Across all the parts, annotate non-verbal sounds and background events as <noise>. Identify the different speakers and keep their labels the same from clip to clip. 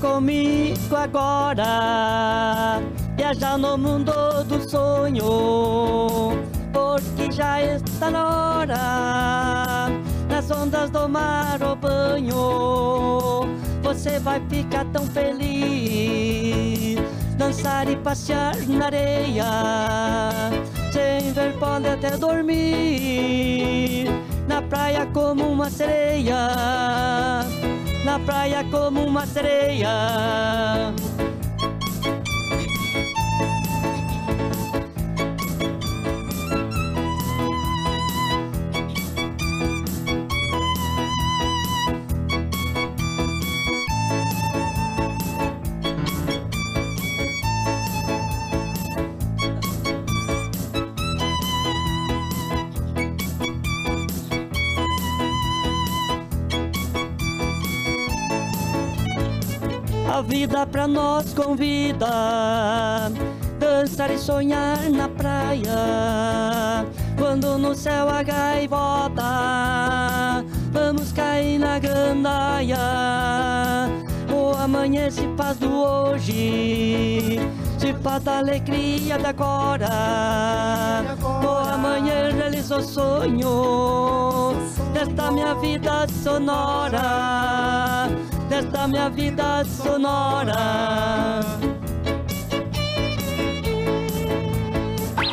Speaker 1: comigo agora, viajar no mundo do sonho, porque já está na hora, nas ondas do mar o banho, você vai ficar tão feliz, dançar e passear na areia, sem ver pode até dormir, na praia como uma sereia na praia como uma sereia. A vida pra nós convida Dançar e sonhar na praia Quando no céu a gaivota Vamos cair na gandaia O amanhã se faz do hoje Se faz da alegria da agora O amanhã realizou sonhos Desta minha vida sonora desta minha vida sonora.
Speaker 2: Tá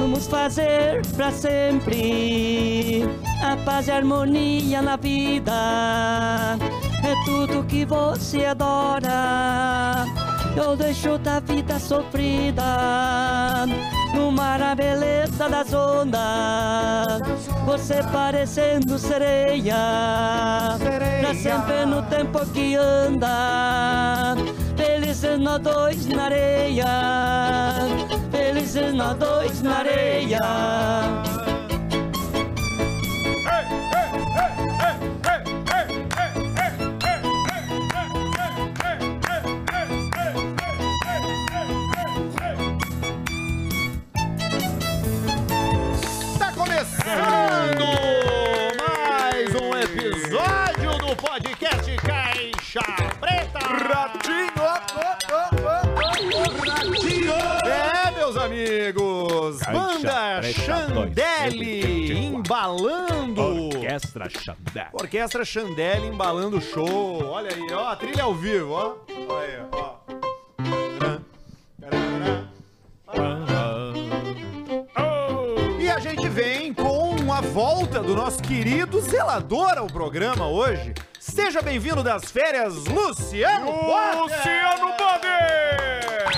Speaker 1: Vamos fazer pra sempre a paz e a harmonia na vida. É tudo que você adora. Eu deixo da vida sofrida No mar a beleza das ondas Você parecendo sereia, sereia. Pra sempre no tempo que anda Felizes nós dois na areia Felizes nós dois na areia
Speaker 2: começando mais um episódio do podcast Caixa Preta.
Speaker 3: Ratinho, oh, oh, oh, ratinho. É, meus amigos,
Speaker 2: Caixa
Speaker 3: banda
Speaker 2: Preta
Speaker 3: Chandelle
Speaker 2: 284.
Speaker 3: embalando.
Speaker 2: Orquestra Xandé.
Speaker 3: Orquestra Chandelle embalando o show. Olha aí, ó, a trilha ao vivo, ó. Olha aí, ó. E a gente vem com a volta do nosso querido zelador ao programa hoje. Seja bem-vindo das férias, Luciano Potter!
Speaker 4: Luciano Bandeira!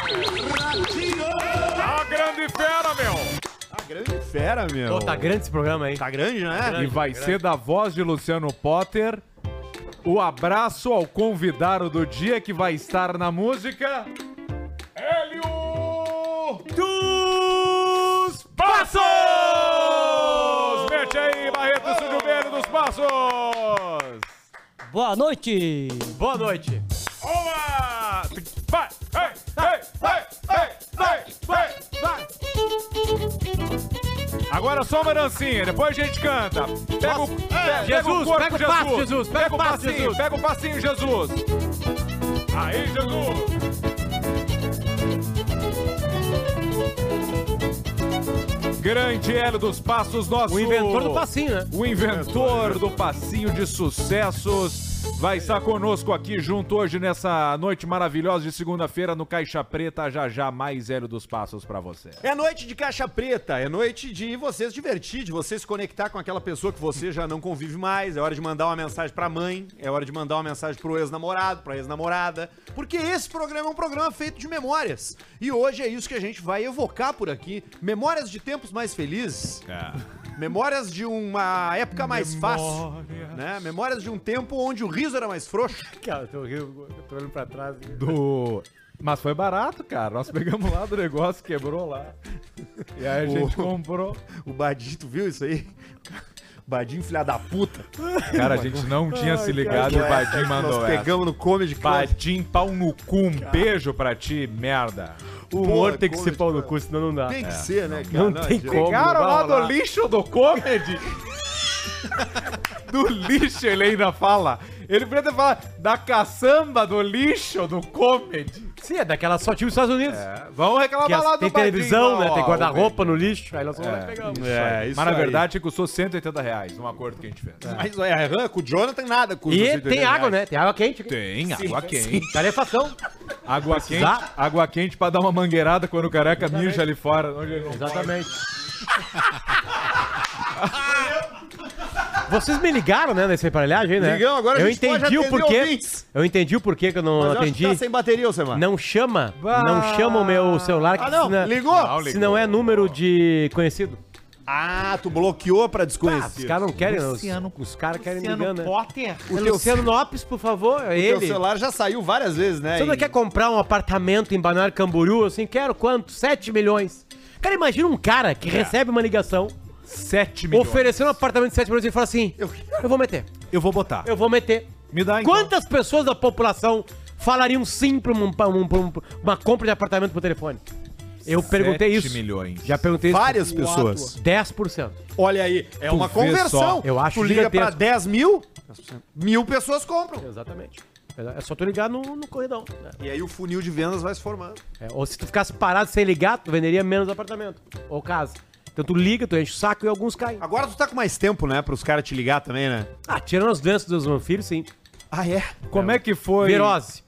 Speaker 4: A grande fera, meu!
Speaker 3: Tá grande fera, meu.
Speaker 5: Pô, tá grande esse programa, hein?
Speaker 3: Tá grande, né?
Speaker 5: grande.
Speaker 6: E vai ser da voz de Luciano Potter o abraço ao convidado do dia que vai estar na música.
Speaker 4: Hélio
Speaker 6: Dos
Speaker 4: Passos! Mete aí, Barreto Sujubeiro dos Passos!
Speaker 1: Boa noite!
Speaker 5: Boa noite.
Speaker 4: Uma! Vai! Ei, ei, ei, ei, ei, ei, vai!
Speaker 6: Agora só uma dancinha, depois a gente canta. Pega o, pe- pega
Speaker 5: Jesus,
Speaker 6: o corpo,
Speaker 5: pega o passo, Jesus, pega o passo,
Speaker 6: passinho,
Speaker 5: Jesus.
Speaker 6: Pega o passinho, Jesus.
Speaker 4: Aí, Jesus!
Speaker 6: Grande Hélio dos Passos, nosso...
Speaker 5: O inventor do passinho, né?
Speaker 6: O inventor do passinho de sucessos vai estar conosco aqui junto hoje nessa noite maravilhosa de segunda-feira no Caixa Preta. Já já mais Hélio dos Passos pra você.
Speaker 3: É noite de caixa preta, é noite de você se divertir, de você se conectar com aquela pessoa que você já não convive mais. É hora de mandar uma mensagem pra mãe, é hora de mandar uma mensagem pro ex-namorado, pra ex-namorada. Porque esse programa é um programa feito de memórias. E hoje é isso que a gente vai evocar por aqui: memórias de tempos mais felizes.
Speaker 5: É.
Speaker 3: Memórias de uma época mais fácil, né? Memórias de um tempo onde o riso era mais
Speaker 5: <laughs>
Speaker 3: frouxo.
Speaker 5: Cara, eu tô, rindo, eu tô olhando pra trás.
Speaker 6: Do... Mas foi barato, cara. Nós pegamos lá do negócio, quebrou lá. <laughs> E aí a
Speaker 3: <laughs>
Speaker 6: gente comprou.
Speaker 3: O Badinho, tu viu isso aí? <laughs> Badinho, filha da puta.
Speaker 6: <laughs> Cara, a gente não tinha se ligado
Speaker 5: é,
Speaker 6: e o Badim mandou
Speaker 3: Nós
Speaker 6: essa.
Speaker 3: pegamos no Comedy Club.
Speaker 6: Badim, pau no cu, um beijo pra ti, merda.
Speaker 5: O humor
Speaker 3: Pô,
Speaker 5: tem que ser
Speaker 3: Comedy
Speaker 5: pau no cu,
Speaker 3: Club.
Speaker 5: senão não dá. É.
Speaker 3: Tem que ser, né, cara?
Speaker 5: Não tem
Speaker 3: adianta.
Speaker 5: como.
Speaker 6: Pegaram lá
Speaker 5: não vai
Speaker 6: do
Speaker 5: rolar.
Speaker 6: lixo do comedy. <laughs> do lixo ele ainda fala. Ele podia ter falado da caçamba do lixo do comedy.
Speaker 5: Sim, é daquela só tive nos Estados Unidos.
Speaker 6: É, vamos reclamar
Speaker 5: Que as-
Speaker 6: lá do
Speaker 5: tem
Speaker 6: Badinho,
Speaker 5: televisão,
Speaker 6: lá,
Speaker 5: né?
Speaker 6: ó,
Speaker 5: Tem
Speaker 6: ó,
Speaker 5: guarda-roupa no lixo. Aí nós vamos lá e pegamos.
Speaker 3: Isso
Speaker 6: É,
Speaker 3: aí, isso
Speaker 6: mas na
Speaker 3: aí.
Speaker 6: verdade custou 180 reais, um acordo que a gente fez.
Speaker 3: Mas olha, Ram, com o Jonathan nada custa
Speaker 5: É. E
Speaker 3: 180
Speaker 5: tem água,
Speaker 3: reais.
Speaker 5: né? Tem água quente.
Speaker 6: Tem, água quente.
Speaker 5: Calefação.
Speaker 6: Água quente,
Speaker 5: Precisar?
Speaker 6: água quente pra dar uma mangueirada quando o careca mija ali fora. Onde ele não
Speaker 5: Exatamente. Vocês me ligaram, né, nessa emparelhagem, né?
Speaker 3: Ligamos, agora a
Speaker 5: eu
Speaker 3: gente pode
Speaker 5: entendi o
Speaker 3: atender
Speaker 5: porquê.
Speaker 3: ouvintes.
Speaker 5: Eu entendi o porquê que eu não
Speaker 3: Mas eu acho
Speaker 5: atendi.
Speaker 3: que tá sem bateria, o Semar.
Speaker 5: Não chama,
Speaker 6: Bah.
Speaker 5: não chama o meu celular que
Speaker 3: Ah, não,
Speaker 5: se na-
Speaker 3: ligou?
Speaker 6: Não,
Speaker 5: se não é número de conhecido.
Speaker 3: Ah, tu bloqueou pra
Speaker 5: Ah, Os
Speaker 3: desconhecer.
Speaker 5: caras não querem, os,
Speaker 7: Luciano-
Speaker 5: os caras querem
Speaker 7: Luciano
Speaker 5: ligando, né?
Speaker 7: Potter.
Speaker 5: O Luciano Lopes, por favor, é
Speaker 3: Teu
Speaker 5: ele.
Speaker 3: celular já saiu várias vezes, né?
Speaker 6: É
Speaker 5: Você não
Speaker 3: E-
Speaker 5: quer comprar um apartamento em Banar Camboriú, assim, quero quanto? 7 milhões. Cara, imagina um cara que recebe uma ligação
Speaker 6: 7 É. milhões.
Speaker 5: oferecendo um apartamento de 7 milhões e fala assim, eu, vou meter,
Speaker 6: Eu vou botar.
Speaker 5: eu vou meter.
Speaker 6: Me dá então.
Speaker 5: Quantas pessoas da população falariam sim pra, um- pra um- pra um- pra uma compra de apartamento por telefone? Eu perguntei
Speaker 6: Sete
Speaker 5: isso.
Speaker 6: milhões.
Speaker 5: Já perguntei isso.
Speaker 3: Várias pessoas.
Speaker 5: 10%.
Speaker 3: Olha aí, é uma
Speaker 6: vê
Speaker 3: conversão.
Speaker 6: só.
Speaker 5: Eu acho
Speaker 3: tu liga
Speaker 5: gigantesco.
Speaker 3: pra 10 mil, mil pessoas compram.
Speaker 5: Exatamente. É só tu ligar no, no corredor. né?
Speaker 3: E aí o funil de vendas vai se formando.
Speaker 5: É, ou se tu ficasse parado sem ligar, tu venderia menos apartamento. Ou casa. Então tu liga, tu enche o saco e alguns caem.
Speaker 3: Agora tu tá com mais tempo, né? Pros caras te ligar também, né?
Speaker 5: Ah, tirando as doenças dos meus filhos, sim.
Speaker 3: Ah, é?
Speaker 6: Como é que foi?
Speaker 5: Virose.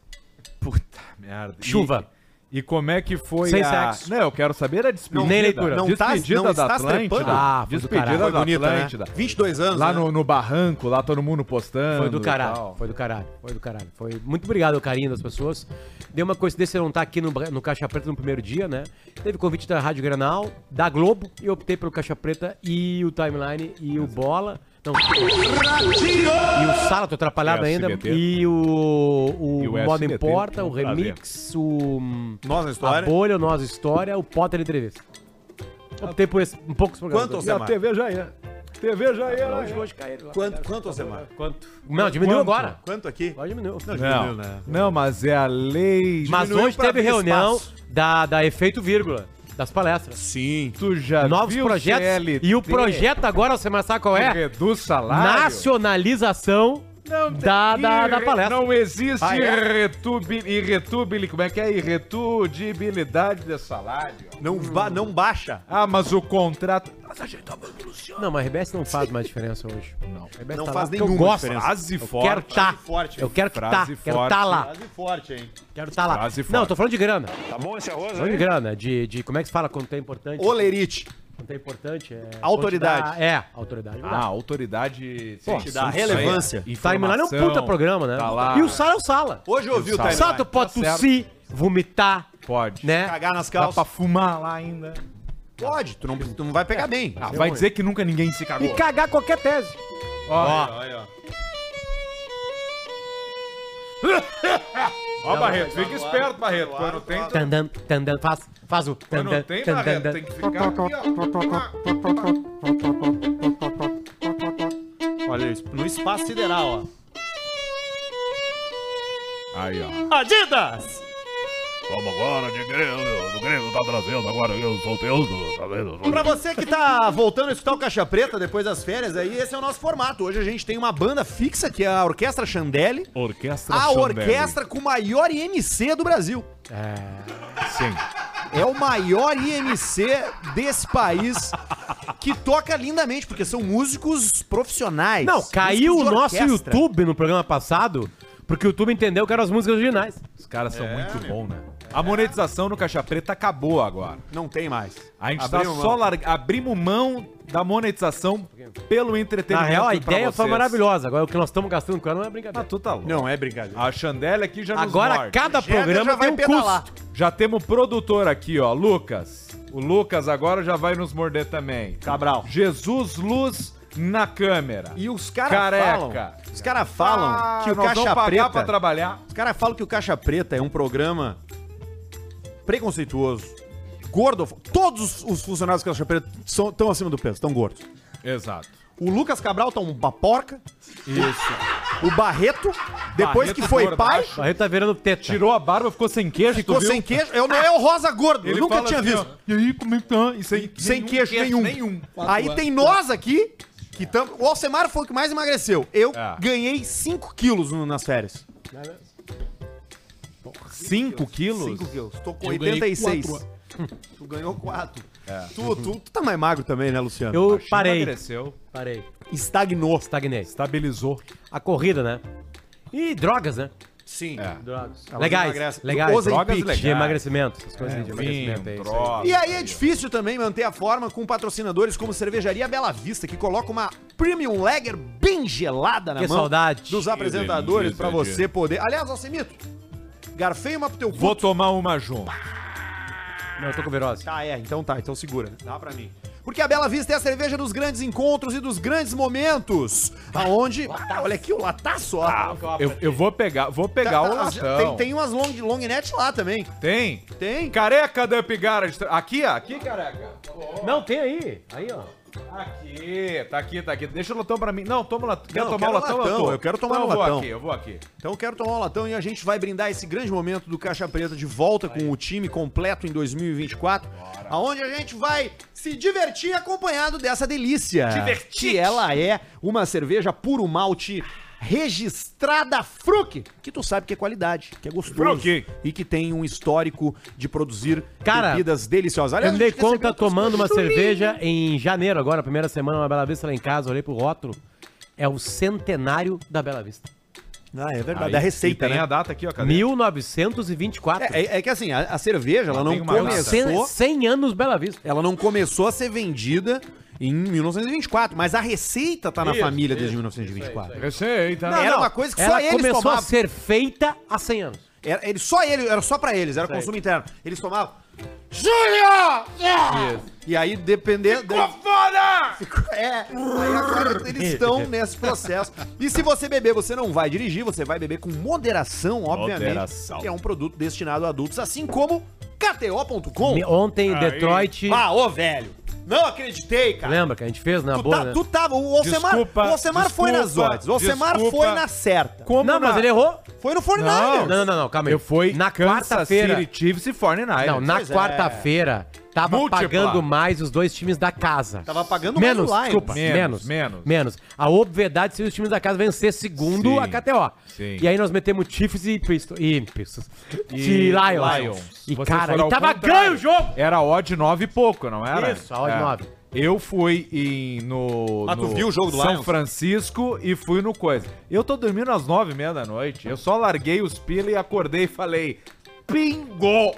Speaker 6: Puta merda. E-
Speaker 5: Chuva.
Speaker 6: E, como é que foi
Speaker 5: Sem
Speaker 6: a...
Speaker 5: sexo.
Speaker 6: Não, eu quero saber a despedida.
Speaker 5: Não, nem leitura.
Speaker 6: Não
Speaker 3: Não tá-
Speaker 6: despedida
Speaker 3: não
Speaker 6: da
Speaker 3: estás
Speaker 6: Atlântida.
Speaker 3: trepando?
Speaker 5: Ah, foi do
Speaker 6: despedida
Speaker 5: caralho.
Speaker 6: da
Speaker 3: Foi bonita, né?
Speaker 6: Atlântida.
Speaker 3: 22 anos,
Speaker 6: Lá
Speaker 3: né?
Speaker 6: no, no barranco, lá todo mundo postando.
Speaker 5: Foi do
Speaker 6: e
Speaker 5: caralho.
Speaker 6: tal.
Speaker 5: Foi do caralho. Foi do caralho. Foi muito obrigado ao carinho das pessoas. Deu uma coincidência eu não estar aqui no, Bra- no Caixa Preta no primeiro dia, né? Teve convite da Rádio Granal, da Globo, e eu optei pelo Caixa Preta e o Timeline e o Bola. Não. E o Sala, tô atrapalhado
Speaker 6: E o
Speaker 5: ainda.
Speaker 6: SBT.
Speaker 5: E o, o,
Speaker 6: E o
Speaker 5: Moda
Speaker 6: SBT.
Speaker 5: Importa, o
Speaker 6: Um prazer.
Speaker 5: Remix, o.
Speaker 3: Nós na
Speaker 5: A
Speaker 3: história.
Speaker 5: Bolha, o Nossa História, o Potter Entrevista. Optei por esse, um poucos programas.
Speaker 3: Quanto,
Speaker 5: hoje.
Speaker 6: E a
Speaker 3: Alcemar?
Speaker 6: TV já ia. TV já é. ia.
Speaker 5: Hoje, hoje caíram lá.
Speaker 3: Quanto, quanto, Alcemar?
Speaker 5: Quanto? Não, diminuiu
Speaker 6: Quanto?
Speaker 5: agora.
Speaker 3: Quanto aqui? né?
Speaker 5: Agora diminuiu.
Speaker 6: Não, não, mas é a lei.
Speaker 5: Mas
Speaker 3: Diminuiu
Speaker 5: hoje
Speaker 3: pra
Speaker 5: teve
Speaker 3: abrir
Speaker 5: reunião
Speaker 3: espaço.
Speaker 5: da, da Efeito Vírgula, das palestras.
Speaker 3: Sim.
Speaker 6: tu já
Speaker 5: Novos
Speaker 6: viu
Speaker 5: projetos.
Speaker 6: CLT?
Speaker 5: E o projeto agora, você mais sabe qual
Speaker 6: é?
Speaker 5: é?
Speaker 6: reduz salário.
Speaker 5: Nacionalização da, da, da
Speaker 6: Irre-
Speaker 5: palestra.
Speaker 6: Não existe
Speaker 3: Ah, é?
Speaker 6: irretubi- irretubil- como é que é? Irretudibilidade de salário.
Speaker 3: Não, ba- não baixa.
Speaker 6: Ah, mas o contrato
Speaker 5: tá Não, mas a RBS não faz mais diferença hoje. Não. RBS
Speaker 3: Não
Speaker 5: tá
Speaker 3: faz
Speaker 5: lá porque eu
Speaker 3: nenhuma
Speaker 5: gosto.
Speaker 3: diferença.
Speaker 6: quase
Speaker 5: Eu quero
Speaker 6: forte.
Speaker 5: tá.
Speaker 3: forte, hein?
Speaker 5: Eu quero que tá.
Speaker 6: Frase
Speaker 5: Quero
Speaker 6: forte.
Speaker 5: tá lá.
Speaker 3: Quase forte, hein?
Speaker 5: Quero tá lá.
Speaker 6: Frase forte.
Speaker 5: Não, eu tô falando de grana.
Speaker 4: Tá bom esse arroz,
Speaker 5: Falando de grana, de, de como é que se fala quando tem importante.
Speaker 3: Olerite.
Speaker 5: Quando tem importante é.
Speaker 3: Autoridade.
Speaker 5: quantidade- É, autoridade.
Speaker 6: Ah,
Speaker 5: verdade.
Speaker 6: autoridade.
Speaker 3: te dá relevância.
Speaker 5: E Timeline é um puta programa, né?
Speaker 6: Tá lá.
Speaker 5: E o Sala é o Sala.
Speaker 3: Hoje eu ouvi o
Speaker 6: Sala.
Speaker 3: time.
Speaker 5: Sala, tu pode
Speaker 6: Tá certo.
Speaker 5: tossir, vomitar,
Speaker 6: Pode.
Speaker 5: né?
Speaker 3: Cagar nas
Speaker 6: Dá pra
Speaker 3: calças.
Speaker 6: fumar lá ainda.
Speaker 3: Pode, tu não, tu não vai pegar bem.
Speaker 6: Ah, vai dizer que nunca ninguém se
Speaker 5: E
Speaker 6: cagou.
Speaker 5: cagar qualquer tese.
Speaker 6: Ó,
Speaker 3: Olha,
Speaker 6: ó, Barreto, fica esperto, Barreto. Quando tem.
Speaker 5: Tandan, tandan, faz, faz o
Speaker 6: Quando
Speaker 5: tandan,
Speaker 6: tem,
Speaker 5: tandan,
Speaker 6: Barreto, tem
Speaker 5: tandan.
Speaker 6: que ficar aqui,
Speaker 3: Olha isso. No espaço sideral, ó.
Speaker 6: ó. Aí, ó.
Speaker 3: Adidas!
Speaker 4: Vamos agora de Grêmio. O Grêmio tá trazendo agora. Eu sou o Deus do. Tá vendo?
Speaker 3: Pra você que tá voltando a escutar o Caixa Preta depois das férias aí, esse é o nosso formato. Hoje a gente tem uma banda fixa, que é a Orquestra Chandelle.
Speaker 6: Orquestra
Speaker 3: A
Speaker 6: Chandelle.
Speaker 3: orquestra com o maior IMC do Brasil.
Speaker 6: Sim.
Speaker 3: É o maior IMC desse país que toca lindamente, porque são músicos profissionais.
Speaker 5: Não, caiu o
Speaker 3: músicos de
Speaker 5: nosso
Speaker 3: orquestra.
Speaker 5: YouTube no programa passado, porque o YouTube entendeu que eram as músicas originais.
Speaker 6: Os caras
Speaker 3: é
Speaker 6: são muito bons, né? A monetização no Caixa Preta acabou agora.
Speaker 3: Não tem mais.
Speaker 6: A gente
Speaker 3: Abriu
Speaker 6: tá
Speaker 3: mão.
Speaker 6: só larga... abrimos mão da monetização pelo
Speaker 5: Na
Speaker 6: entretenimento.
Speaker 5: real, a
Speaker 6: pra
Speaker 5: ideia foi
Speaker 6: vocês.
Speaker 5: maravilhosa. Agora, o que nós estamos gastando com ela não é
Speaker 6: Ah,
Speaker 5: brincadeira.
Speaker 6: tu tá louco.
Speaker 3: Não, é brincadeira.
Speaker 6: A Chandelle aqui já nos
Speaker 5: Agora,
Speaker 6: morde.
Speaker 5: cada
Speaker 3: Jeder já
Speaker 5: programa
Speaker 3: vai
Speaker 5: tem um
Speaker 3: pedalar.
Speaker 5: custo.
Speaker 6: Já temos produtor aqui, ó, Lucas. O Lucas agora já vai nos morder também.
Speaker 3: Cabral.
Speaker 6: Jesus Luz na câmera.
Speaker 3: E os caras
Speaker 6: Careca. Ah,
Speaker 3: falam. Os caras falam que o
Speaker 6: nós vamos
Speaker 3: Caixa
Speaker 6: pagar
Speaker 3: Preta.
Speaker 6: pra trabalhar.
Speaker 3: Os caras falam que o Caixa Preta é um programa preconceituoso, gordo. Todos os funcionários do Caixa Preta estão acima do peso, estão gordos.
Speaker 6: Exato.
Speaker 3: O Lucas Cabral tá uma um- porca.
Speaker 6: Isso.
Speaker 3: o Barreto, depois
Speaker 6: Barreto é
Speaker 3: que foi
Speaker 6: gordaço.
Speaker 3: pai,
Speaker 5: O Barreto tá virando teta.
Speaker 6: Tirou a barba, ficou sem queixo,
Speaker 3: ficou sem queijo. É o Noel Rosa gordo, eu nunca
Speaker 6: fala
Speaker 3: tinha
Speaker 6: assim,
Speaker 3: visto.
Speaker 6: ó, e aí, como é que tá? E sem,
Speaker 3: Sem queixo nenhum. Aí tem nós aqui, que tam... o Alcemar foi o que mais emagreceu. Eu
Speaker 6: É.
Speaker 3: ganhei 5 quilos no- nas férias.
Speaker 6: 5 quilos?
Speaker 3: 5 quilos. Tô com
Speaker 7: Eu ganhei
Speaker 3: 86.
Speaker 7: quatro.
Speaker 3: Tu ganhou 4. Tu, tu, tu tá mais magro também, né, Luciano?
Speaker 5: Eu
Speaker 6: Baixinho
Speaker 5: parei.
Speaker 6: Emagreceu,
Speaker 5: Parei.
Speaker 3: Estagnou.
Speaker 5: Estagnei.
Speaker 6: estabilizou.
Speaker 5: A corrida, né? E drogas, né?
Speaker 3: Sim.
Speaker 6: É.
Speaker 5: Drogas.
Speaker 3: Ela
Speaker 5: Legais.
Speaker 3: emagrece.
Speaker 5: Legais.
Speaker 3: Os
Speaker 5: Drogas
Speaker 3: Empic.
Speaker 5: legais. De emagrecimento. Essas coisas de emagrecimento. é isso aí.
Speaker 3: E aí é difícil também manter a forma com patrocinadores como Cervejaria Bela Vista, que coloca uma Premium Lager bem gelada na
Speaker 5: Que
Speaker 3: mão
Speaker 5: saudade.
Speaker 3: dos apresentadores
Speaker 6: delícia,
Speaker 3: pra você poder. Aliás, Alcemito, garfei uma pro teu
Speaker 6: Vou tomar uma junto.
Speaker 5: Não, eu tô com virose.
Speaker 3: Tá, é, então tá, então segura. Dá pra mim. Porque a Bela Vista é a cerveja dos grandes encontros e dos grandes momentos. Aonde. Olha aqui o lataço, ó.
Speaker 6: Eu, eu Ah, vou pegar, vou
Speaker 3: Tá-
Speaker 6: pegar
Speaker 3: tá-
Speaker 6: o
Speaker 3: as-
Speaker 6: latão.
Speaker 3: tem, tem umas long, long net lá também.
Speaker 6: Tem?
Speaker 3: Tem.
Speaker 6: Careca da Up Garage. Aqui, ó. Aqui, careca.
Speaker 5: Não, tem aí. Aí, ó.
Speaker 6: Aqui, tá aqui, tá aqui. Deixa o latão pra mim. Não, toma o latão. Quer
Speaker 3: Não, eu
Speaker 6: tomar o
Speaker 3: quero
Speaker 6: latão?
Speaker 3: latão,
Speaker 6: tô.
Speaker 3: eu quero tomar
Speaker 6: então
Speaker 3: no
Speaker 6: eu vou
Speaker 3: latão.
Speaker 6: aqui, eu vou aqui.
Speaker 3: Então eu quero tomar um latão e a gente vai brindar esse grande momento do Caixa Preta de volta com o time completo em 2024. Aonde a gente vai se divertir acompanhado dessa delícia. Divertir. Ela é uma cerveja puro malte registrada Fruc, que tu sabe que é qualidade, que é gostoso
Speaker 6: Fruc.
Speaker 3: e que tem um histórico de produzir
Speaker 5: Cara,
Speaker 3: bebidas deliciosas.
Speaker 5: Eu me dei
Speaker 3: a gente recebeu
Speaker 5: conta
Speaker 3: outras
Speaker 5: tomando uma
Speaker 3: coisas do né?
Speaker 5: cerveja em janeiro, agora, primeira semana, uma Bela Vista lá em casa, olhei pro rótulo. É o centenário da Bela Vista.
Speaker 3: Rio. Ah, é verdade,
Speaker 6: Aí,
Speaker 3: da receita,
Speaker 6: e tem
Speaker 3: né?
Speaker 6: a data aqui, ó. cadê?
Speaker 5: 1924.
Speaker 3: É, é- é que assim, a, a cerveja, ela
Speaker 6: Não
Speaker 3: não
Speaker 6: tem uma data.
Speaker 5: 100,
Speaker 3: começou...
Speaker 5: 100 anos Bela Vista.
Speaker 3: Ela não começou a ser vendida em 1924, mas a receita tá na família desde 1924.
Speaker 6: Receita.
Speaker 3: Não, era uma coisa que só
Speaker 5: Ela
Speaker 3: eles
Speaker 5: começou
Speaker 3: tomavam.
Speaker 5: a ser feita há 100 anos.
Speaker 3: Era, ele, só ele, era só pra eles, era consumo interno. Eles tomavam. Júlia! E aí, dependendo.
Speaker 6: foda!
Speaker 3: É, aí
Speaker 5: <laughs>
Speaker 3: agora eles estão nesse processo. E se você beber, você não vai dirigir, você vai beber com moderação, obviamente.
Speaker 6: Moderação.
Speaker 3: Que é um produto destinado a adultos, assim como KTO.com.
Speaker 5: Me- Ontem, Detroit.
Speaker 3: Ah, ô, velho! Não acreditei, cara!
Speaker 5: Lembra que a gente fez na
Speaker 3: Tu,
Speaker 5: boa?
Speaker 3: tá-
Speaker 5: né?
Speaker 3: tu tava. O Alcemar,
Speaker 6: Desculpa,
Speaker 3: o Alcemar foi
Speaker 6: desculpa,
Speaker 3: nas odds. O Alcemar
Speaker 6: desculpa.
Speaker 3: foi na certa.
Speaker 6: Como
Speaker 5: Não, mas
Speaker 6: na-
Speaker 5: ele errou.
Speaker 3: Foi no Fortnite.
Speaker 5: Não, não, não, não, calma aí.
Speaker 6: Eu fui
Speaker 5: na
Speaker 6: Kansas
Speaker 5: quarta-feira.
Speaker 6: City Chiefs e 49ers.
Speaker 5: Não, na
Speaker 3: Pois é.
Speaker 5: quarta-feira tava
Speaker 6: Múltipla.
Speaker 5: pagando mais os dois times da casa.
Speaker 3: Tava pagando mais
Speaker 5: menos,
Speaker 3: o Lions.
Speaker 5: desculpa,
Speaker 6: Menos,
Speaker 5: menos,
Speaker 6: menos.
Speaker 5: menos, A obviedade seria os times da casa vencer segundo
Speaker 6: Sim,
Speaker 5: a KTO.
Speaker 6: sim.
Speaker 5: E aí nós metemos Chiefs e Pistons e Pistons. E, Lions.
Speaker 6: Lions.
Speaker 5: E
Speaker 6: Vocês
Speaker 5: cara,
Speaker 6: foram
Speaker 5: e
Speaker 6: ao
Speaker 5: tava
Speaker 6: contrário.
Speaker 5: ganho o jogo.
Speaker 6: Era odd 9 e pouco, não era?
Speaker 5: Isso, a odd
Speaker 6: É.
Speaker 5: nove.
Speaker 6: Eu fui em, no,
Speaker 3: Ah, tu
Speaker 6: no
Speaker 3: viu o jogo do
Speaker 6: São
Speaker 3: Lions?
Speaker 6: Francisco e fui no coisa. Eu tô dormindo às nove e meia da noite. Eu só larguei os pila e acordei e falei: <laughs> Pingou!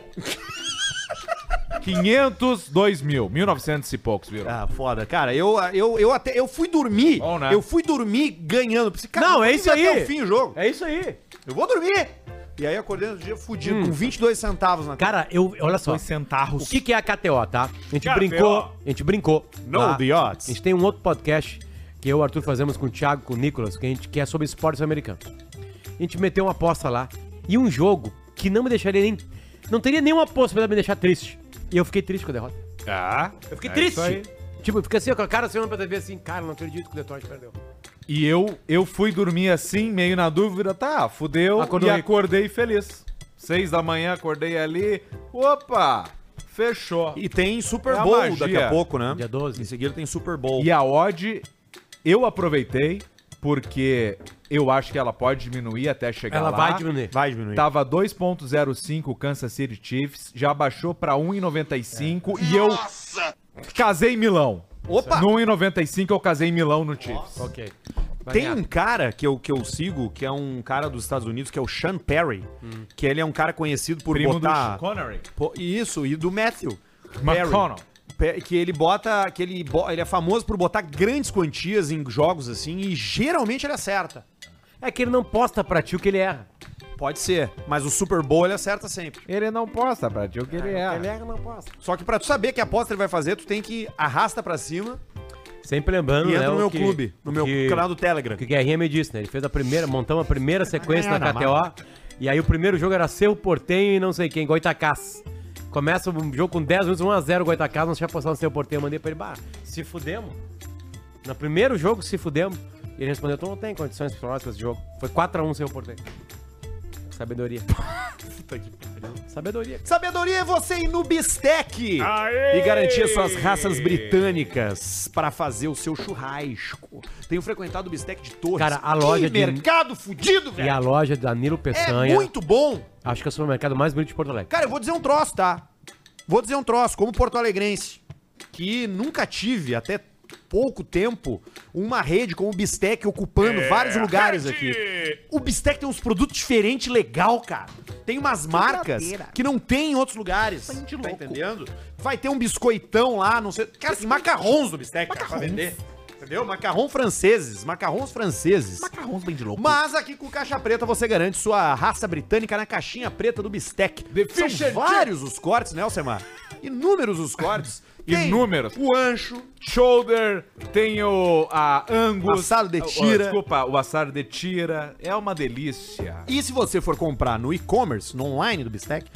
Speaker 6: 500, 2 mil, 1900 e poucos, viu?
Speaker 3: Ah, foda. Cara, eu, eu, eu até. Eu fui dormir.
Speaker 6: Bom, né?
Speaker 3: Eu fui dormir ganhando. Pensei, cara,
Speaker 5: Não, é
Speaker 3: vou
Speaker 5: isso
Speaker 3: dormir
Speaker 5: aí.
Speaker 3: Até o fim do jogo.
Speaker 5: É isso aí. Hum.
Speaker 3: Eu vou dormir. E aí acordei no dia fudido, com 22 centavos na
Speaker 5: Cara, eu, olha só. O
Speaker 6: centavos.
Speaker 5: que, que é a KTO, tá? A gente
Speaker 6: KTO.
Speaker 5: brincou, a gente brincou.
Speaker 3: Know
Speaker 5: tá?
Speaker 3: the odds.
Speaker 5: A gente tem um outro podcast que eu e o Arthur fazemos com o Thiago, com o Nicolas, que, a gente, que é sobre esportes americanos. A gente meteu uma aposta lá e um jogo que não me deixaria nem. Não teria nenhuma possibilidade de me deixar triste. E eu fiquei triste com a derrota.
Speaker 6: Ah,
Speaker 5: Eu fiquei
Speaker 6: é isso aí.
Speaker 5: triste. Tipo, eu fiquei assim, ó, com a cara assim, olhando pra TV assim, cara, não acredito que o Detroit perdeu.
Speaker 6: E eu, eu fui dormir assim, meio na dúvida, tá, fudeu,
Speaker 5: Acordou
Speaker 6: e
Speaker 5: rico.
Speaker 6: acordei feliz. Seis da manhã, acordei ali, opa, fechou.
Speaker 3: E tem Super
Speaker 6: É a
Speaker 3: Bowl
Speaker 6: magia.
Speaker 3: daqui a pouco, né?
Speaker 5: Dia 12.
Speaker 3: Em seguida tem Super Bowl.
Speaker 6: E a odd, eu aproveitei, porque eu acho que ela pode diminuir até chegar
Speaker 5: Ela
Speaker 6: lá.
Speaker 5: vai diminuir.
Speaker 3: Vai diminuir.
Speaker 6: Tava 2.05 o Kansas City Chiefs, já baixou pra 1.95 e eu casei em Milão.
Speaker 3: Opa!
Speaker 6: No 1.95 eu casei em Milão no Chiefs.
Speaker 5: Ok.
Speaker 3: Tem um cara que eu, que eu sigo, que é um cara dos Estados Unidos, que é o Sean Perry. Que ele é um cara conhecido por
Speaker 6: Primo
Speaker 3: botar...
Speaker 6: do Connery.
Speaker 3: Pô, isso, e do Matthew.
Speaker 6: McConnell.
Speaker 3: Perry, pe- Que ele bota. Que ele, bo- ele é famoso por botar grandes quantias em jogos assim e geralmente ele acerta.
Speaker 5: É que ele não posta pra ti o que ele erra.
Speaker 3: Pode ser, mas o Super Bowl ele acerta sempre.
Speaker 6: Ele não posta pra ti o que ele é.
Speaker 5: Ele erra, não posta.
Speaker 3: Só que pra tu saber que aposta ele vai fazer, tu tem que arrasta pra cima
Speaker 5: Sempre lembrando,
Speaker 3: e
Speaker 5: né,
Speaker 3: entra no
Speaker 5: o
Speaker 3: meu
Speaker 5: que-
Speaker 3: clube, no meu
Speaker 5: que-
Speaker 3: canal do Telegram.
Speaker 5: Que o Guerrinha me disse, né? Ele fez a primeira, montamos a primeira sequência na KTO. E aí o primeiro jogo era Cerro Portenho e não sei quem, Goitacás. Começa o jogo com 10 minutos, 1x0 Goitacás, nós já postamos no Cerro Portenho. Eu mandei pra ele, bah, se fudemos. No primeiro jogo, se fudemos. E ele respondeu: Tu não tem condições psicológicas de jogo. Foi 4x1 sem o Porto.
Speaker 3: <laughs>
Speaker 5: Sabedoria. Sabedoria.
Speaker 3: Sabedoria é você ir no Bistec e garantir suas raças britânicas pra fazer o seu churrasco. Tenho frequentado o Bistec de Torres.
Speaker 5: Cara, a loja
Speaker 3: que
Speaker 5: de-
Speaker 3: mercado fudido,
Speaker 5: E a
Speaker 3: velho.
Speaker 5: loja de Danilo
Speaker 3: É
Speaker 5: Peçanha.
Speaker 3: muito bom.
Speaker 5: Acho que é o supermercado mais bonito de Porto Alegre.
Speaker 3: Cara, eu vou dizer um troço, tá? Vou dizer um troço, como porto-alegrense, que nunca tive, até pouco tempo, uma rede como o Bistec ocupando vários lugares aqui. O Bistec tem uns produtos diferentes, legal, cara. Tem umas marcas que não tem em outros lugares. Tá entendendo? Vai ter um biscoitão lá, não sei. Cara, tem macarrons do Bistec cara, pra vender. Entendeu? Macarrão franceses, macarrons franceses.
Speaker 2: Macarrons bem de louco.
Speaker 3: Mas aqui com Caixa Preta você garante sua raça britânica na caixinha preta do Bistec.
Speaker 6: fish
Speaker 3: São
Speaker 6: and
Speaker 3: vários os cortes, né, Alcemar? Inúmeros os cortes. Tem
Speaker 6: Inúmeros.
Speaker 3: O ancho.
Speaker 6: Shoulder, tem o a Angus.
Speaker 3: Assado de
Speaker 6: o- o-
Speaker 3: tira.
Speaker 6: desculpa, o assado de tira. É uma delícia.
Speaker 3: E se você for comprar no e-commerce, no online do Bistec,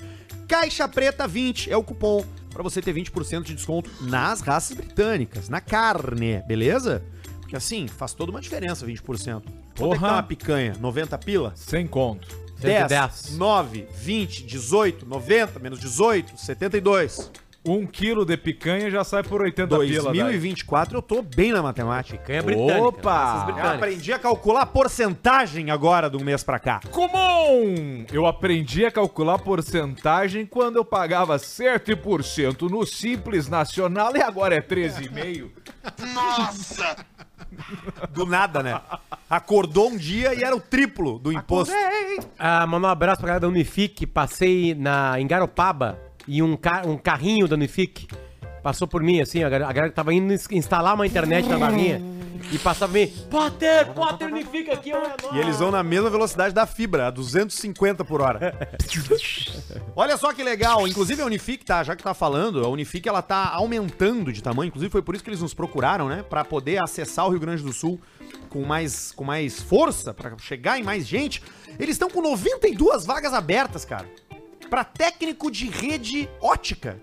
Speaker 3: Caixa Preta 20 é o cupom pra você ter 20% de desconto nas raças britânicas, na carne, beleza? Porque assim, faz toda uma diferença 20%. Quanto é que
Speaker 6: Porra.
Speaker 3: tá uma picanha? 90 pila?
Speaker 6: Sem conto.
Speaker 5: 110.
Speaker 3: 10, 9, 20, 18, 90, menos 18, 72.
Speaker 6: Um quilo de picanha já sai por 80 pila. daí.
Speaker 3: 2024 eu tô bem na matemática.
Speaker 5: Ganha britânica.
Speaker 6: Opa!
Speaker 5: raças
Speaker 3: Eu
Speaker 5: britânicas.
Speaker 3: aprendi a calcular a porcentagem agora do mês pra cá.
Speaker 6: Comum! Eu aprendi a calcular porcentagem quando eu pagava 7% no Simples Nacional e agora é 13,5%.
Speaker 3: Do nada, né? Acordou um dia e era o triplo do imposto.
Speaker 4: é.
Speaker 5: Ah, mandar um abraço pra galera da Unifique. Passei na, em Garopaba e um, ca- um carrinho da Unifique passou por mim, assim, a galera, a galera que tava indo ins- instalar uma internet na barrinha e passava por mim. Potter, Potter, Unifique aqui, olha nós.
Speaker 3: E eles vão na mesma velocidade da fibra, a 250 por hora. Olha só que legal, inclusive a Unifique, tá, já que tá falando, a Unifique ela tá aumentando de tamanho, inclusive foi por isso que eles nos procuraram, né, Pra poder acessar o Rio Grande do Sul com mais com mais força, pra chegar em mais gente. Eles estão com 92 vagas abertas, cara, Pra técnico de rede ótica.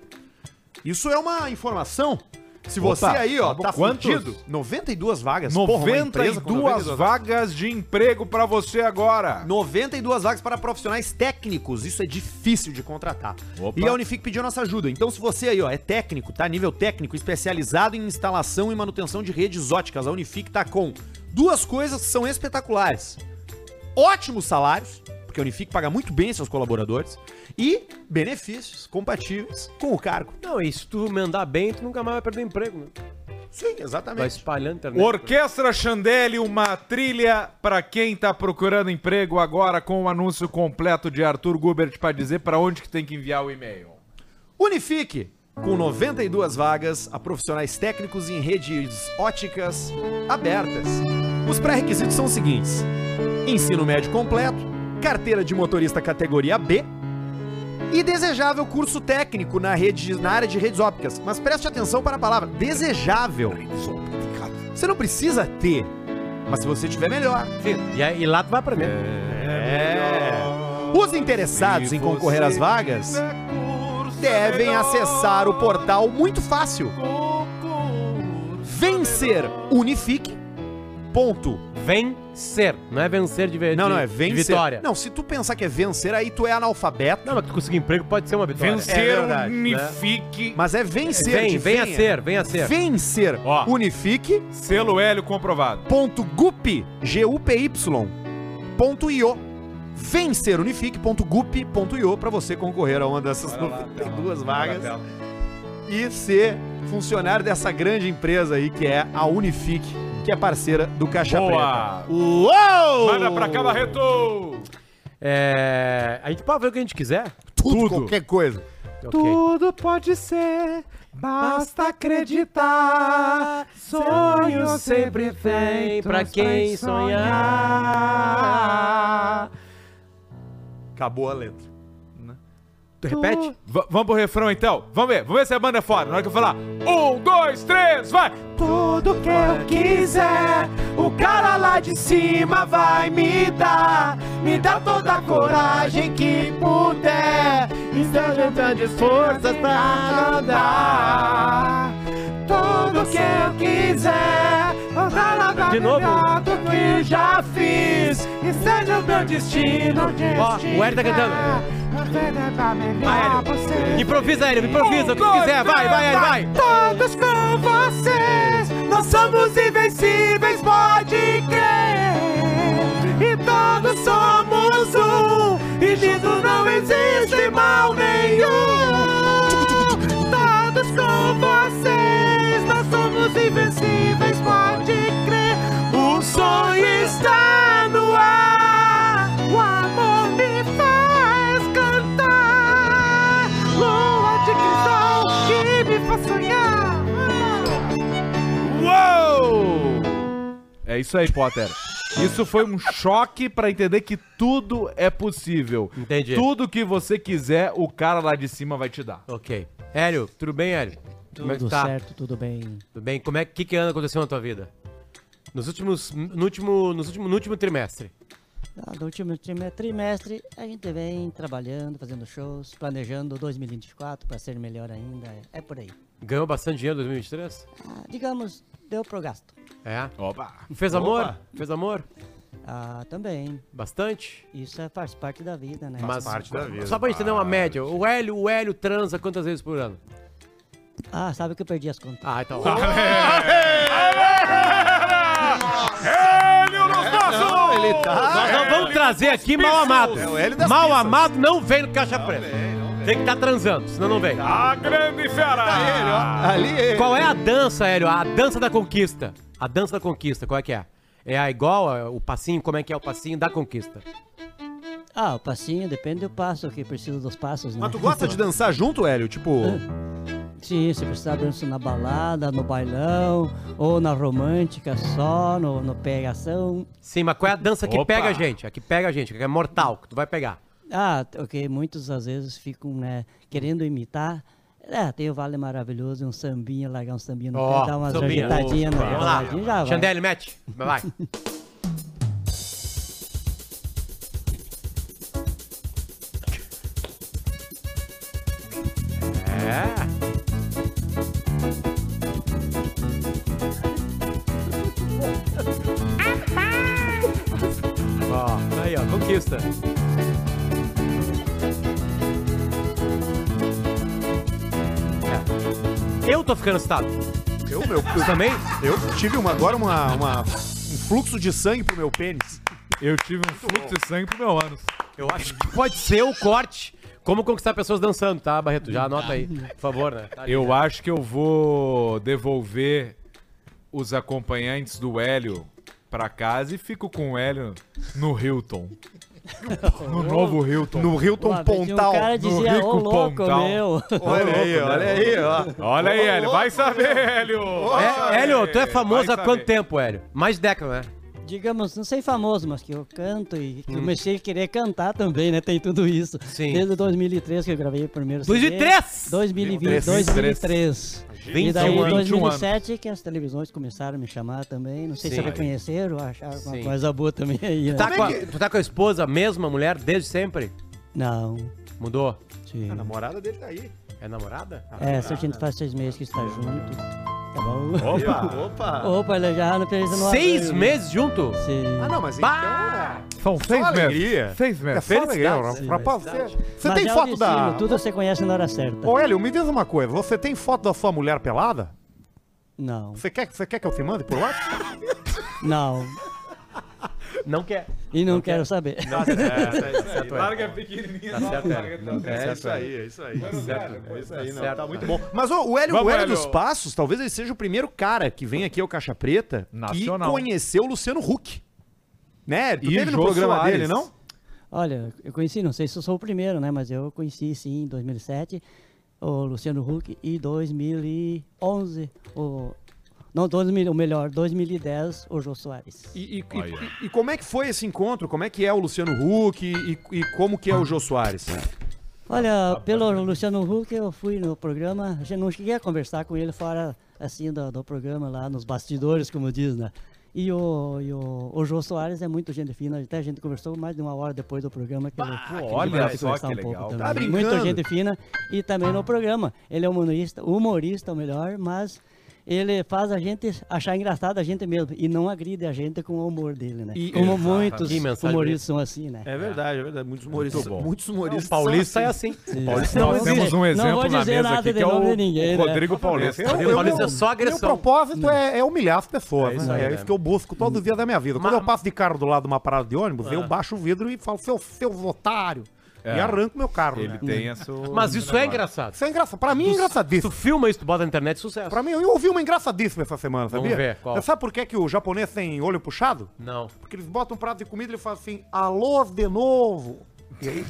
Speaker 3: Isso é uma informação. Se você aí, ó, tá
Speaker 6: quantos?
Speaker 3: fudido, 92 vagas. Porra, uma empresa com
Speaker 6: 92 vagas de emprego pra você agora.
Speaker 3: 92 vagas para profissionais técnicos. Isso é difícil de contratar.
Speaker 6: Opa.
Speaker 3: E a Unifique pediu a nossa ajuda. Então, se você aí, ó, é técnico, tá? Nível técnico, especializado em instalação e manutenção de redes óticas, a Unifique tá com duas coisas que são espetaculares. Ótimos salários, porque a Unifique paga muito bem seus colaboradores, e benefícios compatíveis com o cargo.
Speaker 5: Não, e se tu mandar bem, tu nunca mais vai perder emprego, né?
Speaker 3: Sim,
Speaker 5: Vai
Speaker 3: exatamente.
Speaker 5: espalhando internet.
Speaker 6: Orquestra Chandelle, uma trilha pra quem tá procurando emprego agora com o anúncio completo de Arthur Gubert pra dizer pra onde que tem que enviar o e-mail.
Speaker 3: Unifique, com 92 vagas a profissionais técnicos em redes óticas abertas. Os pré-requisitos são os seguintes: ensino médio completo, carteira de motorista categoria B e desejável curso técnico na, rede, na área de redes ópticas. Mas preste atenção para a palavra desejável. Você não precisa ter, mas se você tiver, melhor.
Speaker 5: né? E, aí- e lá tu vai aprender.
Speaker 3: É. Os interessados em concorrer às vagas devem
Speaker 6: É
Speaker 3: acessar o portal muito fácil. Vencerunifique.com.
Speaker 5: Vencer. Não é vencer de, ve-
Speaker 3: Não,
Speaker 5: de-
Speaker 3: não, é
Speaker 5: de
Speaker 3: vencer.
Speaker 5: vitória.
Speaker 3: Não, se tu pensar que é vencer, aí tu é analfabeto.
Speaker 5: Não, mas tu conseguir emprego pode ser uma vitória.
Speaker 6: Vencer,
Speaker 3: É verdade, né?
Speaker 6: unifique.
Speaker 3: Mas é vencer. de
Speaker 5: Vem, vem a
Speaker 3: venha.
Speaker 5: ser, vem a ser.
Speaker 3: Vencer.
Speaker 6: Ó.
Speaker 3: Unifique.
Speaker 6: Selo Hélio comprovado.
Speaker 3: ponto gup, G-U-P-Y, ponto io. Vencerunifique.gup.io para você concorrer a uma dessas
Speaker 6: tá
Speaker 3: 92 vagas e ser funcionário dessa grande empresa aí que é a Unifique, que é parceira do Caixa
Speaker 6: Boa.
Speaker 3: Preta. Uou!
Speaker 6: Manda pra cá, Barreto!
Speaker 5: É, a gente pode ver o que a gente quiser.
Speaker 3: tudo,
Speaker 6: tudo.
Speaker 3: qualquer coisa.
Speaker 5: Ok.
Speaker 6: Tudo pode ser, basta acreditar.
Speaker 5: Sonho sempre vem pra quem sonhar.
Speaker 3: Acabou a letra.
Speaker 5: Tu Né? repete?
Speaker 6: vamos pro refrão então. Vamos ver, vamos ver se a banda é fora. Na hora que eu falar, um, dois, três, vai!
Speaker 5: Tudo que eu quiser, o cara lá de cima vai me dar. Me dá toda a coragem que puder. Estou juntando forças pra andar. Tudo que eu quiser, De novo?
Speaker 4: melhor do que já fiz. E seja o
Speaker 3: é
Speaker 4: meu destino de
Speaker 5: Ó, o Hélio tá cantando. Vai, Hélio. Improvisa, Hélio, improvisa, o que quiser. Vai, vai, Hélio, vai.
Speaker 4: Todos com vocês, nós somos invencíveis, pode crer. E todos somos um, e nisso não existe mal nenhum. Todos com vocês, nós somos invencíveis, pode crer. O sonho está no ar, o amor me faz cantar. Lua de cristal que me faz sonhar.
Speaker 6: Uou! É isso aí, Potter. Isso foi um choque pra entender que tudo é possível.
Speaker 5: Entendi.
Speaker 6: Tudo que você quiser, o cara lá de cima vai te dar.
Speaker 5: Ok. Hélio, tudo bem, Hélio? Como é que
Speaker 8: Tudo
Speaker 5: tá?
Speaker 8: certo, tudo bem.
Speaker 5: Tudo bem? Como é que, que anda acontecendo na tua vida? Nos últimos. No último. Nos último, no último trimestre.
Speaker 8: Ah, No último trim- trimestre, a gente vem trabalhando, fazendo shows, planejando 2024 para ser melhor ainda. é- É por aí.
Speaker 5: Ganhou bastante dinheiro em 2023?
Speaker 8: Ah, digamos, deu pro gasto.
Speaker 5: É.
Speaker 6: Opa!
Speaker 5: Fez amor? Fez amor?
Speaker 8: Ah, também.
Speaker 5: Bastante?
Speaker 8: Isso é- faz parte da vida, né?
Speaker 3: parte da vida.
Speaker 5: Só pra gente entender uma média. O Hélio, o Hélio transa quantas vezes por ano?
Speaker 8: Ah, sabe que eu perdi as contas.
Speaker 5: Ah,
Speaker 3: <laughs>
Speaker 5: então.
Speaker 6: Hélio nos
Speaker 3: É, Não, ele tá.
Speaker 5: Nós não vamos trazer aqui mal amado.
Speaker 3: É o Hélio das
Speaker 5: mal
Speaker 3: pizzas.
Speaker 5: amado não vem no caixa preta. Tem que estar transando, senão não vem.
Speaker 6: A grande
Speaker 3: Tá Ele,
Speaker 6: fera!
Speaker 3: ó. Ah, Ali ele.
Speaker 5: Qual é a dança, Hélio? A dança da conquista. A dança da conquista, qual é que é? É a igual, é o passinho, como é que é o passinho da conquista?
Speaker 8: Ah, o passinho, depende do passo, que preciso dos passos, né?
Speaker 3: Mas tu gosta de dançar junto, Hélio? Tipo.
Speaker 8: <laughs> Sim, se precisar dançar na balada, no bailão, ou na romântica só, no, no pegação.
Speaker 5: Sim, mas qual é a dança que
Speaker 6: Opa!
Speaker 5: pega a gente? A que pega a gente, que é mortal, que tu vai pegar.
Speaker 8: Ah, ok, muitos às vezes ficam, né, querendo imitar. É, tem o Vale Maravilhoso, um sambinha, largar um sambinha no
Speaker 5: Ó,
Speaker 8: pé, dar umas
Speaker 5: sambinha.
Speaker 8: ajeitadinhas na
Speaker 5: Vamos lá.
Speaker 8: baladinha, já vai.
Speaker 5: Chandelle, mete. Vai, vai. É. Ó, aí, ó, conquista. É. Eu tô ficando excitado.
Speaker 3: Eu, meu,
Speaker 5: Tu também?
Speaker 3: eu tive uma, agora uma, uma- um fluxo de sangue pro meu pênis.
Speaker 6: Eu tive um fluxo de sangue pro meu ânus.
Speaker 5: Eu acho que pode ser o corte. Como conquistar pessoas dançando, tá, Barreto? Já anota aí, por favor, né? Tá ali.
Speaker 6: <laughs> Eu acho que eu vou devolver os acompanhantes do Hélio pra casa e fico com o Hélio no Hilton. No novo Hilton.
Speaker 3: No Hilton
Speaker 8: Uma vez tinha
Speaker 3: Pontal.
Speaker 8: Um cara
Speaker 6: no
Speaker 8: dizia, ô
Speaker 6: rico
Speaker 8: louco,
Speaker 6: Pontal.
Speaker 8: meu.
Speaker 3: Olha aí, olha aí, ó.
Speaker 6: Olha aí, Hélio. Vai saber, Hélio. Vai saber.
Speaker 5: É, Hélio, tu é famoso
Speaker 6: Vai
Speaker 5: há quanto
Speaker 6: saber.
Speaker 5: tempo, Hélio? Mais de década, né?
Speaker 8: Digamos, não sei famoso, mas que eu canto e que comecei a querer cantar também, né? Tem tudo isso.
Speaker 5: Hum. Sim.
Speaker 8: Desde 2003 que eu gravei o primeiro
Speaker 5: 2003!
Speaker 8: 2020, 2003. E
Speaker 5: 21
Speaker 8: daí em
Speaker 5: anos.
Speaker 8: 2007 que as televisões começaram a me chamar também. Não sei
Speaker 5: Sim.
Speaker 8: se reconheceram, acharam
Speaker 5: Sim.
Speaker 8: uma coisa boa também aí, né?
Speaker 5: Tá com a- tu tá com a esposa, a mesma mulher, desde sempre?
Speaker 8: Não.
Speaker 5: Mudou?
Speaker 8: Sim.
Speaker 3: A namorada dele tá aí.
Speaker 5: É namorada?
Speaker 8: É, se a gente faz seis meses que está junto. Tá bom?
Speaker 3: Opa, <laughs> opa.
Speaker 8: Opa, ele já não precisa não
Speaker 5: Seis
Speaker 8: abrir.
Speaker 5: meses junto?
Speaker 8: Sim.
Speaker 3: Ah, não, mas então.
Speaker 5: Bah!
Speaker 3: é-
Speaker 6: São seis
Speaker 3: Só
Speaker 6: meses.
Speaker 3: alegria.
Speaker 6: Seis
Speaker 3: É
Speaker 6: meses.
Speaker 3: só alegria,
Speaker 8: sim,
Speaker 3: rapaz. Você, você
Speaker 8: Mas
Speaker 3: tem
Speaker 8: é o
Speaker 3: foto da.
Speaker 8: destino, Tudo você conhece na hora certa.
Speaker 3: Ô, Hélio, me diz uma coisa. Você tem foto da sua mulher pelada?
Speaker 8: Não,
Speaker 3: Você quer, você quer que eu te mande por lá?
Speaker 8: não.
Speaker 5: Não quer. é, tá
Speaker 8: E não quero saber.
Speaker 6: Larga pequenininha.
Speaker 5: certo, Hélio.
Speaker 3: É isso aí, é isso aí.
Speaker 5: Certo.
Speaker 3: Isso aí, não.
Speaker 5: Certo.
Speaker 3: Tá muito bom. Mas ó, o Hélio,
Speaker 6: Vamos,
Speaker 3: o Hélio
Speaker 6: Hélio.
Speaker 3: dos Passos, talvez ele seja o primeiro cara que vem aqui ao Caixa Preta
Speaker 6: Nacional.
Speaker 3: que conheceu o Luciano Huck. Né? Tu
Speaker 6: E
Speaker 3: teve no
Speaker 6: Jô
Speaker 3: programa
Speaker 6: Soares.
Speaker 3: dele, não?
Speaker 8: Olha, eu conheci, não sei se eu sou o primeiro, né? Mas eu conheci sim em 2007 o Luciano Huck e 2011 o. Não, 2000, ou melhor, 2010 o Jô Soares.
Speaker 3: E, e- e- e- e como é que foi esse encontro? Como é que é o Luciano Huck e, e- e como que é o Jô Soares?
Speaker 6: Tá
Speaker 8: Olha, pelo Luciano Huck eu fui no programa, já não cheguei a conversar com ele fora assim do, do programa lá nos bastidores, como diz, né? E o, e o, o Jô Soares é muito gente fina, até a gente conversou mais de uma hora depois do programa. Que ele- que ele
Speaker 6: olha
Speaker 8: gosta de
Speaker 6: só
Speaker 8: conversar um
Speaker 6: que legal.
Speaker 8: pouco
Speaker 3: Tá
Speaker 8: também.
Speaker 3: brincando?
Speaker 8: Muito gente fina e também no programa. Ele é humorista, humorista melhor, mas
Speaker 1: ele faz a gente achar engraçado a gente mesmo e não agride a gente com o humor dele, né?
Speaker 3: E-
Speaker 1: Como
Speaker 3: Exato.
Speaker 1: muitos
Speaker 5: Que mensagem
Speaker 1: humoristas são assim, né?
Speaker 3: É verdade, é verdade. Muitos humoristas.
Speaker 6: Muito bom.
Speaker 3: Muitos humoristas.
Speaker 5: O Paulista é
Speaker 3: são
Speaker 5: assim. O Paulista
Speaker 1: Não
Speaker 5: não
Speaker 6: Nós
Speaker 1: vou
Speaker 6: temos
Speaker 1: dizer-
Speaker 6: um
Speaker 1: não
Speaker 6: exemplo
Speaker 1: vou
Speaker 6: na
Speaker 1: dizer
Speaker 6: mesa
Speaker 1: nada
Speaker 6: aqui,
Speaker 1: de
Speaker 6: que é
Speaker 1: nome
Speaker 6: o,
Speaker 1: de ninguém,
Speaker 6: o
Speaker 1: né?
Speaker 6: Rodrigo Paulista.
Speaker 5: Eu- eu- Paulista é só agressão.
Speaker 4: Meu propósito é, é humilhar as pessoas,
Speaker 5: É isso aí,
Speaker 4: né? É
Speaker 5: né?
Speaker 4: isso que eu busco todo dia da minha vida. Quando
Speaker 5: Ma-
Speaker 4: eu passo de carro do lado de uma parada de ônibus,
Speaker 5: Ah.
Speaker 4: eu baixo o vidro e falo, seu, seu otário,
Speaker 6: É.
Speaker 4: e arranco meu carro,
Speaker 6: Ele
Speaker 4: né?
Speaker 6: tem essa.
Speaker 5: Mas isso é engraçado.
Speaker 4: Isso é engraçado. Pra mim é
Speaker 5: Tu
Speaker 4: engraçadíssimo.
Speaker 5: filma isso, tu bota na internet, sucesso.
Speaker 4: Pra mim, eu ouvi uma engraçadíssima essa semana, sabia?
Speaker 5: Vamos ver, qual?
Speaker 4: Sabe por que, que o japonês tem olho puxado?
Speaker 5: Não.
Speaker 3: Tá
Speaker 4: Porque eles botam um prato de comida e ele fala assim, alô de novo. E aí...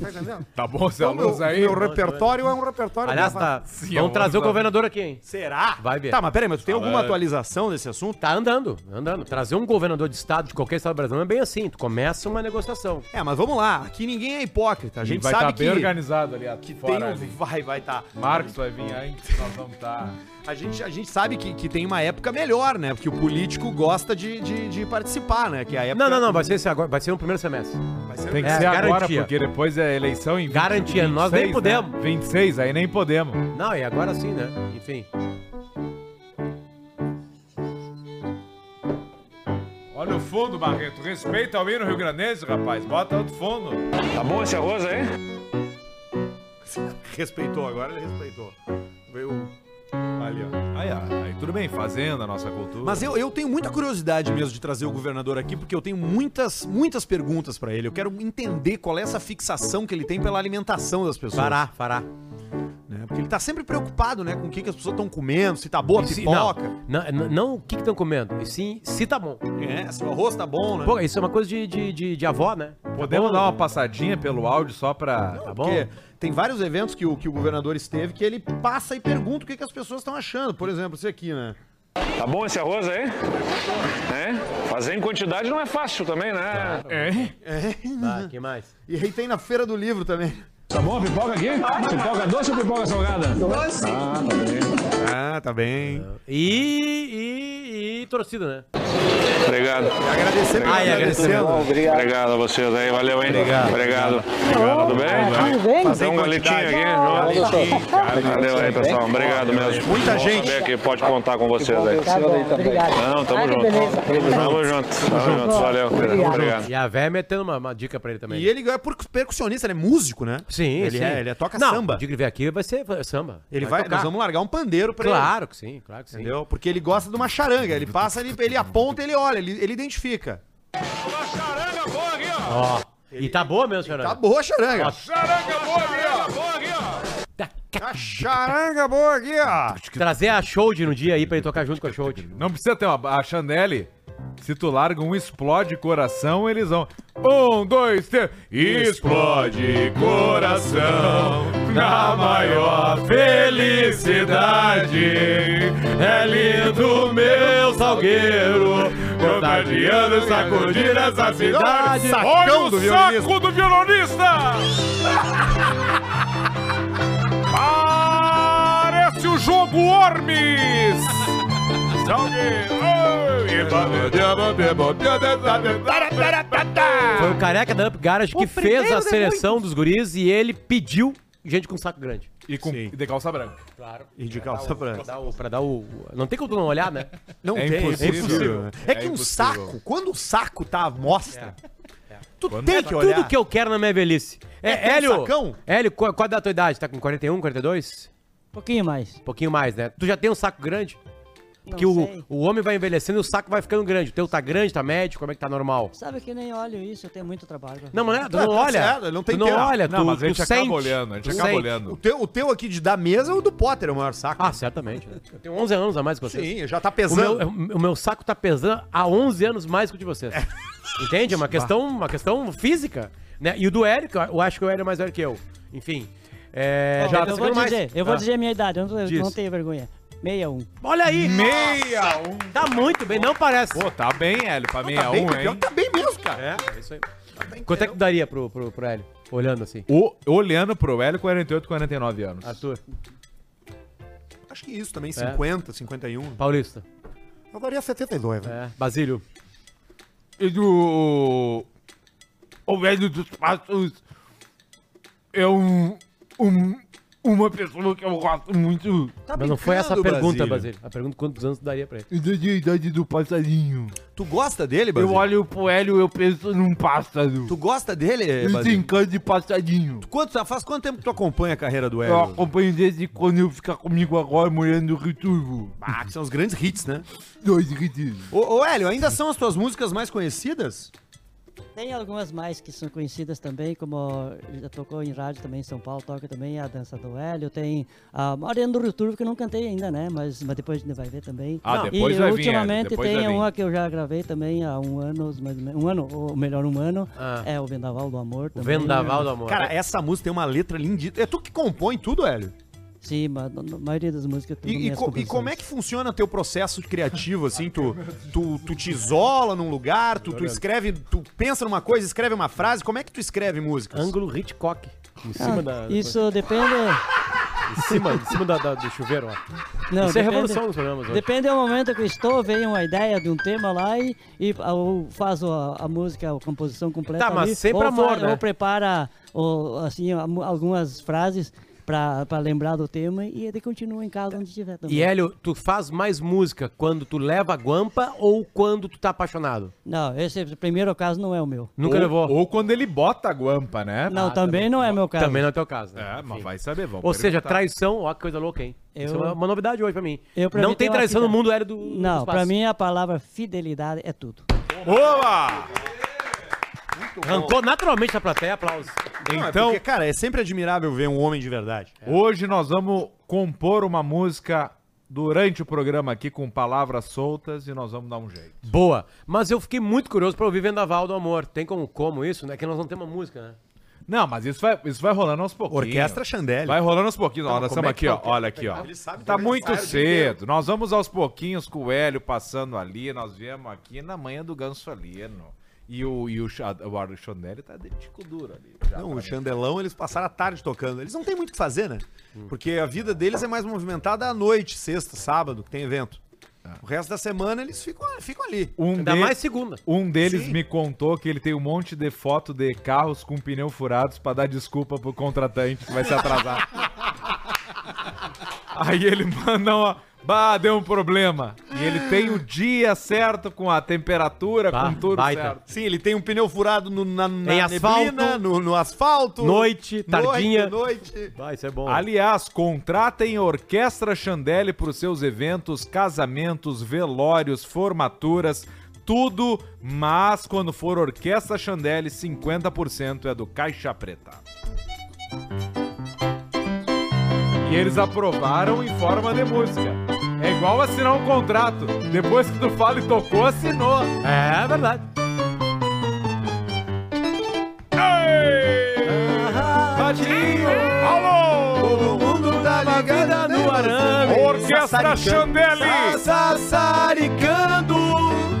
Speaker 4: Tá entendendo?
Speaker 6: Tá bom, Zé
Speaker 4: Então,
Speaker 6: Luz
Speaker 4: meu,
Speaker 6: aí?
Speaker 4: meu repertório é um repertório...
Speaker 5: Aliás,
Speaker 4: dessa-
Speaker 5: tá.
Speaker 6: Sim, é um eu
Speaker 5: Vamos trazer o
Speaker 6: vou-
Speaker 5: governador aqui, hein?
Speaker 3: Será?
Speaker 5: Vai ver.
Speaker 3: Tá, mas peraí, mas tu tem alguma atualização desse assunto?
Speaker 5: Tá andando, andando. Trazer um governador de estado, de qualquer estado brasileiro, é bem assim. Tu começa uma negociação.
Speaker 3: É, mas vamos lá. Aqui ninguém é hipócrita. A
Speaker 6: A gente
Speaker 3: gente
Speaker 6: vai tá estar
Speaker 3: sabe
Speaker 6: bem
Speaker 3: que.
Speaker 6: organizado ali,
Speaker 3: que
Speaker 6: aqui
Speaker 3: tem
Speaker 6: fora.
Speaker 3: um...
Speaker 6: ali.
Speaker 3: Vai, vai, tá.
Speaker 6: Marcos vai vir aí, nós vamos tá estar.
Speaker 3: A gente, a gente sabe que, que tem uma época melhor, né? Porque o político gosta de, de, de participar, né? Que é a época.
Speaker 5: Não, não, não, vai ser esse agora, vai ser no primeiro semestre.
Speaker 3: Vai ser-
Speaker 6: Tem que
Speaker 5: É,
Speaker 6: ser agora,
Speaker 5: garantia.
Speaker 6: porque depois é eleição em 20,
Speaker 5: Garantia, nós nem
Speaker 6: 26, né?
Speaker 5: podemos.
Speaker 6: 26, aí nem podemos.
Speaker 5: Não, e agora sim, né? Enfim.
Speaker 6: Olha o fundo, Barreto. Respeita ao hino Rio Grandense, rapaz. Bota outro fundo.
Speaker 7: Tá
Speaker 6: <laughs>
Speaker 3: Respeitou agora, ele respeitou. Veio. Ali, ó.
Speaker 6: Aí, um. ó, aí tudo bem, fazenda, nossa cultura.
Speaker 3: Mas eu, eu tenho muita curiosidade mesmo de trazer o governador aqui, porque eu tenho muitas, muitas perguntas pra ele. Eu quero entender qual é essa fixação que ele tem pela alimentação das pessoas.
Speaker 5: Fará, fará.
Speaker 3: né? Porque ele tá sempre preocupado, né? Com o que, que as pessoas estão comendo, se tá boa a
Speaker 5: E se-
Speaker 3: pipoca.
Speaker 5: Não, não, não- não o que estão comendo, e sim se tá bom.
Speaker 3: É, se o arroz tá bom, né?
Speaker 5: Pô, isso é uma coisa de, de, de, de avó, né?
Speaker 6: Podemos dar uma passadinha pelo áudio só pra.
Speaker 5: Tá bom?
Speaker 3: Porque tem vários eventos que o, que o governador esteve que ele passa e pergunta o que, que as pessoas estão achando. Por exemplo, esse aqui, né?
Speaker 7: Tá bom esse arroz aí? É? Fazer em quantidade não é fácil também, né?
Speaker 5: Tá, que mais?
Speaker 3: É. E aí tem na Feira do Livro também.
Speaker 7: Tá bom a pipoca aqui? Pipoca doce ou pipoca salgada?
Speaker 3: Ah, tá bem.
Speaker 5: E, e, e torcida, né? Ah,
Speaker 7: Obrigado.
Speaker 6: né?
Speaker 3: Agradecendo,
Speaker 5: Ai,
Speaker 3: agradecendo.
Speaker 7: Obrigado a vocês aí. Valeu, hein? Obrigado. Obrigado. Tudo bem? Fazer um galetinho aqui. né? João. Valeu aí, pessoal. Obrigado mesmo.
Speaker 3: Muita
Speaker 7: Bom
Speaker 3: gente.
Speaker 7: saber que pode contar com vocês aí.
Speaker 6: Tá
Speaker 7: Não, tamo junto. Tamo junto. Tamo junto. Valeu. Obrigado.
Speaker 5: E a véia metendo uma, uma dica pra ele também.
Speaker 3: né? E ele é percu- percussionista, ele é músico, né?
Speaker 5: Sim,
Speaker 3: ele
Speaker 5: sim.
Speaker 3: É, ele é toca
Speaker 5: não,
Speaker 3: samba.
Speaker 5: O Digo Vem aqui vai ser vai- samba.
Speaker 3: Ele vai,
Speaker 5: tocar.
Speaker 3: nós vamos largar um pandeiro pra ele.
Speaker 5: Claro que sim, claro que sim.
Speaker 3: Entendeu? Porque ele gosta de uma charanga. Ele passa, ele, ele aponta, ele olha, ele, ele identifica.
Speaker 6: Charanga boa aqui, ó.
Speaker 5: Ó, e tá boa mesmo, senhora.
Speaker 3: Tá boa a charanga.
Speaker 6: Charanga boa aqui, ó.
Speaker 3: A charanga boa aqui, ó.
Speaker 5: Trazer a Shold no dia aí pra ele tocar junto com a Shold.
Speaker 6: Não precisa ter uma. A Chandelle, se tu larga um explode coração, eles vão. Um, dois, três. Explode coração na maior felicidade. É lindo, meu salgueiro. Contagiando e sacudir essa cidade.
Speaker 3: Sacão
Speaker 6: Olha o
Speaker 3: do
Speaker 6: saco
Speaker 3: violonista.
Speaker 6: do violonista! Parece o jogo Ormes!
Speaker 5: Foi o careca da Up Garage que fez a seleção dos guris e ele pediu gente com saco grande.
Speaker 6: E com
Speaker 3: Sim.
Speaker 6: de calça branca.
Speaker 5: Claro.
Speaker 3: E de calça
Speaker 5: Pra
Speaker 3: branca.
Speaker 5: dar o. Pra dar o não tem como tu não olhar, né?
Speaker 3: Não
Speaker 6: É
Speaker 3: tem,
Speaker 6: impossível,
Speaker 3: é impossível. né? É,
Speaker 6: é
Speaker 3: que um
Speaker 6: impossível.
Speaker 3: saco, quando o saco tá à mostra, tu
Speaker 6: Quando
Speaker 3: tem
Speaker 5: É
Speaker 3: que olhar.
Speaker 5: tudo que eu quero na minha velhice.
Speaker 3: É,
Speaker 5: É,
Speaker 3: tem
Speaker 5: Hélio.
Speaker 3: sacão?
Speaker 5: Hélio, qual, qual é da tua idade? Tá com 41, 42?
Speaker 1: Um pouquinho mais.
Speaker 5: pouquinho mais, né? Tu já tem um saco grande? Porque
Speaker 1: Não
Speaker 5: o,
Speaker 1: sei.
Speaker 5: o homem vai envelhecendo e o saco vai ficando grande. O teu tá grande, tá médio, como é que tá normal?
Speaker 1: Sabe que nem olho isso, eu tenho muito trabalho.
Speaker 5: Não, mas né? Tu
Speaker 3: Tá,
Speaker 5: não
Speaker 3: tá
Speaker 5: olha.
Speaker 3: certo, não tem
Speaker 5: Tu não
Speaker 3: tempo.
Speaker 5: olha,
Speaker 6: Não,
Speaker 5: tu,
Speaker 6: mas a gente
Speaker 5: tu
Speaker 6: acaba
Speaker 5: sente,
Speaker 6: olhando, a gente
Speaker 5: tu
Speaker 6: acaba
Speaker 5: sente.
Speaker 3: O
Speaker 6: olhando.
Speaker 3: teu, o teu aqui de da mesa é o do Potter, é o maior saco.
Speaker 5: Ah, certamente. Né? Eu tenho 11 anos a mais que vocês.
Speaker 3: Sim, já tá
Speaker 5: O
Speaker 3: pesando.
Speaker 5: meu, o meu saco tá pesando há 11 anos mais que o de vocês. Entende? É uma questão, uma questão física. Né? E o do Eric, eu acho que o Eric é mais velho que eu. Enfim. É,
Speaker 1: Ó,
Speaker 5: já tá
Speaker 1: eu vou
Speaker 5: ficando mais-
Speaker 1: dizer, eu vou
Speaker 5: Ah.
Speaker 1: dizer a minha idade, eu não, eu
Speaker 5: Diz.
Speaker 1: não tenho vergonha. 61.
Speaker 5: Olha aí!
Speaker 6: Meia um.
Speaker 5: Tá muito bem, não parece.
Speaker 6: Pô, tá bem, Hélio, pra meia
Speaker 3: tá, bem,
Speaker 6: um,
Speaker 3: pior
Speaker 6: hein?
Speaker 3: que tá bem mesmo, cara.
Speaker 5: É, é isso aí. Quanto é que tu daria pro, pro, pro Hélio? Olhando assim.
Speaker 6: O, olhando pro Hélio, 48, 49 anos.
Speaker 5: A tua.
Speaker 3: Acho que isso
Speaker 5: É.
Speaker 3: também,
Speaker 6: É.
Speaker 3: 50, 51.
Speaker 5: Paulista.
Speaker 4: Eu daria 72, velho.
Speaker 3: né?
Speaker 5: É. Basílio.
Speaker 6: E do. O velho dos passos é um. um uma pessoa que eu gosto muito.
Speaker 5: Mas não foi essa a
Speaker 3: Tá brincando,
Speaker 5: pergunta,
Speaker 3: Basílio.
Speaker 5: Basílio. A pergunta quantos anos tu daria pra ele.
Speaker 6: Eu dei a idade do passarinho.
Speaker 3: Tu gosta dele,
Speaker 6: Eu
Speaker 3: Basílio?
Speaker 6: olho pro Hélio e eu penso num pássaro.
Speaker 3: Tu gosta dele,
Speaker 6: Ele tem
Speaker 3: Basílio?
Speaker 6: cara de passarinho.
Speaker 3: Quanto, faz quanto tempo que tu acompanha a carreira do
Speaker 6: Eu
Speaker 3: Hélio?
Speaker 6: acompanho desde quando eu ficar comigo agora morando no Rio Turvo.
Speaker 3: Ah, que são os grandes hits, né?
Speaker 6: Dois gritinhos.
Speaker 3: Ô, ô, Hélio, ainda são as tuas músicas mais conhecidas?
Speaker 1: Tem algumas mais que são conhecidas também, como eh, já tocou em rádio também em São Paulo, toca também a Dança do Hélio, tem a Mariana do Rio Turvo, que eu não cantei ainda, né? Mas, mas depois a gente vai ver também.
Speaker 6: Ah,
Speaker 1: Não,
Speaker 6: depois
Speaker 1: e
Speaker 6: vai vir,
Speaker 1: ultimamente
Speaker 6: é, depois
Speaker 1: tem
Speaker 6: vai vir.
Speaker 1: uma que eu já gravei também há um ano, mais ou menos, um ano, ou melhor, um ano, é o Vendaval do Amor
Speaker 5: Ah. O
Speaker 1: também.
Speaker 5: Vendaval do Amor.
Speaker 3: né?
Speaker 6: é
Speaker 3: Cara, essa música tem uma letra lindíssima. É tu que compõe tudo, Hélio?
Speaker 1: Sim, mas a maioria das músicas tudo
Speaker 3: E, e
Speaker 1: minhas
Speaker 3: co- e
Speaker 1: composições.
Speaker 3: como é que funciona teu processo
Speaker 1: <laughs>
Speaker 3: criativo, assim? Tu, tu, tu te isola num lugar, tu, tu escreve, tu pensa numa coisa, escreve uma frase. Como é que tu escreve músicas?
Speaker 5: ângulo Hitchcock. Em
Speaker 1: Ah,
Speaker 5: cima da.
Speaker 1: Isso depende...
Speaker 5: Em cima, em cima da, da- do chuveiro, ó.
Speaker 1: Não,
Speaker 5: Isso é
Speaker 1: depende-
Speaker 5: revolução nos programas hoje.
Speaker 1: Depende do momento que eu estou, vem uma ideia de um tema lá e, e ah, eu faço a, a música, a composição completa.
Speaker 5: Tá, mas
Speaker 1: ali,
Speaker 5: sempre
Speaker 1: ou
Speaker 5: amor, né?
Speaker 1: Ou prepara ou, assim, amu- algumas frases para lembrar do tema e ele continua em casa onde estiver também.
Speaker 5: E é- Hélio, tu faz mais música quando tu leva a guampa ou quando tu tá apaixonado?
Speaker 1: Não, esse primeiro caso não é o meu.
Speaker 5: Nunca
Speaker 6: ou,
Speaker 5: levou. Ah,
Speaker 6: Ou quando ele bota a guampa, né?
Speaker 1: não, também, não é meu caso.
Speaker 5: Também não é teu caso. né?
Speaker 6: É, mas
Speaker 5: Enfim.
Speaker 6: vai saber, vamos.
Speaker 5: Ou seja,
Speaker 6: perguntar.
Speaker 5: traição, ó, que coisa louca, hein?
Speaker 1: Eu-
Speaker 5: Isso é uma, uma novidade hoje pra mim.
Speaker 1: Eu, pra
Speaker 5: não
Speaker 1: mim,
Speaker 5: tem
Speaker 1: tem uma
Speaker 5: traição no
Speaker 1: fida-
Speaker 5: mundo, Hélio do.
Speaker 1: Não,
Speaker 5: do
Speaker 1: para mim a palavra fidelidade é tudo.
Speaker 6: Boa!
Speaker 5: Arrancou naturalmente da plateia, aplausos.
Speaker 3: Não, é
Speaker 6: Então- É.
Speaker 3: porque, cara, é sempre admirável ver um homem de verdade.
Speaker 6: Hoje nós vamos compor uma música durante o programa aqui com palavras soltas e nós vamos dar um jeito.
Speaker 5: Boa. Mas eu fiquei muito curioso pra ouvir Vendaval do Amor. Tem como, como isso, né? Que nós não temos uma música, né?
Speaker 6: Não, mas isso vai, isso vai rolando aós pouquinhos.
Speaker 3: Orquestra Chandelle.
Speaker 6: Vai rolando aos pouquinhos. Olha, nós
Speaker 5: como
Speaker 6: estamos
Speaker 5: é que
Speaker 6: aqui, ó. Olha aqui, ó. Tá muito cedo. Nós vamos aos pouquinhos com o Hélio passando ali. Nós viemos aqui na manhã do Gansolino. E o, e o, Cha- o Arno Chonelli tá de tico duro ali. já
Speaker 3: Não,
Speaker 6: pra
Speaker 3: o
Speaker 6: mim.
Speaker 3: Chandelão, eles passaram a tarde tocando. Eles não têm muito o que fazer, né? Porque a vida deles é mais movimentada à noite, sexta, sábado, que tem evento. O resto da semana eles ficam, ficam ali.
Speaker 6: Tá. um,
Speaker 5: Ainda
Speaker 6: de-
Speaker 5: mais segunda.
Speaker 6: um deles
Speaker 3: Sim.
Speaker 6: me contou que ele tem um monte de foto de carros com pneu furados pra dar desculpa pro contratante que vai se atrasar.
Speaker 4: <laughs>
Speaker 6: Aí ele manda uma. Bah, deu um problema. E ele tem o dia certo, com a temperatura,
Speaker 5: Bah,
Speaker 6: com tudo
Speaker 5: Tá, baita.
Speaker 6: certo.
Speaker 3: Sim, ele tem um pneu furado no, na, na
Speaker 5: Em asfalto.
Speaker 3: neblina, no, no asfalto.
Speaker 5: Noite, tardinha.
Speaker 3: Noite, noite.
Speaker 5: Vai, isso é bom.
Speaker 6: Aliás, contratem a Orquestra Chandelle para os seus eventos, casamentos, velórios, formaturas, tudo, mas quando for Orquestra Chandelle, 50% é do Caixa Preta. E eles aprovaram em forma de música. É igual assinar um contrato. Depois que tu fala e tocou, assinou.
Speaker 5: É verdade.
Speaker 6: Ratinho! Alô!
Speaker 3: Todo mundo tá ligado
Speaker 5: no arame.
Speaker 6: Orquestra Chandelle!
Speaker 3: Sassaricando.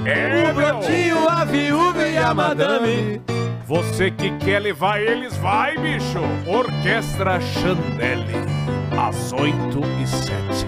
Speaker 6: É, meu.
Speaker 3: a viúva e a madame.
Speaker 6: Você que quer levar eles, vai, bicho! Orquestra Chandelle, às 8 e 7.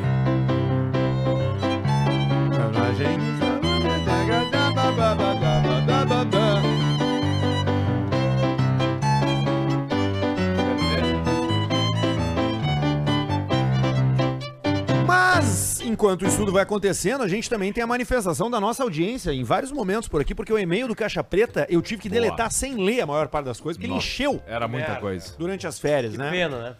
Speaker 3: Mas, enquanto isso tudo vai acontecendo, a gente também tem a manifestação da nossa audiência em vários momentos por aqui, porque o e-mail do Caixa Preta eu tive que deletar sem ler a maior parte das coisas, porque ele encheu
Speaker 6: Era muita coisa.
Speaker 3: durante as férias, né?
Speaker 5: Pena, né?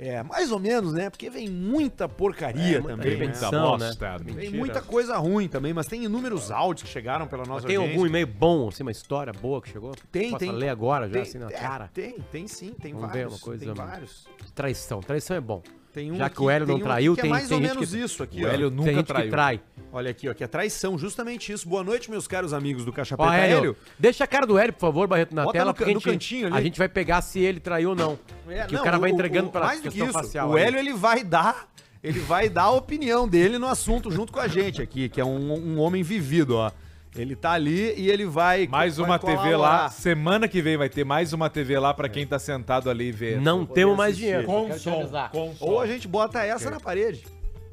Speaker 3: É, mais ou menos, né? Porque vem muita porcaria também. né?
Speaker 5: É, repetição, né?
Speaker 3: Tem muita coisa ruim também, mas tem inúmeros áudios que chegaram pela nossa
Speaker 5: Tem
Speaker 3: audiência.
Speaker 5: algum e-mail bom, assim, uma história boa que chegou?
Speaker 3: Tem,
Speaker 5: Posso
Speaker 3: tem.
Speaker 5: ler agora, já,
Speaker 3: tem,
Speaker 5: assim, na
Speaker 3: é,
Speaker 5: cara?
Speaker 3: Tem, tem sim, tem
Speaker 5: Vamos ver
Speaker 3: vários.
Speaker 5: uma coisa,
Speaker 3: tem
Speaker 5: mano.
Speaker 3: vários.
Speaker 5: Traição. Traição é bom.
Speaker 3: Tem um
Speaker 5: Já que o Hélio
Speaker 3: tem
Speaker 5: não
Speaker 3: um
Speaker 5: traiu,
Speaker 3: que
Speaker 5: tem,
Speaker 3: é mais
Speaker 5: tem
Speaker 3: ou
Speaker 5: gente
Speaker 3: menos
Speaker 5: que...
Speaker 3: isso aqui,
Speaker 6: O
Speaker 3: ó.
Speaker 6: Hélio nunca
Speaker 5: tem gente
Speaker 6: traiu.
Speaker 5: que trai.
Speaker 3: Olha aqui, ó, que é traição, justamente isso. Boa noite, meus caros amigos do
Speaker 5: Ó,
Speaker 3: Caixa Preta.
Speaker 5: Hélio,
Speaker 3: Hélio,
Speaker 5: deixa a cara do Hélio, por favor, Barreto, na
Speaker 3: Bota
Speaker 5: tela,
Speaker 3: no can-
Speaker 5: porque a
Speaker 3: no
Speaker 5: gente,
Speaker 3: cantinho ali.
Speaker 5: a gente vai pegar se ele traiu ou não.
Speaker 3: É,
Speaker 5: que o
Speaker 3: não,
Speaker 5: cara vai entregando pela
Speaker 3: mais do que
Speaker 5: questão
Speaker 3: isso,
Speaker 5: facial.
Speaker 3: O
Speaker 5: ali.
Speaker 3: Hélio ele vai dar, ele vai dar a opinião dele no assunto junto com a gente aqui, que é um, um homem vivido, ó. Ele tá ali e ele vai
Speaker 6: Mais
Speaker 3: vai
Speaker 6: uma TV lá.
Speaker 3: colaborar.
Speaker 6: Semana que vem vai ter mais uma TV lá pra quem tá sentado ali e vê.
Speaker 5: Não temos mais dinheiro.
Speaker 6: Com
Speaker 5: Quero te
Speaker 6: som,
Speaker 5: avisar.
Speaker 6: com som.
Speaker 3: Ou a gente bota essa na parede.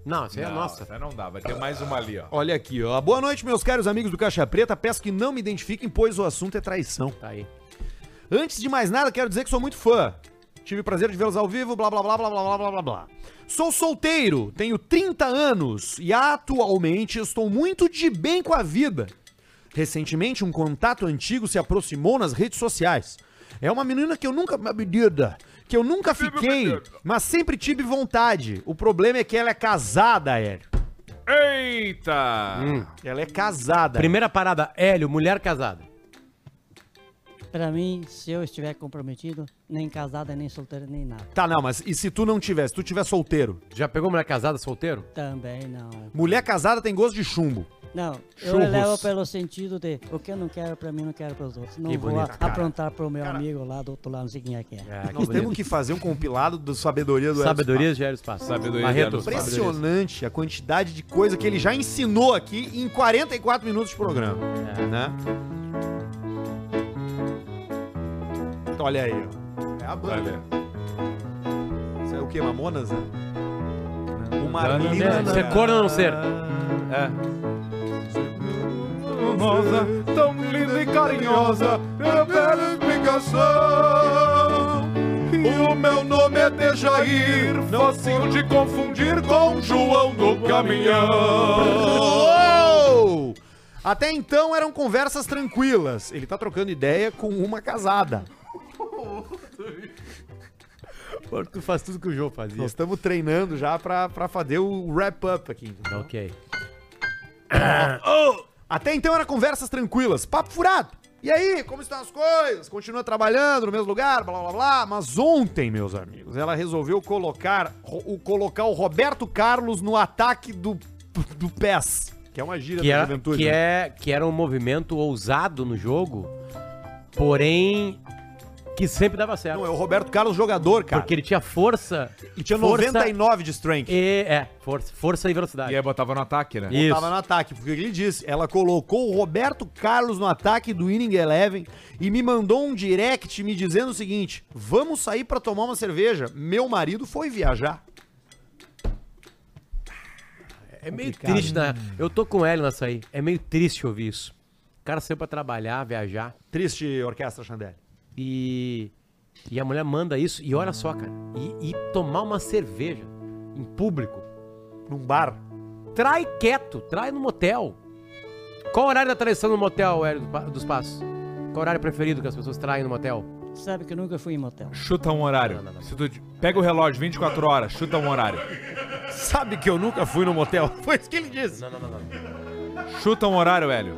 Speaker 5: Não, isso aí é
Speaker 6: Não,
Speaker 5: nossa.
Speaker 6: essa Não dá, vai ter mais uma ali, ó.
Speaker 3: Olha aqui, ó. Boa noite, meus caros amigos do Caixa Preta. Peço que não me identifiquem, pois o assunto é traição.
Speaker 5: Tá aí.
Speaker 3: Antes de mais nada, quero dizer que sou muito fã. Tive o prazer de vê-los ao vivo, blá blá blá blá blá blá blá blá blá. Sou solteiro, tenho 30 anos e atualmente estou muito de bem com a vida. Recentemente, um contato antigo se aproximou nas redes sociais. É uma menina que eu nunca. uma menina Que eu nunca fiquei, mas sempre tive vontade. O problema é que ela é casada, Hélio.
Speaker 6: Eita!
Speaker 3: Ela é
Speaker 5: Hum.
Speaker 3: casada.
Speaker 5: Primeira parada, Hélio, mulher casada.
Speaker 1: Pra mim, se eu estiver comprometido, nem casada, nem solteira, nem nada.
Speaker 3: Tá, não, mas e se tu não tivesse? Se tu tiver solteiro?
Speaker 5: Já pegou mulher casada, solteiro?
Speaker 1: Também não. é
Speaker 3: Mulher casada tem gosto de chumbo.
Speaker 1: Não,
Speaker 5: Churros.
Speaker 1: eu levo pelo sentido de o que eu não quero pra mim, não quero pros outros. Não
Speaker 5: Que
Speaker 1: vou
Speaker 5: bonito, cara.
Speaker 1: aprontar pro meu amigo lá do outro lado, não sei quem é que é.
Speaker 6: Ah,
Speaker 3: Nós temos que fazer um compilado da sabedoria do Elcio
Speaker 5: Ah, Sabedoria de Hélio Espaço.
Speaker 6: Sabedoria de
Speaker 5: Barreto,
Speaker 6: Hélio Spasso.
Speaker 3: Impressionante a quantidade de coisa que ele já ensinou aqui em 44 minutos de programa.
Speaker 5: É.
Speaker 6: É.
Speaker 3: Né? Então, Olha aí, ó. É a banda.
Speaker 6: Olha.
Speaker 3: Isso é o quê? Mamonas, né? Uma
Speaker 5: É,
Speaker 3: linda.
Speaker 5: ser corno ou não ser?
Speaker 6: É. Hermosa, tão linda e carinhosa, eu quero explicação. E o meu nome é Dejair, facinho de confundir com João do Caminhão.
Speaker 3: Uou! Até então eram conversas tranquilas. Ele tá trocando ideia com uma casada.
Speaker 5: Pô, Tu faz tudo que o João fazia.
Speaker 3: Nós estamos treinando já pra, pra fazer o wrap-up aqui. entendeu? Ah!
Speaker 5: Ok.
Speaker 3: Até então era conversas tranquilas, papo furado. E aí, como estão as coisas? Continua trabalhando no mesmo lugar, blá blá blá. Mas ontem, meus amigos, ela resolveu colocar ro- o, colocar o Roberto Carlos no ataque do, do PES, que é uma gíria
Speaker 5: Que,
Speaker 3: da
Speaker 5: era,
Speaker 3: juventude.
Speaker 5: que,
Speaker 3: né?
Speaker 5: é, que era um movimento ousado no jogo, porém que sempre dava certo.
Speaker 3: Não, é o Roberto Carlos jogador, cara.
Speaker 5: Porque ele tinha força.
Speaker 3: ele tinha
Speaker 5: força
Speaker 3: 99 de strength.
Speaker 5: E, é, força, força e velocidade.
Speaker 6: E aí botava no ataque, né?
Speaker 5: Isso.
Speaker 3: Tava no ataque, porque ele disse, ela colocou o Roberto Carlos no ataque do Inning Eleven e me mandou um direct me dizendo o seguinte: vamos sair pra tomar uma cerveja. Meu marido foi viajar. <laughs>
Speaker 5: É meio triste, né? Eu tô com ele nessa aí. É meio triste ouvir isso. O cara saiu pra trabalhar, viajar
Speaker 3: Triste orquestra Chandelle.
Speaker 5: e. E a mulher manda isso. E olha só, cara. E, e tomar uma cerveja em público.
Speaker 3: Num bar.
Speaker 5: Trai quieto, trai no motel. Qual o horário da traição no motel, Hélio do Pa- dos Passos? Qual o horário preferido que as pessoas traem no motel?
Speaker 1: Sabe que eu nunca fui em motel.
Speaker 6: Chuta um horário. Se tu- Pega o relógio, 24 horas, chuta um horário.
Speaker 3: Sabe que eu nunca fui no motel? Foi isso que ele disse.
Speaker 6: Chuta um horário, Hélio.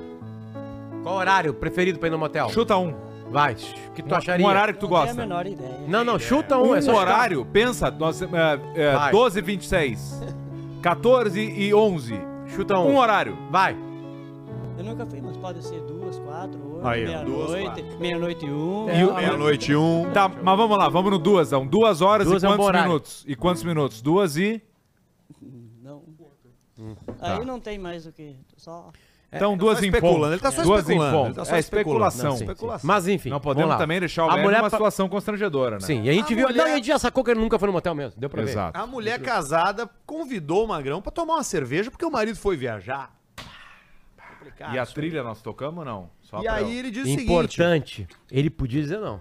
Speaker 5: Qual o horário preferido pra ir no motel?
Speaker 6: Chuta um.
Speaker 5: Vai, o que tu acharia?
Speaker 6: Um horário que tu
Speaker 1: Não tenho
Speaker 6: gosta.
Speaker 1: a menor ideia.
Speaker 5: Não, não, chuta um, é só
Speaker 6: Um
Speaker 5: chutar.
Speaker 6: horário, pensa, nós, é, é,
Speaker 5: Vai.
Speaker 6: 12 26, 14 e 11.
Speaker 5: Chuta um.
Speaker 6: Um horário.
Speaker 5: Vai.
Speaker 1: Eu nunca fui, mas pode ser duas, quatro, oito,
Speaker 3: Aí, ó,
Speaker 1: meia-noite, meia-noite e um.
Speaker 5: É,
Speaker 1: Ah,
Speaker 3: Meia-noite um.
Speaker 6: Tá, mas vamos lá, vamos no duas, então. Duas horas
Speaker 5: Duas
Speaker 6: e
Speaker 5: é um bom
Speaker 6: quantos
Speaker 5: horário.
Speaker 6: minutos? E quantos minutos? Duas e...
Speaker 1: Não. Aí não tem mais o que. Só.
Speaker 6: Tá. Então, duas
Speaker 3: tá
Speaker 6: em
Speaker 3: especulando,
Speaker 6: ponto.
Speaker 3: ele tá só
Speaker 6: duas em
Speaker 3: especulando, ele
Speaker 6: ponto.
Speaker 3: tá só
Speaker 6: é
Speaker 3: especulando.
Speaker 6: especulação.
Speaker 5: Sim, sim.
Speaker 3: especulação.
Speaker 5: Mas enfim.
Speaker 6: Não
Speaker 5: vamos
Speaker 6: podemos
Speaker 5: lá.
Speaker 6: também deixar o
Speaker 5: a
Speaker 6: Hélio
Speaker 5: mulher
Speaker 6: numa
Speaker 5: pa-
Speaker 6: situação constrangedora, né?
Speaker 5: Sim, e a gente
Speaker 3: A
Speaker 5: viu.
Speaker 3: mulher- Ah,
Speaker 5: Não, e a gente já sacou que ele nunca foi no motel mesmo. Deu pra ver.
Speaker 6: Exato.
Speaker 3: A mulher casada convidou o Magrão pra tomar uma cerveja porque o marido foi viajar. Complicado. né?
Speaker 6: E a trilha nós tocamos ou não? Só
Speaker 3: E
Speaker 6: pra-
Speaker 3: aí ele disse o seguinte.
Speaker 5: Importante. Ele podia dizer não.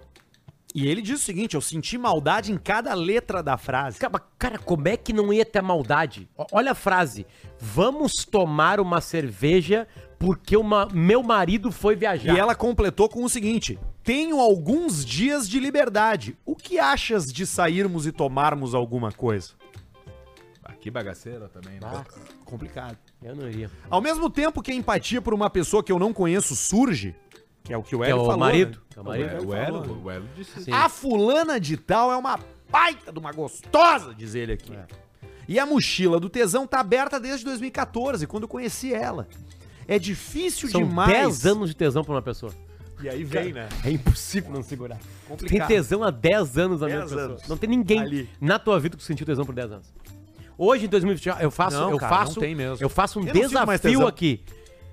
Speaker 3: E ele disse o seguinte: eu senti maldade em cada letra da frase.
Speaker 5: Cara, mas, cara, como é que não ia ter maldade? O- Olha a frase. Vamos tomar uma cerveja porque uma, meu marido foi viajar.
Speaker 3: E ela completou com o seguinte: Tenho alguns dias de liberdade. O que achas de sairmos e tomarmos alguma coisa?
Speaker 6: Aqui bagaceira também, né?
Speaker 5: Ah,
Speaker 3: Complicado.
Speaker 5: eu não iria.
Speaker 3: Ao mesmo tempo que a empatia por uma pessoa que eu não conheço surge, que é o que o
Speaker 5: Que é
Speaker 3: Hélio
Speaker 5: o
Speaker 3: falou,
Speaker 5: marido.
Speaker 3: né?
Speaker 5: Que é o marido.
Speaker 6: É, o Hélio, o Hélio disse
Speaker 5: Sim.
Speaker 3: A fulana de tal é uma baita de uma gostosa, diz ele aqui.
Speaker 5: É.
Speaker 3: E a mochila do tesão tá aberta desde 2014, quando eu conheci ela. É difícil
Speaker 5: São
Speaker 3: demais.
Speaker 5: 10 anos de tesão pra uma pessoa.
Speaker 3: E aí vem, né?
Speaker 5: É impossível não segurar. Tem
Speaker 3: Complicado.
Speaker 5: tesão há 10 anos na minha
Speaker 3: 10
Speaker 5: pessoa.
Speaker 3: anos.
Speaker 5: Não tem ninguém
Speaker 3: Ali.
Speaker 5: na tua vida que sentiu tesão por 10 anos. Hoje, em 2020, um, eu faço,
Speaker 3: Não,
Speaker 5: eu
Speaker 3: cara,
Speaker 5: faço,
Speaker 3: não tem mesmo.
Speaker 5: eu faço um
Speaker 3: Eu não sinto mais
Speaker 5: desafio
Speaker 3: tesão.
Speaker 5: aqui.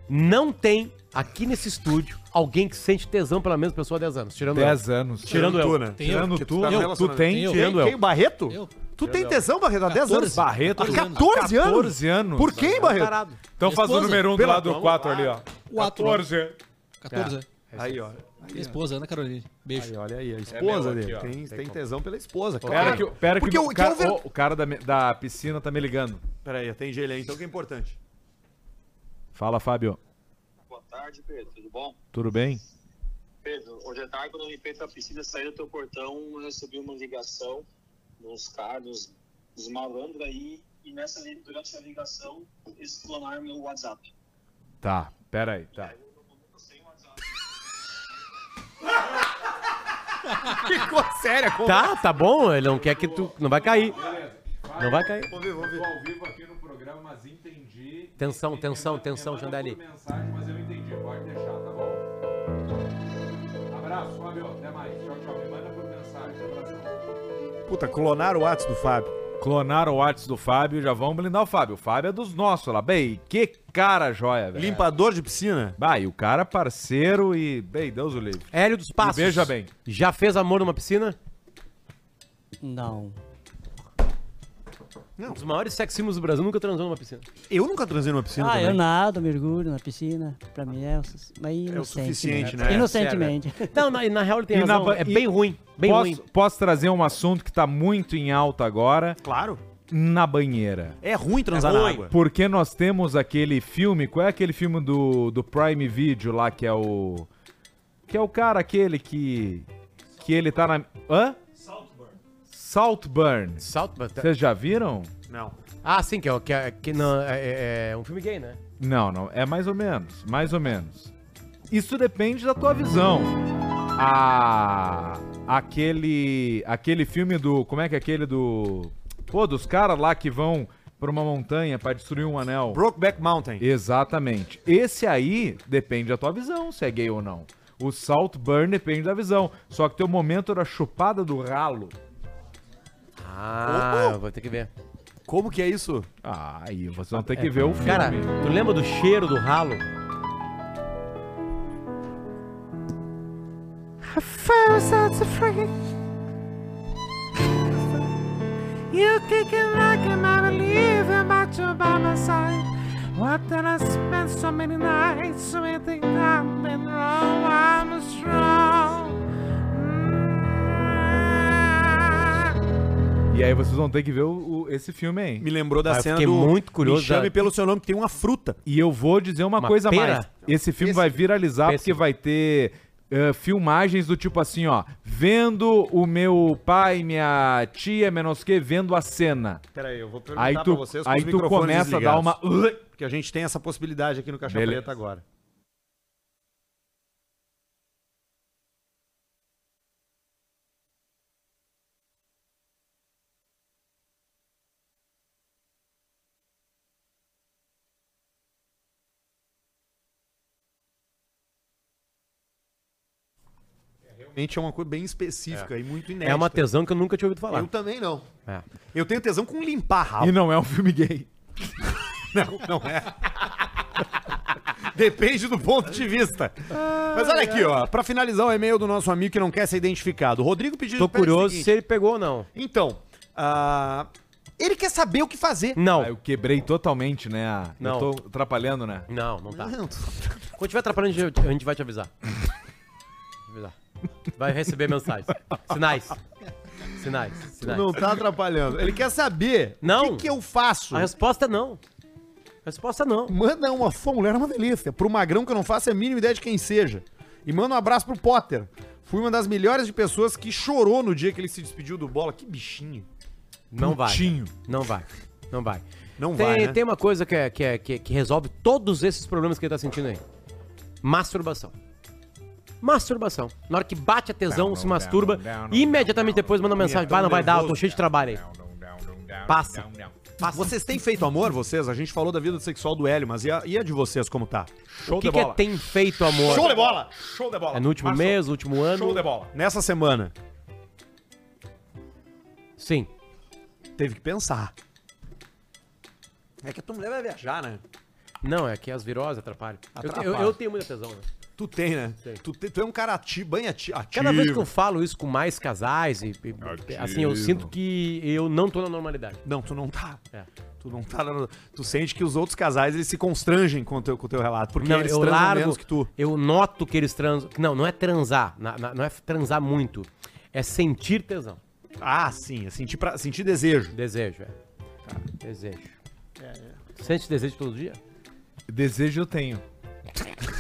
Speaker 5: Não tem, aqui nesse estúdio, alguém que sente tesão pela mesma pessoa há 10 anos. Tirando eu.
Speaker 6: 10 anos.
Speaker 5: Tirando eu.
Speaker 3: né?
Speaker 6: Tirando
Speaker 3: Porque
Speaker 6: tu,
Speaker 3: tá no
Speaker 6: tu,
Speaker 3: relacionamento.
Speaker 6: tem... é
Speaker 3: Quem,
Speaker 5: Tirando eu.
Speaker 3: quem, Barreto?
Speaker 9: Eu?
Speaker 3: Tu tem tesão, Barreto, há 10
Speaker 9: 14.
Speaker 3: anos? Barreto, há 14,
Speaker 6: 14
Speaker 3: anos?
Speaker 6: tá anos? Tá
Speaker 3: Por quem, Barreto?
Speaker 5: Parado.
Speaker 6: Então faz o
Speaker 9: Esposa?
Speaker 6: número 1 um do
Speaker 3: Pela-
Speaker 6: lado do 4 ali, ó.
Speaker 9: Quatro.
Speaker 6: 14.
Speaker 9: 14.
Speaker 3: É. Aí, ó.
Speaker 9: Minha esposa, Ana Caroline. Beijo.
Speaker 3: Aí, olha aí, a esposa
Speaker 6: É meu aqui,
Speaker 3: dele.
Speaker 6: ó.
Speaker 3: tem, tem tesão pela esposa,
Speaker 6: Pera
Speaker 3: claro.
Speaker 6: que, o- pera que,
Speaker 3: Porque
Speaker 6: o,
Speaker 3: o- que
Speaker 6: cara,
Speaker 3: é o ver-
Speaker 6: o- o cara da, me- da piscina tá me ligando.
Speaker 3: Peraí, atende ele aí, então que é importante.
Speaker 6: Fala, Fábio.
Speaker 10: Boa tarde, Pedro. Tudo bom?
Speaker 6: Tudo bem?
Speaker 10: Pedro, hoje à tarde, quando eu limpei tua piscina, saí do teu portão, eu recebi uma ligação dos caras, dos, dos malandros aí, e nessa, li- durante a ligação, eles clonaram meu WhatsApp.
Speaker 6: Tá, pera aí, tá.
Speaker 10: Eu sei o WhatsApp.
Speaker 3: Ficou séria, como?
Speaker 5: Tá, tá bom, ele não quer que tu. Não vai cair. Não vai cair.
Speaker 3: Vamos ver, vamos ver.
Speaker 6: ao vivo aqui no programa, mas entendi.
Speaker 5: Tensão, tensão, tensão, Jandelli.
Speaker 6: mensagem, mas eu entendi. Pode deixar, tá bom? Abraço, Fábio. Até mais. Tchau, tchau. Me manda por mensagem. Abração.
Speaker 3: Puta, clonaram o WhatsApp do Fábio.
Speaker 6: Clonaram o WhatsApp do Fábio, já vão blindar o Fábio. O Fábio é dos nossos lá. Bem, que cara joia, velho.
Speaker 3: Limpador de piscina?
Speaker 6: Bah, e o cara parceiro e... Bem, Deus o livre.
Speaker 5: Hélio dos Passos.
Speaker 6: E veja bem.
Speaker 5: Já fez amor numa piscina?
Speaker 1: Não.
Speaker 5: Um dos maiores sex símbolos do Brasil nunca transou numa piscina.
Speaker 3: Eu nunca transei numa piscina
Speaker 1: Ah,
Speaker 3: também.
Speaker 1: eu nado, mergulho na piscina. Pra mim é, o su- mas inocente,
Speaker 3: suficiente, né?
Speaker 1: Inocentemente.
Speaker 5: Não, na, na real ele tem
Speaker 6: É E na
Speaker 5: razão.
Speaker 6: ba-
Speaker 5: É
Speaker 6: e-
Speaker 5: bem ruim. Bem
Speaker 6: Posso,
Speaker 5: ruim.
Speaker 6: posso trazer um assunto que tá muito em alta agora?
Speaker 3: Claro.
Speaker 6: Na banheira.
Speaker 3: É ruim transar na água.
Speaker 6: Porque nós temos aquele filme, qual é aquele filme do, do Prime Video lá que é o que é o cara aquele que que ele tá na hã? Saltburn. Saltburn.
Speaker 5: Salto.
Speaker 6: Vocês já viram?
Speaker 3: Não.
Speaker 5: Ah, sim, que é, o- que é, que não, é, é- é um filme gay, né?
Speaker 6: Não, não, é mais ou menos, mais ou menos. Isso depende da tua visão. A aquele aquele filme do, como é que é aquele do Pô, dos caras lá que vão pra uma montanha pra destruir um anel.
Speaker 3: Brokeback Mountain.
Speaker 6: Exatamente. Esse aí depende da tua visão, se é gay ou não. O salt burn depende da visão. Só que teu momento era chupada do ralo.
Speaker 5: Ah, vou ter que ver.
Speaker 3: Como que é isso? É
Speaker 6: Ah, aí vocês vão ter que ver o filme.
Speaker 5: É. Cara, tu lembra do cheiro do ralo?
Speaker 4: You kicking like I'm out of leaving, but you're by my side. What did I spend so many nights, so many things I've been wrong? Oh, I'm strong.
Speaker 6: E aí vocês vão ter que ver o- o- esse filme aí.
Speaker 3: Me lembrou da
Speaker 5: Ah, eu
Speaker 3: cena
Speaker 5: fiquei
Speaker 3: do...
Speaker 5: muito curioso
Speaker 3: Me chame
Speaker 5: da-
Speaker 3: pelo seu nome, que tem uma fruta.
Speaker 6: E eu vou dizer uma,
Speaker 5: Uma
Speaker 6: coisa a
Speaker 5: pera?
Speaker 6: mais. Esse filme
Speaker 3: Esse-
Speaker 6: vai viralizar porque
Speaker 5: Péssimo.
Speaker 6: vai ter eh, filmagens do tipo assim, ó. Vendo o meu pai, minha tia, menos que, vendo a cena.
Speaker 3: Peraí, eu vou perguntar
Speaker 6: Aí tu, aí tu começa a dar uma... <laughs>
Speaker 3: Porque a gente tem essa possibilidade aqui no Caixa
Speaker 6: Beleza.
Speaker 3: Preta agora. Realmente é uma coisa bem específica e muito inédita.
Speaker 5: É uma tesão que eu nunca tinha ouvido falar.
Speaker 3: Eu também não.
Speaker 5: É.
Speaker 3: Eu tenho tesão com limpar rabo.
Speaker 6: E não é um filme gay.
Speaker 3: <laughs> Não, não é. Depende do ponto de vista. Mas olha aqui, ó. Pra finalizar o e-mail do nosso amigo que não quer ser identificado. O Rodrigo pediu...
Speaker 5: Tô
Speaker 3: pede o
Speaker 5: curioso
Speaker 3: seguinte.
Speaker 5: se ele pegou ou não.
Speaker 3: Então, ah, ele quer saber o que fazer.
Speaker 5: Não.
Speaker 6: Ah, eu quebrei totalmente, né? a-
Speaker 5: Não.
Speaker 6: Eu tô atrapalhando, né?
Speaker 5: Não, não tá.
Speaker 3: Não,
Speaker 5: Quando tiver atrapalhando, a gente- a gente vai te avisar. Avisar. Vai receber mensagens. Sinais. Sinais. Sinais.
Speaker 3: não tá atrapalhando. Ele quer saber o
Speaker 5: Não.
Speaker 3: que, que eu faço.
Speaker 5: A resposta é não. A resposta é não.
Speaker 3: Manda uma foto, mulher é uma delícia. Pro magrão que eu não faço a mínima ideia de quem seja. E manda um abraço pro Potter. Fui uma das milhares de pessoas que chorou no dia que ele se despediu do bola. Que bichinho.
Speaker 5: Não vai.
Speaker 6: Putinho.
Speaker 5: Não vai. Não vai.
Speaker 3: Não
Speaker 5: tem,
Speaker 3: vai, né?
Speaker 5: tem uma coisa que, é- que, é- que, que resolve todos esses problemas que ele tá sentindo aí. Masturbação. Masturbação. Na hora que bate a tesão, se masturba, imediatamente depois manda uma mensagem. Vai, não vai dar, eu tô cheio de trabalho aí. Passa.
Speaker 3: Vocês têm feito amor, vocês? A gente falou da vida sexual do Hélio, mas e a, e a de vocês, como tá?
Speaker 5: o que, que é tem feito, amor?
Speaker 3: Show de bola! Show de bola!
Speaker 5: É no último
Speaker 3: Março,
Speaker 5: mês, no último ano?
Speaker 3: Show de bola! Nessa semana,
Speaker 5: Sim.
Speaker 3: teve que pensar. É que a tua mulher vai viajar, né?
Speaker 5: Não, é que as viroses atrapalham. Eu te- Eu,
Speaker 3: Atrapalha.
Speaker 5: eu tenho muita tesão, né?
Speaker 3: Tu tem, né? Tu, te- tu é um cara ati- bem ati- ativo.
Speaker 5: Cada vez que eu falo isso com mais casais, e, e- assim, eu sinto que eu não tô na normalidade.
Speaker 3: Não, tu não tá.
Speaker 5: É.
Speaker 3: Tu não tá. na- Tu sente que os outros casais eles se constrangem com o teu, com o teu relato. Porque
Speaker 5: Não,
Speaker 3: eles
Speaker 5: eu
Speaker 3: transam
Speaker 5: largo,
Speaker 3: menos que tu.
Speaker 5: eu noto que eles transam. Não, não é transar, na- na- não é transar muito. É sentir tesão,
Speaker 3: Ah, sim. É sentir, pra- sentir desejo. Tá.
Speaker 5: desejo, é. Desejo. Sente desejo todo dia?
Speaker 6: Desejo eu
Speaker 5: <laughs>
Speaker 6: tenho. <laughs>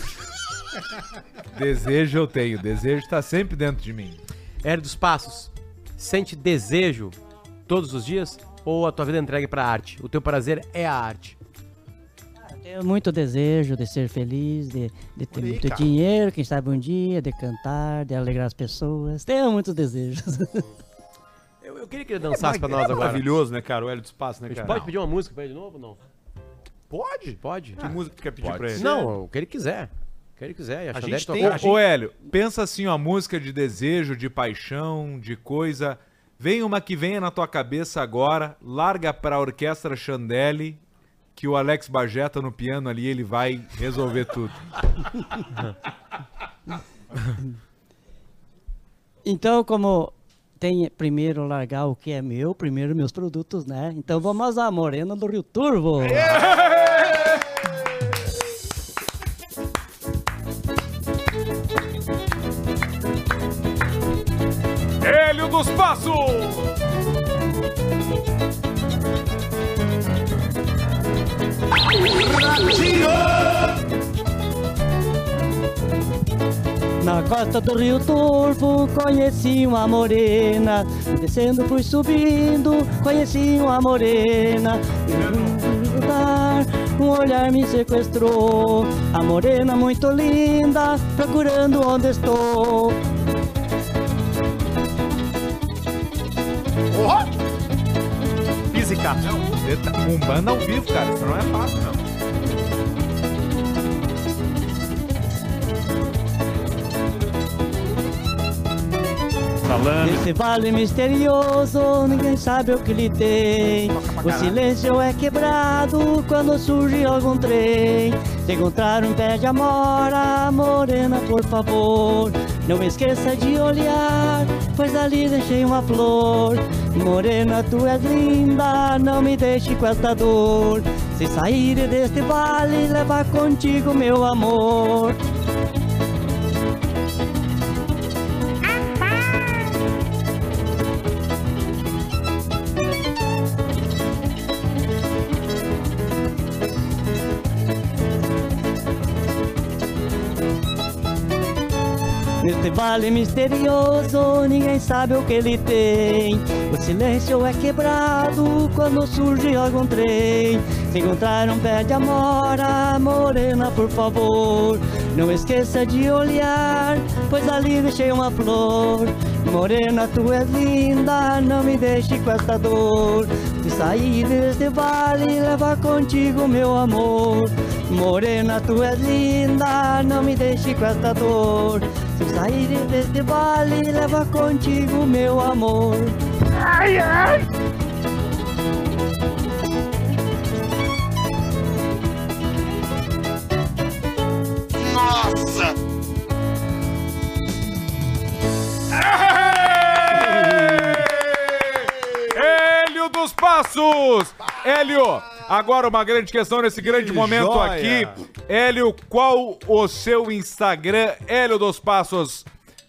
Speaker 6: desejo eu tenho. Desejo tá sempre dentro de mim.
Speaker 5: Hélio dos Passos, sente desejo todos os dias ou a tua vida é entregue pra arte? O teu prazer é a arte.
Speaker 1: Tenho muito desejo de ser feliz, de, de ter muito dinheiro, quem sabe um dia, de cantar, de alegrar as pessoas. Tenho muitos desejos. <laughs>
Speaker 5: Eu, eu queria que ele dançasse pra nós
Speaker 3: É
Speaker 5: agora. A
Speaker 3: Maravilhoso, né, cara? O Hélio do Espaço, né,
Speaker 5: gente
Speaker 3: cara?
Speaker 5: pode pedir uma música pra ele de novo? Não.
Speaker 3: Pode?
Speaker 5: Pode?
Speaker 3: Que música tu quer pedir
Speaker 6: Pode
Speaker 3: pra ele?
Speaker 5: Não, o que ele quiser. O que ele quiser. E a, Xandete
Speaker 3: gente tem-
Speaker 5: tocou. é,
Speaker 3: A gente-
Speaker 6: Ô, Hélio, pensa assim, ó, música de desejo, de paixão, de coisa. Vem uma que venha na tua cabeça agora, larga pra Orquestra Chandelle, que o Alex Bajeta no piano ali, ele vai resolver tudo.
Speaker 3: <laughs>
Speaker 1: Então, como tem primeiro largar o que é meu, primeiro meus produtos, né? Então vamos à Morena do Rio Turvo.
Speaker 6: Hélio dos Passos!
Speaker 1: Na costa do Rio Turvo conheci uma morena. Descendo fui subindo, conheci uma morena. Um lugar, Um olhar me sequestrou. A morena muito linda, procurando onde estou.
Speaker 3: Física.
Speaker 6: Um banda ao vivo, cara, isso não é fácil, não.
Speaker 1: Nesse vale misterioso, ninguém sabe o que lhe tem. O silêncio é quebrado quando surge algum trem. Se encontrar um pé de amora, morena, por favor. Não esqueça de olhar, pois ali deixei uma flor. Morena, tu és linda, não me deixe com esta dor. Se sair deste vale, leva contigo meu amor. Neste vale misterioso, ninguém sabe o que ele tem. O silêncio é quebrado quando surge algum trem. Se encontrar um pé de amora, morena, por favor. Não esqueça de olhar, pois ali deixei uma flor. Morena, tu és linda, não me deixe com esta dor. Se sair deste vale, leva contigo meu amor. Morena, tu és linda, não me deixe com esta dor. Se sair deste vale, leva contigo meu amor.
Speaker 10: Nossa!
Speaker 6: Hélio dos Passos! Hélio, agora uma grande questão nesse grande
Speaker 3: Que
Speaker 6: momento
Speaker 3: joia!
Speaker 6: aqui. Hélio, qual o seu Instagram, Hélio dos Passos?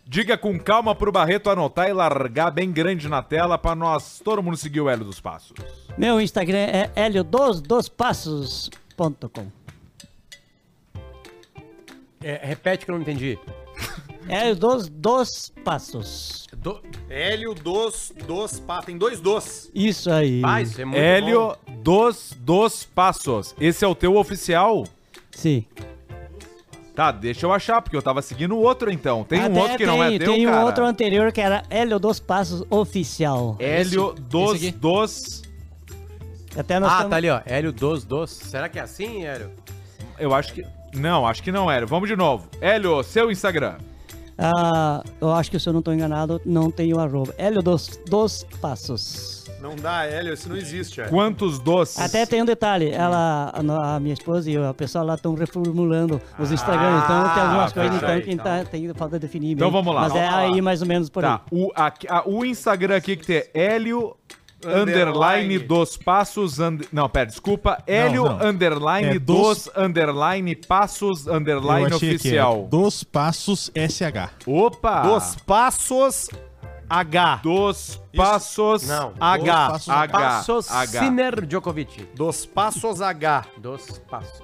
Speaker 6: Diga com calma pro Barreto anotar e largar bem grande na tela pra nós, todo mundo seguir o Hélio dos Passos.
Speaker 1: Meu Instagram é heliodozdosdosPassos.com.
Speaker 5: É, repete que eu não entendi.
Speaker 8: É,
Speaker 1: Hélio dos, dos Passos.
Speaker 5: Do...
Speaker 3: Hélio dos, dos, pá. Tem dois dos.
Speaker 1: Isso aí.
Speaker 5: Ah, isso é muito bom.
Speaker 6: Hélio dos dos Passos. Esse é o teu oficial?
Speaker 1: Sim.
Speaker 6: Tá, deixa eu achar, porque eu tava seguindo o outro então. Tem um
Speaker 1: Até
Speaker 6: outro que não é
Speaker 1: tem-
Speaker 6: teu,
Speaker 1: Tem
Speaker 6: cara.
Speaker 1: um outro anterior que era Hélio dos Passos Oficial.
Speaker 6: Hélio dos
Speaker 5: esse aqui?
Speaker 6: dos...
Speaker 1: Até nós
Speaker 5: Ah,
Speaker 1: tamo-
Speaker 5: tá ali, ó. Hélio dos dos. Será que é assim, Hélio?
Speaker 6: Eu acho que. Não, acho que não, Hélio. Vamos de novo. Hélio, seu Instagram.
Speaker 1: Ah, eu acho que se eu não estou enganado, não tem o arroba. Hélio dos, dos Passos.
Speaker 3: Não dá, Hélio, isso não existe, é. Hélio.
Speaker 6: Quantos doces?
Speaker 8: Até tem um detalhe, ela, a no- a minha esposa e eu, o pessoal lá estão reformulando os Instagrams, então tem algumas coisas então, que tá, tem falta definir.
Speaker 6: Ah, Então
Speaker 8: mesmo.
Speaker 6: vamos lá,
Speaker 8: Mas
Speaker 6: vamos
Speaker 8: é aí mais ou menos por
Speaker 6: Tá,
Speaker 8: aí.
Speaker 6: o, aqui- a- o Instagram aqui que tem é Hélio underline dos passos. and- não, pera, desculpa. Hélio
Speaker 11: não.
Speaker 6: underline
Speaker 11: É
Speaker 6: dos
Speaker 11: dos-
Speaker 6: underline passos
Speaker 11: Eu
Speaker 6: underline
Speaker 11: achei que é. era
Speaker 6: oficial.
Speaker 11: Dos Passos SH.
Speaker 6: Opa!
Speaker 3: Dos passos H.
Speaker 6: Dos passos
Speaker 3: Não,
Speaker 6: H.
Speaker 11: dos passos
Speaker 6: H.
Speaker 5: Passos
Speaker 6: H.
Speaker 5: Siner Djokovic.
Speaker 3: Dos passos H.
Speaker 5: Dos passos.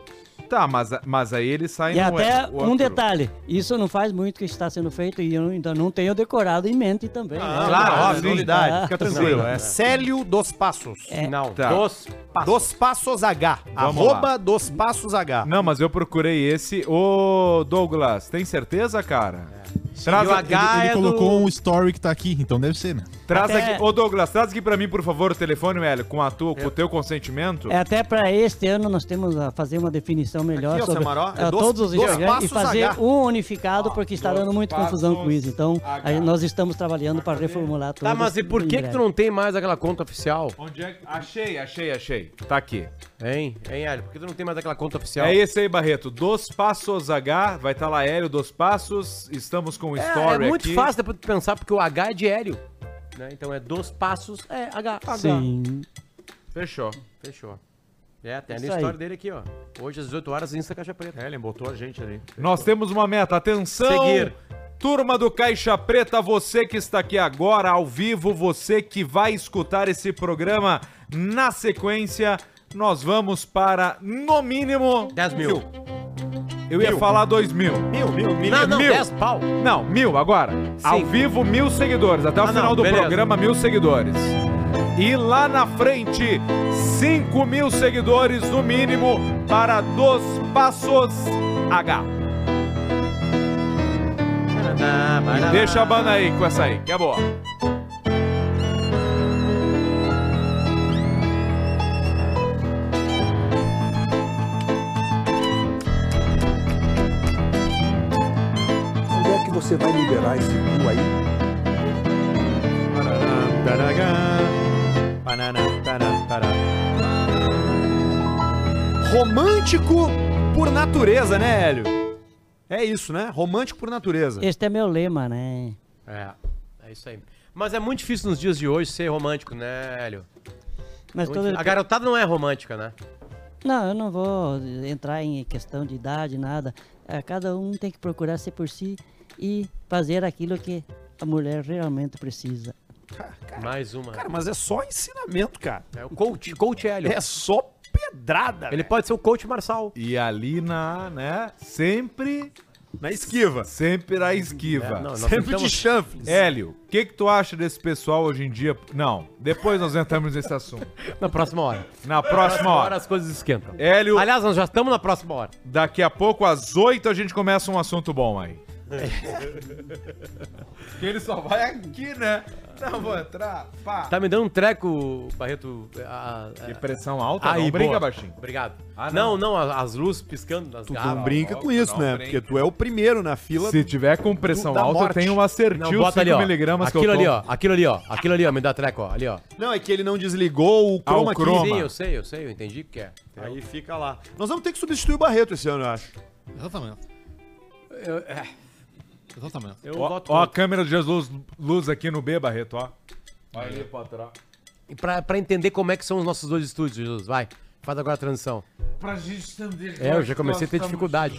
Speaker 6: Tá, mas, a- mas aí ele sai
Speaker 8: E
Speaker 6: no
Speaker 8: até
Speaker 6: outro.
Speaker 8: um detalhe, isso não faz muito que está sendo feito e eu não- ainda não tenho decorado em mente também.
Speaker 6: Ah,
Speaker 8: né?
Speaker 3: claro,
Speaker 5: Ah,
Speaker 8: Então,
Speaker 3: óbvio, novidade,
Speaker 8: tá.
Speaker 3: fica tranquilo. É Célio dos Passos.
Speaker 8: É.
Speaker 5: Não,
Speaker 6: Tá.
Speaker 5: dos passos.
Speaker 3: Dos Passos H. arroba dos Passos H.
Speaker 6: Não, mas eu procurei esse. Ô, Douglas, tem certeza,
Speaker 3: É.
Speaker 6: cara? Traz,
Speaker 5: E o
Speaker 6: aqui-
Speaker 5: H
Speaker 11: ele
Speaker 5: é
Speaker 11: colocou
Speaker 5: do-
Speaker 11: um story que tá aqui, então deve ser, né?
Speaker 6: um- traz
Speaker 8: Até-
Speaker 6: aqui. Ô, Douglas, traz aqui pra mim, por favor, o telefone, Hélio, com, a tua, com o teu consentimento.
Speaker 8: É, até para este ano nós temos a fazer uma definição melhor
Speaker 3: Aqui, ó,
Speaker 8: sobre
Speaker 3: Samaró, é
Speaker 8: eh,
Speaker 3: dois-
Speaker 8: todos os
Speaker 3: dois
Speaker 8: Instagrams e
Speaker 3: passos
Speaker 8: fazer
Speaker 3: H.
Speaker 8: um unificado porque está
Speaker 6: dois
Speaker 8: dando muita confusão com isso. Então
Speaker 6: passos
Speaker 8: aí
Speaker 6: H.
Speaker 8: nós estamos trabalhando para reformular tudo.
Speaker 5: Tá, mas e por que que tu não tem mais aquela conta oficial?
Speaker 6: Onde é que... Achei, achei, achei. Tá aqui.
Speaker 5: Hein? Hein, Hélio? Por que tu não tem mais aquela conta oficial?
Speaker 6: É esse aí, Barreto. Dos Passos H. Vai estar lá Hélio Dos Passos. Estamos com o
Speaker 5: É,
Speaker 6: Story
Speaker 5: é muito
Speaker 6: aqui.
Speaker 5: fácil depois tu pensar, porque o H é de Hélio. Né? Então é dos passos, é H.
Speaker 8: Sim.
Speaker 6: Fechou.
Speaker 5: Fechou. É, tem ali
Speaker 8: Isso
Speaker 5: a
Speaker 8: aí.
Speaker 5: história dele aqui, ó. Hoje às 18 horas, Insta Caixa Preta.
Speaker 3: Hélio É, botou a gente ali.
Speaker 6: Nós temos uma meta. Atenção!
Speaker 5: Seguir.
Speaker 6: Turma do Caixa Preta, você que está aqui agora ao vivo, você que vai escutar esse programa na sequência, nós vamos para, no mínimo,
Speaker 5: 10 mil.
Speaker 6: eu ia falar dois mil.
Speaker 3: Mil, mil, mil.
Speaker 5: Não, não,
Speaker 6: mil.
Speaker 5: 10 pau.
Speaker 6: Não, mil agora. Ao vivo, mil seguidores. Até o
Speaker 5: Ah,
Speaker 6: final
Speaker 5: não,
Speaker 6: do
Speaker 5: beleza.
Speaker 6: programa, mil seguidores. E lá na frente, cinco mil seguidores no mínimo para Dos Passos H. E deixa a banda aí com essa aí, que é boa.
Speaker 12: Onde é que você vai liberar esse cu aí?
Speaker 3: Romântico por natureza, né, Hélio? É isso, né? Romântico por natureza.
Speaker 8: Este é meu lema, né?
Speaker 5: É, é isso aí. Mas é muito difícil nos dias de hoje ser romântico, né, Hélio?
Speaker 8: Mas
Speaker 5: Muito
Speaker 8: todo-
Speaker 5: difícil. A garotada não é romântica, né?
Speaker 8: Não, eu não vou entrar em questão de idade, nada. É, Cada um tem que procurar ser por si e fazer aquilo que a mulher realmente precisa.
Speaker 5: Mais uma.
Speaker 3: Cara, mas é só ensinamento, cara.
Speaker 5: É o coach, coach Hélio.
Speaker 3: É só pedrada,
Speaker 5: Ele
Speaker 3: velho.
Speaker 5: pode ser o coach Marçal.
Speaker 6: E ali na, né, sempre,
Speaker 3: Na esquiva.
Speaker 6: sempre na esquiva.
Speaker 5: É, não, nós
Speaker 3: Sempre de
Speaker 5: tentamos-
Speaker 3: chanfles.
Speaker 6: Hélio, o que que tu acha desse pessoal hoje em dia? Não, depois nós entramos nesse assunto.
Speaker 5: <laughs> Na próxima hora.
Speaker 6: Na próxima hora.
Speaker 5: as coisas esquentam.
Speaker 6: Hélio,
Speaker 5: Aliás, nós já estamos na próxima hora.
Speaker 6: Daqui a pouco, às 8, a gente começa um assunto bom aí. que ele só vai aqui, né? Não vou entrar. Pá.
Speaker 5: Tá me dando um treco, Barreto. é, A, a-
Speaker 6: Pressão alta?
Speaker 5: Aí,
Speaker 6: não brinca,
Speaker 5: boa.
Speaker 6: baixinho.
Speaker 5: Obrigado.
Speaker 6: Ah,
Speaker 5: não, não, a- as luzes piscando nas
Speaker 3: Tu
Speaker 5: garrafas.
Speaker 3: não brinca
Speaker 6: não,
Speaker 3: com isso,
Speaker 6: não
Speaker 3: né?
Speaker 6: brinca.
Speaker 3: Porque tu é o primeiro na fila.
Speaker 6: Se tiver com pressão
Speaker 3: Da
Speaker 6: alta,
Speaker 3: morte.
Speaker 6: tem um acertil
Speaker 5: Não, bota ali, ó.
Speaker 6: 5mg que eu
Speaker 5: Aquilo ali,
Speaker 6: tomo.
Speaker 5: ó. Aquilo ali, ó. Aquilo ali, ó. Me dá treco, ó. Ali, ó.
Speaker 3: Não, é que ele não desligou o
Speaker 6: Ah, o
Speaker 3: chroma key.
Speaker 6: chroma.
Speaker 5: Sim, eu sei, eu sei. Eu entendi o que é.
Speaker 3: Aí fica lá. Nós vamos ter que substituir o Barreto esse ano, eu acho.
Speaker 11: Exatamente.
Speaker 5: é,
Speaker 11: Exatamente.
Speaker 5: Eu
Speaker 6: Ó,
Speaker 5: voto
Speaker 6: ó a câmera de Jesus luz aqui no B, Barreto, ó. Olha ali pra trás.
Speaker 5: E Pra, pra entender como é que são os nossos dois estúdios, Jesus. Vai. Faz agora a transição.
Speaker 6: Pra gente entender.
Speaker 5: É, eu já comecei a ter dificuldade.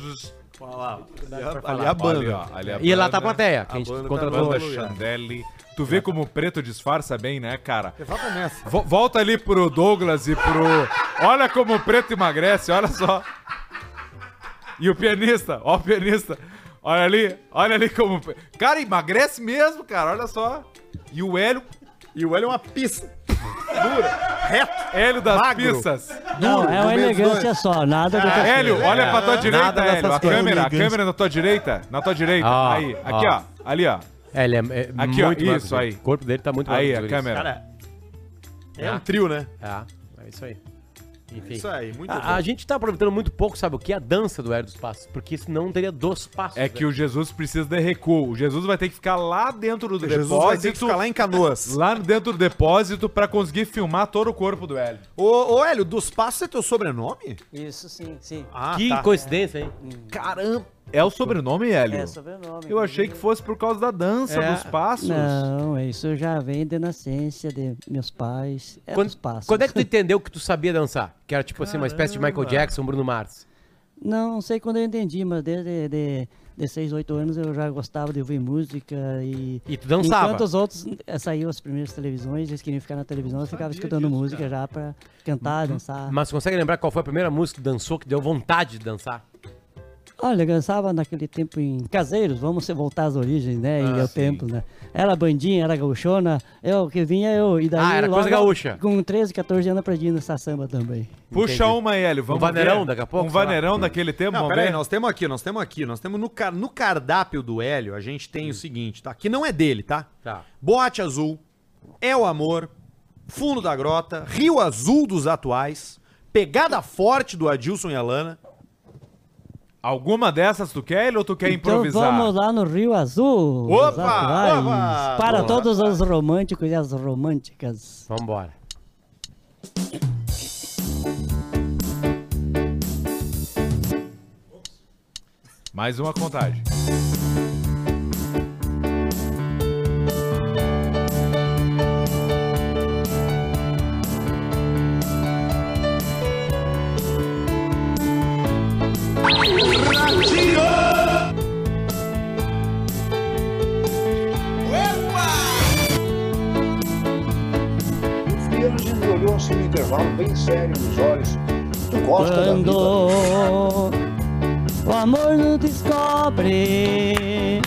Speaker 3: Ali é a banda.
Speaker 6: Ali, ó. Ali é a
Speaker 5: E lá tá a
Speaker 6: banda. né?
Speaker 5: plateia, que a, gente
Speaker 3: banda tá
Speaker 5: contratou É.
Speaker 6: Banda
Speaker 5: hoje.
Speaker 6: Chandelle. Tu vê como o preto disfarça bem, né, cara?
Speaker 3: Exatamente.
Speaker 6: Vo- volta ali pro Douglas e pro. Olha como o preto emagrece, olha só. E o pianista, ó o pianista. Olha ali, olha ali como. o pe- Cara, emagrece mesmo, cara, olha só. E o Hélio,
Speaker 3: E o Hélio é uma pista.
Speaker 6: Hélio das
Speaker 3: Magro.
Speaker 6: Pizzas.
Speaker 8: Não, é uma
Speaker 3: do menos
Speaker 8: elegância só, nada do que
Speaker 6: Ah, Hélio, olha pra tua direita,
Speaker 5: nada dessas
Speaker 6: Hélio. A
Speaker 5: coisas.
Speaker 6: câmera, a
Speaker 11: Elegância.
Speaker 6: câmera na tua direita. Na tua direita.
Speaker 5: Ah,
Speaker 6: aí, aqui, ó.
Speaker 5: ah.
Speaker 6: Ali, ó.
Speaker 5: É, ele é, é
Speaker 6: Aqui, ó,
Speaker 5: muito magro,
Speaker 6: isso
Speaker 5: né?
Speaker 6: aí.
Speaker 5: O corpo dele tá muito
Speaker 6: Aí,
Speaker 5: magro,
Speaker 6: a
Speaker 5: Jesus.
Speaker 6: câmera.
Speaker 3: Cara, é um trio, né?
Speaker 5: É, é Ah. isso aí. Enfim.
Speaker 3: Isso aí, muito bom.
Speaker 5: A, a gente tá aproveitando muito pouco, sabe o que? A dança do Hélio dos Passos, porque senão não teria dos passos.
Speaker 6: É que
Speaker 5: né?
Speaker 6: o Jesus precisa de recuo. O Jesus vai ter que ficar lá dentro do
Speaker 3: Jesus
Speaker 6: depósito.
Speaker 3: vai ter que ficar lá em Canoas.
Speaker 6: <laughs> Lá dentro do depósito pra conseguir filmar todo o corpo do Hélio.
Speaker 3: ô, ô, Hélio, dos passos é teu sobrenome?
Speaker 1: Isso, sim, sim.
Speaker 3: Ah,
Speaker 5: Que coincidência, hein?
Speaker 6: tá. Caramba! É o sobrenome, Hélio?
Speaker 1: É sobrenome.
Speaker 6: Eu achei que fosse por causa da dança,
Speaker 5: É.
Speaker 6: dos passos.
Speaker 1: Não, é isso já vem de nascência de meus pais. É
Speaker 5: Quando,
Speaker 1: dos passos.
Speaker 5: quando é que tu entendeu que tu sabia dançar? Que era tipo assim, uma espécie de Michael Jackson, Bruno Mars.
Speaker 1: Não sei quando eu entendi, mas desde de, de 6, 8 anos eu já gostava de ouvir música e.
Speaker 5: E tu dançava?
Speaker 1: Enquanto os outros eh, saíam as primeiras televisões, eles queriam ficar na televisão, eu ficava escutando música já pra cantar,
Speaker 5: Uhum.
Speaker 1: dançar.
Speaker 5: Mas tu consegue lembrar qual foi a primeira música que dançou que deu vontade de dançar?
Speaker 1: Olha, eu dançava naquele tempo em Caseiros, vamos se voltar às origens, né?
Speaker 5: Ah,
Speaker 1: e ao tempo, né? Era bandinha, era gauchona, eu que vinha eu. E daí,
Speaker 5: Ah, era coisa
Speaker 1: logo,
Speaker 5: gaúcha.
Speaker 1: Com 13, 14 anos aprendi nessa samba também.
Speaker 6: Puxa
Speaker 5: Entendi.
Speaker 6: uma, Hélio. Vamos
Speaker 5: Um vaneirão
Speaker 6: ver.
Speaker 5: daqui a pouco,
Speaker 6: Um
Speaker 5: sei lá.
Speaker 6: vaneirão daquele tempo.
Speaker 3: Não,
Speaker 6: vamos
Speaker 3: peraí,
Speaker 6: ver?
Speaker 3: nós temos aqui, nós temos aqui, nós temos no, car- no cardápio do Hélio, a gente tem o seguinte, tá? Que não é dele, tá?
Speaker 5: Hum. Tá.
Speaker 3: Boate Azul, É o Amor, Fundo da Grota, Rio Azul dos Atuais, Pegada Forte do Adilson e Alana.
Speaker 6: Alguma dessas tu quer, Hélio, ou tu quer improvisar?
Speaker 1: Então vamos lá no Rio Azul. os
Speaker 3: Opa,
Speaker 1: atuais,
Speaker 3: opa,
Speaker 1: Para
Speaker 3: vamos
Speaker 1: todos os românticos e as românticas.
Speaker 5: Vambora.
Speaker 6: Mais uma contagem.
Speaker 13: O Virgem me olhou assim no intervalo, bem sério nos olhos. Tu gosta
Speaker 1: Quando
Speaker 13: da vida?
Speaker 1: o amor não descobre,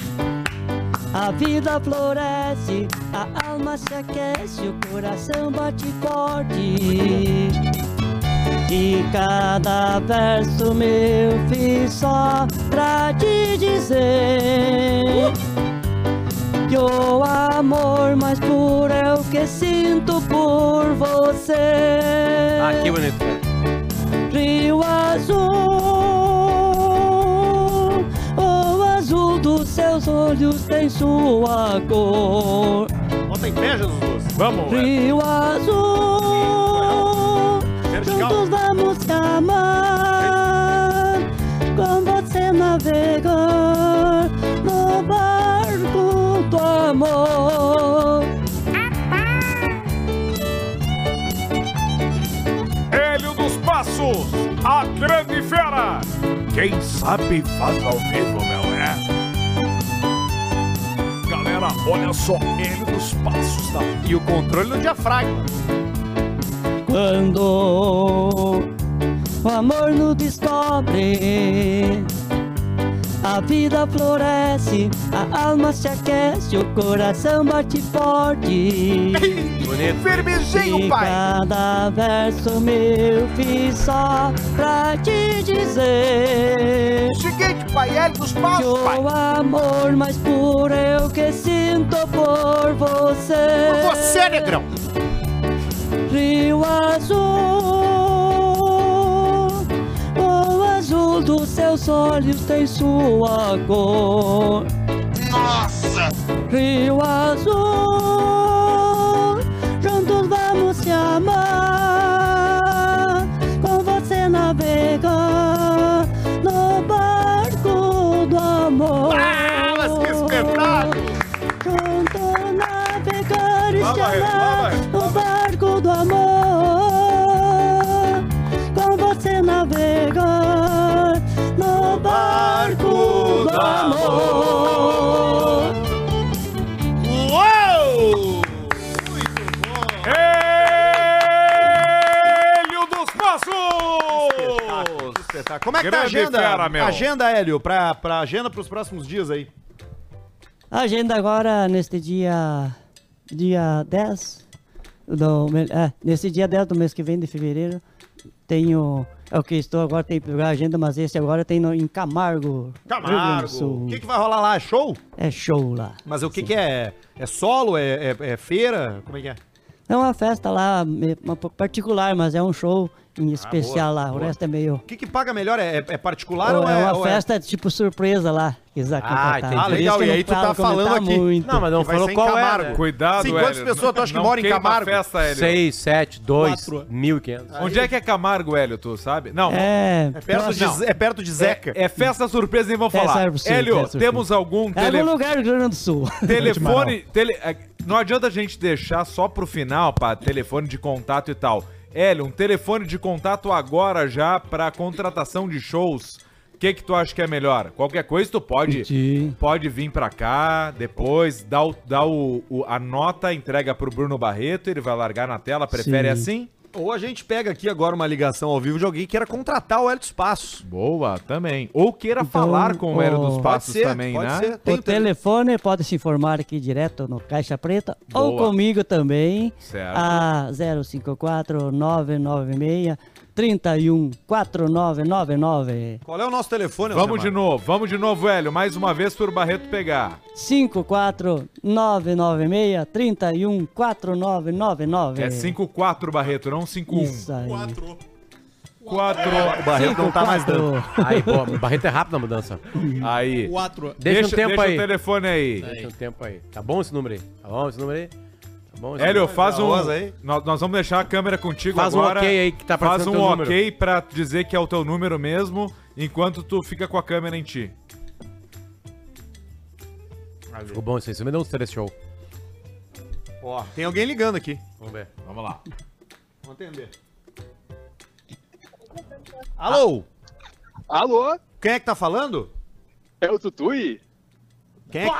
Speaker 1: a vida floresce, a alma se aquece, o coração bate forte. E cada verso meu fiz só pra te dizer que o amor mais puro é o que sinto por você.
Speaker 5: Ah, que bonito.
Speaker 1: Rio azul, o azul dos seus olhos tem sua cor.
Speaker 3: Bota em pé, Jesus. é.
Speaker 6: Vamos, Hélio.
Speaker 1: Rio azul,
Speaker 3: Vertical.
Speaker 1: juntos vamos te amar. Com você navegar no barco do amor.
Speaker 6: Hélio dos Passos, a grande fera. Quem sabe faz ao vivo, meu é. Galera, olha só, Hélio dos Passos da
Speaker 3: tá? E o controle do diafragma.
Speaker 1: Quando o amor nos descobre, a vida floresce, a alma se aquece, o coração bate forte.
Speaker 4: <laughs>
Speaker 1: E cada verso meu fiz só pra te dizer
Speaker 4: Seguinte, pai, Hélio dos
Speaker 1: que
Speaker 4: Passos, pai.
Speaker 1: o amor mais puro é o que sinto por você.
Speaker 2: Por você, negrão.
Speaker 1: Rio azul, o azul dos seus olhos tem sua cor. Nossa! Rio azul, juntos vamos se amar. Com você navegar no barco do amor.
Speaker 3: Ah, mas que espetáculo!
Speaker 1: Juntos navegar e
Speaker 6: Vamos,
Speaker 1: se amar
Speaker 6: vamos,
Speaker 1: no barco do amor. Oh, Com você navegar no
Speaker 6: Ah,
Speaker 1: barco do amor.
Speaker 2: Uou!
Speaker 6: Hélio dos Passos!
Speaker 3: Espetáculo. Como é que tá a
Speaker 6: Grande
Speaker 3: agenda?
Speaker 6: fera, meu.
Speaker 3: Agenda, Hélio, pra, pra agenda pros próximos dias aí.
Speaker 1: Agenda agora neste dia. Dia 10. Do, me- é, nesse dia 10 do mês que vem de fevereiro. Tenho. É o que estou agora, tem que pegar a agenda, mas esse agora tem no, em Camargo. Rio Grande do
Speaker 3: Camargo.
Speaker 1: Sul.
Speaker 3: O que, que vai rolar lá? Show?
Speaker 1: É show lá.
Speaker 3: Mas o que, que é? É solo? É, é- é feira? Como é que é?
Speaker 1: É uma festa lá, me- um pouco particular, mas é um show
Speaker 3: Ah,
Speaker 1: em especial lá. O resto é meio.
Speaker 3: O que, que paga melhor? É, é- é particular
Speaker 1: Ou
Speaker 3: ou
Speaker 1: é, uma
Speaker 3: ou
Speaker 1: festa tipo surpresa lá. Que eles
Speaker 5: Ah, entendi.
Speaker 1: Por
Speaker 3: Ah, legal,
Speaker 1: isso que
Speaker 3: e
Speaker 1: eu
Speaker 3: aí
Speaker 1: não
Speaker 3: tu tá
Speaker 1: falo comentar
Speaker 3: falando aqui.
Speaker 1: muito.
Speaker 5: Não, mas não
Speaker 3: Que vai
Speaker 5: falou
Speaker 3: ser em
Speaker 5: qual é.
Speaker 3: Camargo.
Speaker 5: né?
Speaker 6: Cuidado,
Speaker 3: Sim, quantas
Speaker 6: Hélio.
Speaker 3: pessoas tu acha que
Speaker 6: Não
Speaker 3: moram em
Speaker 6: queima a
Speaker 3: Camargo?
Speaker 6: festa, Hélio.
Speaker 5: 6, 7, 2,
Speaker 9: Quatro.
Speaker 5: 1.500.
Speaker 6: Onde é que é Camargo, Hélio, tu sabe? Não.
Speaker 1: É,
Speaker 3: Perto de,
Speaker 6: Não.
Speaker 3: Ze- é perto de Zeca.
Speaker 6: É festa surpresa, nem vão
Speaker 1: Festa
Speaker 6: falar.
Speaker 1: surpresa,
Speaker 6: Hélio,
Speaker 1: festa
Speaker 6: temos algum
Speaker 1: é
Speaker 6: tele-
Speaker 1: algum lugar do Rio Grande do Sul.
Speaker 6: telefone... tele- é, Não adianta a gente deixar só pro final, pá, telefone de contato e tal. Hélio, um telefone de contato agora já pra contratação de shows. O que que tu acha que é melhor? Qualquer coisa tu pode,
Speaker 1: Entendi.
Speaker 6: pode vir pra cá, depois dá, o, dá o, o- a nota, entrega pro Bruno Barreto, ele vai largar na tela, prefere
Speaker 1: Sim.
Speaker 6: assim?
Speaker 3: Ou a gente pega aqui agora uma ligação ao vivo de alguém que queira contratar o Hélio do Espaço.
Speaker 6: Boa, também. Ou queira
Speaker 1: Então,
Speaker 6: falar com o Hélio dos
Speaker 1: ó,
Speaker 6: Passos também, né?
Speaker 1: O telefone pode se informar aqui direto no Caixa Preta ou
Speaker 6: Boa.
Speaker 1: comigo também.
Speaker 6: Certo.
Speaker 3: Ah.
Speaker 1: A 054 996 31 4999
Speaker 3: Qual é o nosso telefone,
Speaker 6: Vamos de
Speaker 3: Alcemar?
Speaker 6: novo, vamos de novo, Hélio. Mais uma vez pro Barreto pegar.
Speaker 1: 54 996 31 4999.
Speaker 6: É 5-4, Barreto, não 5-1.
Speaker 1: Isso aí.
Speaker 6: 4.
Speaker 3: O Barreto não tá mais dando.
Speaker 1: 54.
Speaker 5: Aí, pô, o Barreto é rápido na mudança.
Speaker 6: Aí.
Speaker 9: Quatro.
Speaker 5: Deixa, um tempo
Speaker 6: deixa
Speaker 5: aí.
Speaker 6: o telefone aí.
Speaker 5: Deixa um tempo aí. Tá bom esse número aí? Tá bom esse número aí? Tá bom esse
Speaker 6: Hélio,
Speaker 5: número?
Speaker 6: faz um.
Speaker 3: Rosa aí.
Speaker 6: Nós, nós vamos deixar a câmera contigo
Speaker 5: Faz um
Speaker 6: agora.
Speaker 5: ok aí que tá
Speaker 6: Faz
Speaker 5: aparecendo
Speaker 6: um
Speaker 5: teu número.
Speaker 6: ok pra dizer que é o teu número mesmo, enquanto tu fica com a câmera em ti.
Speaker 5: Ficou bom isso aí. Você me deu um stress show.
Speaker 3: Ó, tem alguém ligando aqui.
Speaker 5: Vamos ver.
Speaker 6: Vamos lá.
Speaker 3: Vamos atender. Alô?
Speaker 10: Alô,
Speaker 3: Quem é que tá falando?
Speaker 10: é o Tutui?
Speaker 3: <laughs> Quem é,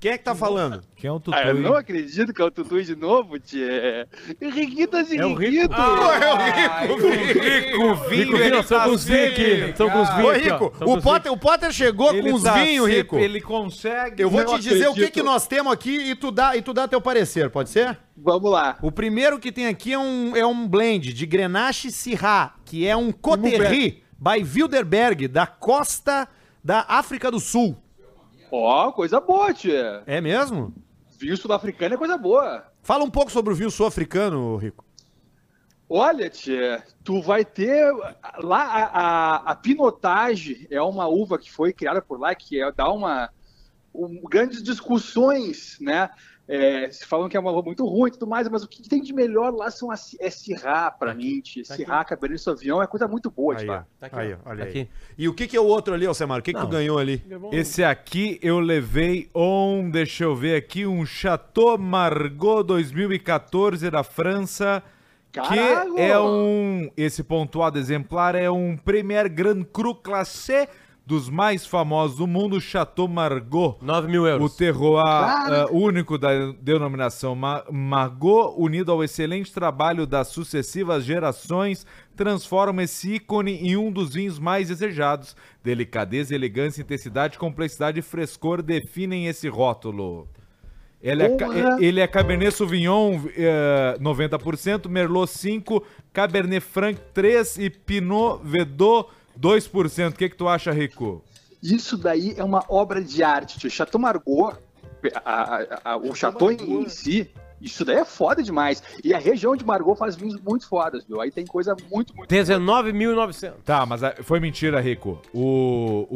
Speaker 3: quem é que tá falando?
Speaker 6: Quem é o Tutu?
Speaker 10: Ah, eu não acredito que é o Tutui de novo, Tchê. Riquitas e
Speaker 5: É o Rico.
Speaker 10: Riquitos.
Speaker 6: Ah. Rico Vinho, ele
Speaker 5: Estão
Speaker 6: tá
Speaker 5: com os vinhos
Speaker 6: sempre-
Speaker 5: aqui. Estão com os
Speaker 3: Ô,
Speaker 5: vinhos aqui. ó. Tão
Speaker 3: Rico,
Speaker 5: com
Speaker 3: o
Speaker 5: os vinhos.
Speaker 3: Potter, o Potter chegou com os
Speaker 6: tá
Speaker 3: vinhos,
Speaker 6: sempre-
Speaker 3: Rico.
Speaker 6: Ele consegue.
Speaker 3: Eu vou
Speaker 10: Não
Speaker 3: te dizer o que,
Speaker 10: acredito.
Speaker 3: que nós temos aqui e tu, dá, e tu dá teu parecer, pode ser?
Speaker 10: Vamos lá.
Speaker 3: O primeiro que tem aqui é um, é um blend de Grenache e Syrah, que é um Coterri by Wilderberg, da costa da África do Sul.
Speaker 10: Ó, coisa boa, Tchê.
Speaker 3: É mesmo?
Speaker 10: Vinho sul-africano é coisa boa.
Speaker 3: Fala um pouco sobre o vinho sul-africano, Rico.
Speaker 10: Olha, tia, tu vai ter lá a, a, a pinotagem é uma uva que foi criada por lá que é, dá uma um- grandes discussões, né? É, se falam que é uma uva muito ruim e tudo mais, mas o que tem de melhor lá são as, é Sirá,
Speaker 3: Tá
Speaker 10: pra mim, tia. Sirá, Cabernet Sauvignon é coisa muito boa,
Speaker 3: Aí,
Speaker 10: tia.
Speaker 3: ó. Tá Aí, ó, olha
Speaker 5: Aqui.
Speaker 3: aí. E o que, que é o outro ali, Alcemar? O que, que tu
Speaker 5: Não.
Speaker 3: ganhou ali?
Speaker 6: Esse aqui eu levei um, deixa eu ver aqui, um Chateau Margaux 2014 da França,
Speaker 10: Caralho!
Speaker 6: que é um, esse pontuado exemplar é um Premier Grand Cru Classé dos mais famosos do mundo, Chateau Margaux.
Speaker 5: 9 mil
Speaker 6: O
Speaker 5: euros.
Speaker 6: terroir
Speaker 10: Cara!
Speaker 6: ah, único da denominação Ma- Margot, unido ao excelente trabalho das sucessivas gerações, transforma esse ícone em um dos vinhos mais desejados. Delicadeza, elegância, intensidade, complexidade e frescor definem esse rótulo. Ele é, ca-
Speaker 10: Porra!
Speaker 6: ele é Cabernet Sauvignon eh, 90%, Merlot 5%, Cabernet Franc 3% e Pinot Vedot 2%. O que, que tu acha, Rico?
Speaker 10: Isso daí é uma obra de arte, tio. Chateau Margaux, a- a- a- o Chateau em, em si, isso daí é foda demais. E a região de Margaux faz vinhos muito fodas, meu. Aí tem coisa muito, muito
Speaker 5: 19.900.
Speaker 6: Tá, mas ah, foi mentira, Rico. O.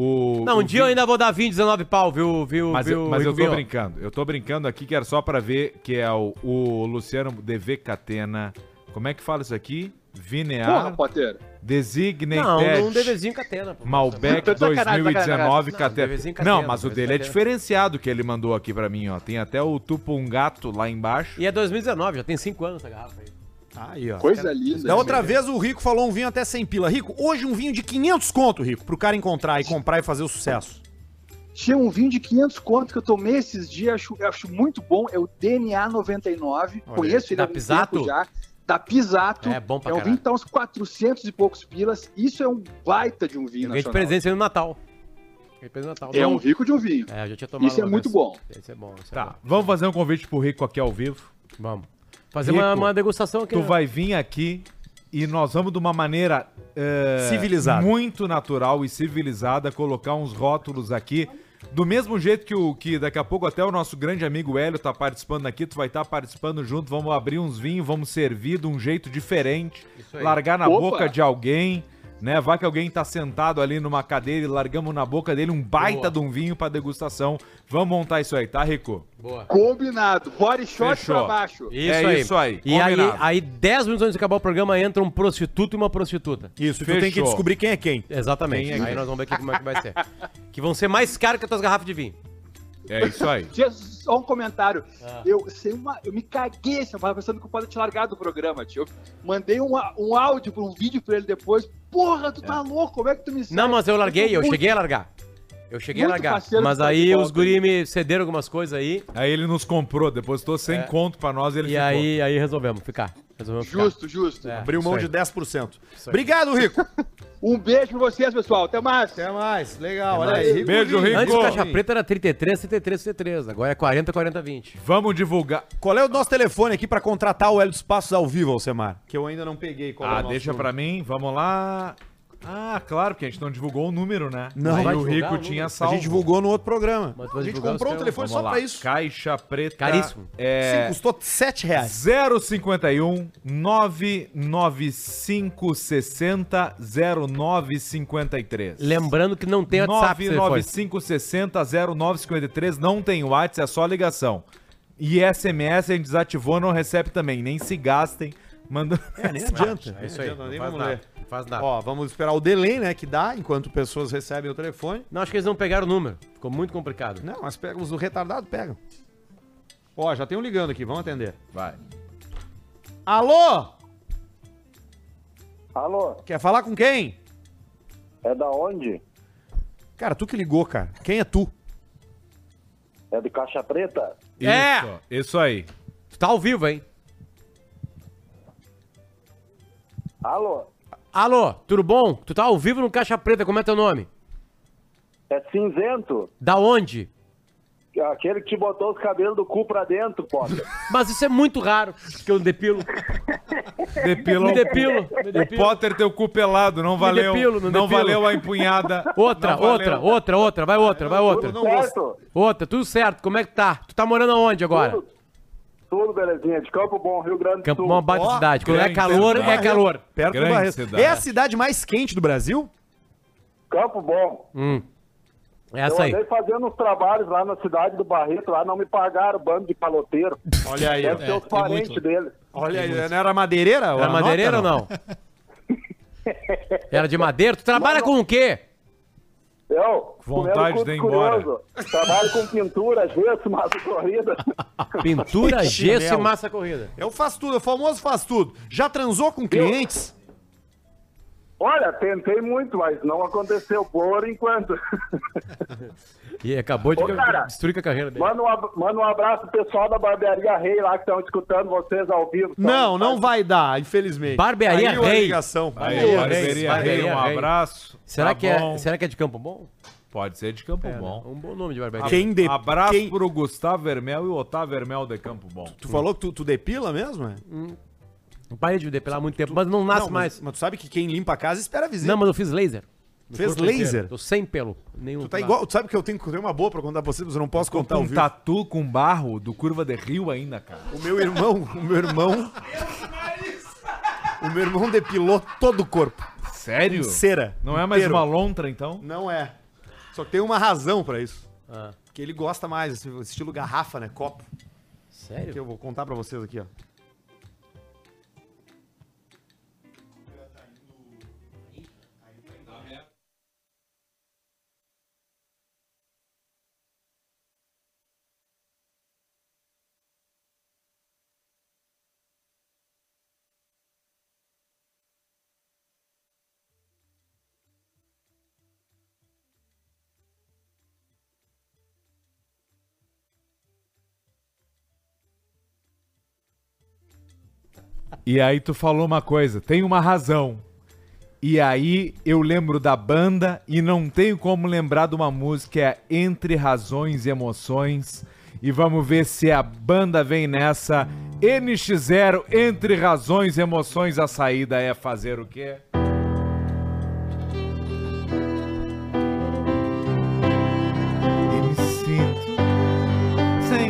Speaker 6: o
Speaker 5: Não,
Speaker 6: o
Speaker 5: um dia eu
Speaker 6: vinho-
Speaker 5: ainda vou dar 20, 19 pau, viu? viu
Speaker 6: Mas,
Speaker 5: viu,
Speaker 6: eu, mas eu tô
Speaker 5: Rico Vinho?
Speaker 6: brincando. Eu tô brincando aqui que era só pra ver que é o, o Luciano DV Catena. Como é que fala isso aqui?
Speaker 10: Porra,
Speaker 6: Vinear
Speaker 10: Potter.
Speaker 6: Designated
Speaker 5: Não, um DVzinho catena. pô.
Speaker 6: Malbec
Speaker 10: Tá sacanagem,
Speaker 6: 2019
Speaker 10: sacanagem.
Speaker 5: Não,
Speaker 6: Catena.
Speaker 5: DVzinho
Speaker 6: Não,
Speaker 5: Catena,
Speaker 6: mas o
Speaker 5: DVzinho
Speaker 6: dele é
Speaker 5: Catena.
Speaker 6: diferenciado que ele mandou aqui pra mim, ó. Tem até o Tupungato lá embaixo.
Speaker 5: E é 2019, já tem 5 anos essa garrafa aí.
Speaker 3: Aí, ó.
Speaker 10: Coisa linda.
Speaker 3: Da outra vez o Rico falou um vinho até 100 pila. Rico, hoje um vinho de 500 conto, Rico, pro cara encontrar e comprar e fazer o sucesso.
Speaker 10: Tinha um vinho de 500 conto que eu tomei esses dias, acho, acho muito bom. É o DNA 99.
Speaker 3: Olha aí.
Speaker 10: Conheço ele
Speaker 5: Da
Speaker 10: há muito
Speaker 5: Tá Pisato?
Speaker 10: tempo já. Da Pisato.
Speaker 5: É bom pra
Speaker 10: É um
Speaker 5: caralho.
Speaker 10: vinho que tá uns 400 e poucos pilas. Isso é um baita de um
Speaker 5: Eu
Speaker 10: vinho
Speaker 5: ganhei de
Speaker 10: nacional.
Speaker 5: presente no Natal. Ganhei de presente no Natal.
Speaker 10: É um
Speaker 5: Não,
Speaker 10: rico de um vinho.
Speaker 5: É, eu já tinha tomado.
Speaker 10: Isso é
Speaker 5: uma
Speaker 10: muito
Speaker 5: vez.
Speaker 10: bom.
Speaker 5: Esse é bom. Esse é
Speaker 6: Tá,
Speaker 5: bom.
Speaker 6: vamos fazer um convite pro Rico aqui ao vivo.
Speaker 5: Vamos. Fazer
Speaker 6: Rico,
Speaker 5: uma, uma degustação aqui.
Speaker 6: Tu
Speaker 5: né?
Speaker 6: vai vir aqui e nós vamos de uma maneira eh,
Speaker 3: Civilizada.
Speaker 6: muito natural e civilizada colocar uns rótulos aqui Do mesmo jeito que o que daqui a pouco até o nosso grande amigo Hélio tá participando aqui, tu vai estar participando junto, vamos abrir uns vinhos, vamos servir de um jeito diferente, largar na
Speaker 10: Opa!
Speaker 6: boca de alguém, né? Vai que alguém tá sentado ali numa cadeira e largamos na boca dele um baita de um vinho pra degustação. Vamos montar isso aí, tá, Rico?
Speaker 5: Boa.
Speaker 10: Combinado. Body shot
Speaker 6: Fechou.
Speaker 10: pra baixo.
Speaker 5: Isso
Speaker 6: É
Speaker 5: aí.
Speaker 6: isso aí,
Speaker 5: E aí,
Speaker 6: combinado.
Speaker 5: aí, 10 minutos antes de acabar o programa, entra um prostituto e uma prostituta.
Speaker 3: Isso, e tu
Speaker 6: Fechou.
Speaker 3: tem que descobrir quem é quem.
Speaker 5: Exatamente.
Speaker 6: Quem é
Speaker 5: Aí nós vamos ver que- como é que vai ser. <laughs> Que vão ser mais caros que as tuas garrafas de vinho.
Speaker 6: É isso aí.
Speaker 10: Jesus, só um comentário.
Speaker 5: Ah.
Speaker 10: Eu, sei uma, eu me caguei essa semana pensando que o Paulo tinha largado o programa, tio. Eu mandei um, á- um áudio, um vídeo pra ele depois. Porra, tu tá louco? Como é que tu me
Speaker 5: Não, mas eu larguei, eu
Speaker 10: Muito-
Speaker 5: cheguei a largar. Eu cheguei a
Speaker 10: Muito
Speaker 5: largar.
Speaker 10: parceiro tá
Speaker 5: Mas
Speaker 10: do
Speaker 5: aí
Speaker 10: futebol,
Speaker 3: tá
Speaker 5: os guri me cederam algumas coisas aí.
Speaker 6: Aí ele nos comprou, depositou 100
Speaker 5: É.
Speaker 6: conto pra nós ele
Speaker 5: E aí, aí resolvemos ficar. Resolvemos ficar.
Speaker 10: Justo, justo.
Speaker 5: É,
Speaker 3: Abriu mão
Speaker 5: isso
Speaker 3: de
Speaker 5: aí.
Speaker 3: 10%. Obrigado, Rico.
Speaker 10: Um beijo pra vocês, pessoal. Até mais.
Speaker 3: Até mais. Legal, Ah, olha
Speaker 6: mais.
Speaker 3: aí. Rico
Speaker 6: Beijo,
Speaker 3: Lima.
Speaker 6: Rico.
Speaker 5: Antes o caixa
Speaker 3: Sim.
Speaker 5: preta era 33, 33, 33. Agora é 40, 40, 20.
Speaker 6: Vamos divulgar.
Speaker 3: Qual é o nosso telefone aqui pra contratar o Hélio dos Passos ao vivo, Alcemar? Que eu ainda não peguei. Qual é o
Speaker 6: Ah,
Speaker 3: nosso
Speaker 6: deixa
Speaker 3: número?
Speaker 6: pra mim, vamos lá. Ah, claro, porque a gente não divulgou o número, né?
Speaker 3: Não.
Speaker 6: Aí
Speaker 3: Vai
Speaker 6: o
Speaker 5: divulgar
Speaker 6: Rico
Speaker 5: o
Speaker 6: tinha
Speaker 5: número?
Speaker 3: A
Speaker 6: salvo.
Speaker 3: gente divulgou no outro programa.
Speaker 5: Mas tu vai
Speaker 3: A gente
Speaker 5: divulgar os
Speaker 3: comprou um
Speaker 5: teus.
Speaker 3: telefone
Speaker 6: Vamos
Speaker 3: só
Speaker 6: lá.
Speaker 3: pra isso.
Speaker 6: Caixa preta.
Speaker 5: Caríssimo.
Speaker 6: É.
Speaker 3: Sim, custou 7 reais.
Speaker 6: 051 995 60 0953.
Speaker 5: Lembrando que não tem WhatsApp. telefone.
Speaker 6: 995 60 0953. Não tem WhatsApp, é só ligação. E SMS a gente desativou, não recebe também. Nem se gastem. Manda...
Speaker 3: Nem adianta.
Speaker 5: É isso aí.
Speaker 3: Não
Speaker 5: Não
Speaker 3: adianta, nem
Speaker 5: faz
Speaker 3: vamos
Speaker 5: nada.
Speaker 3: ler.
Speaker 5: Não faz nada.
Speaker 3: Ó, vamos esperar o delay, né, que dá, enquanto pessoas recebem o telefone.
Speaker 5: Não, acho que eles não pegaram o número. Ficou muito complicado.
Speaker 3: Não, mas pega, os retardados pegam. Ó, já tem um ligando aqui, vamos atender.
Speaker 6: Vai.
Speaker 3: Alô?
Speaker 13: Alô,
Speaker 3: Quer falar com quem?
Speaker 13: é da onde?
Speaker 3: Cara, tu que ligou, cara. Quem é tu?
Speaker 13: É de Caixa Preta?
Speaker 5: É!
Speaker 6: Isso, isso aí.
Speaker 5: Tá ao vivo, hein?
Speaker 13: Alô,
Speaker 5: Alô, tudo bom? Tu tá ao vivo no Caixa Preta, como é teu nome?
Speaker 13: é Cinzento?
Speaker 5: Da onde?
Speaker 13: Aquele que te botou os cabelos do cu pra dentro,
Speaker 5: <laughs>
Speaker 13: pô.
Speaker 5: Mas isso é muito raro que eu depilo.
Speaker 6: <laughs> Depilou.
Speaker 5: Me depilo. Me
Speaker 6: O
Speaker 5: depilo.
Speaker 6: Potter teu cu pelado, não valeu.
Speaker 5: depilo,
Speaker 6: não
Speaker 5: me depilo.
Speaker 6: valeu a empunhada.
Speaker 5: Outra,
Speaker 6: não valeu.
Speaker 5: outra, outra, outra. Vai outra, vai outra.
Speaker 13: Certo?
Speaker 5: Outra, tudo certo. Como é que tá? Tu tá morando aonde agora?
Speaker 13: Tudo, tudo belezinha. De Campo Bom, Rio Grande do
Speaker 5: Campo
Speaker 13: Sul.
Speaker 5: Bom é uma baita
Speaker 3: Ó,
Speaker 5: cidade. Quando é
Speaker 6: grande
Speaker 5: calor, é
Speaker 6: cidade.
Speaker 5: calor.
Speaker 3: Perto
Speaker 6: Grande
Speaker 3: do Barreto.
Speaker 6: cidade.
Speaker 3: É a cidade mais quente do Brasil?
Speaker 13: Campo Bom.
Speaker 5: Hum. É
Speaker 13: Eu
Speaker 5: essa aí.
Speaker 13: andei fazendo uns trabalhos lá na cidade do Barreto, lá não me pagaram bando de paloteiro.
Speaker 3: Olha aí.
Speaker 13: Deve ser
Speaker 5: É,
Speaker 13: os parentes dele.
Speaker 3: Olha aí, né? não era madeireira?
Speaker 5: Era
Speaker 3: A
Speaker 5: madeireira ou
Speaker 3: nota,
Speaker 5: Ah, <laughs> não? Era de madeira? Tu trabalha com o quê?
Speaker 13: Eu,
Speaker 6: Vontade
Speaker 13: comendo
Speaker 6: de ir
Speaker 13: curto
Speaker 6: embora.
Speaker 13: curioso. Trabalho com pintura, gesso, massa corrida.
Speaker 5: Pintura,
Speaker 3: Chinelo.
Speaker 5: gesso e massa corrida.
Speaker 3: <laughs> Eu faço tudo, o famoso faz tudo. Já transou com clientes?
Speaker 13: Olha, tentei muito, mas não aconteceu por enquanto.
Speaker 5: E acabou de
Speaker 13: Ô, cara.
Speaker 5: destruir com a carreira dele.
Speaker 13: Manda um, ab- manda um abraço pro pessoal da Barbearia Rei lá que estão escutando vocês ao vivo. Tão-
Speaker 3: Não, não vai dar, infelizmente.
Speaker 5: Barbearia
Speaker 3: Caiu a
Speaker 5: Rei.
Speaker 3: ligação.
Speaker 6: Aí,
Speaker 3: Pô,
Speaker 6: barbearia,
Speaker 5: Barbearia
Speaker 6: Rei, um
Speaker 5: Rei.
Speaker 6: abraço.
Speaker 5: Será,
Speaker 6: Tá
Speaker 5: que é,
Speaker 6: bom.
Speaker 5: será que é de Campo Bom?
Speaker 6: Pode ser de Campo
Speaker 5: É
Speaker 6: Bom.
Speaker 5: um bom nome de barbearia.
Speaker 3: Quem de-
Speaker 6: Abraço
Speaker 3: quem-
Speaker 6: pro Gustavo Vermel e o Otávio Vermel de Campo Bom.
Speaker 3: Tu falou que tu, tu depila mesmo? é?
Speaker 5: Hum. Eu Parei de depilar há muito tempo, mas não nasce
Speaker 3: Não, mas,
Speaker 5: mais.
Speaker 3: mas tu sabe que quem limpa a casa espera a visita.
Speaker 5: Não, mas eu fiz laser. No
Speaker 3: Fez
Speaker 5: corpo
Speaker 3: laser?
Speaker 5: inteiro. Tô sem pelo. Nenhum.
Speaker 3: Tu tá igual. Tu sabe que eu tenho, eu tenho uma boa pra contar pra vocês, mas eu não posso contar o
Speaker 6: um
Speaker 3: vivo.
Speaker 6: tatu com barro do Curva de Rio ainda, cara.
Speaker 3: O meu irmão, o meu irmão. o meu irmão depilou todo o corpo.
Speaker 6: <laughs> Sério?
Speaker 3: Cera.
Speaker 6: Não é mais
Speaker 3: inteiro.
Speaker 6: uma lontra, então?
Speaker 3: Não é. Só que tem uma razão pra isso.
Speaker 5: Ah.
Speaker 3: Que ele gosta mais, esse estilo garrafa, né? Copo. Que
Speaker 5: Sério?
Speaker 3: eu vou contar pra vocês aqui, ó.
Speaker 6: E aí tu falou uma coisa, tem uma razão. E aí eu lembro da banda e não tenho como lembrar de uma música, é Entre Razões e Emoções. E vamos ver se a banda vem nessa. NX0, Entre Razões e Emoções, a saída é fazer o quê?
Speaker 3: Entre razões e emoções,
Speaker 6: É,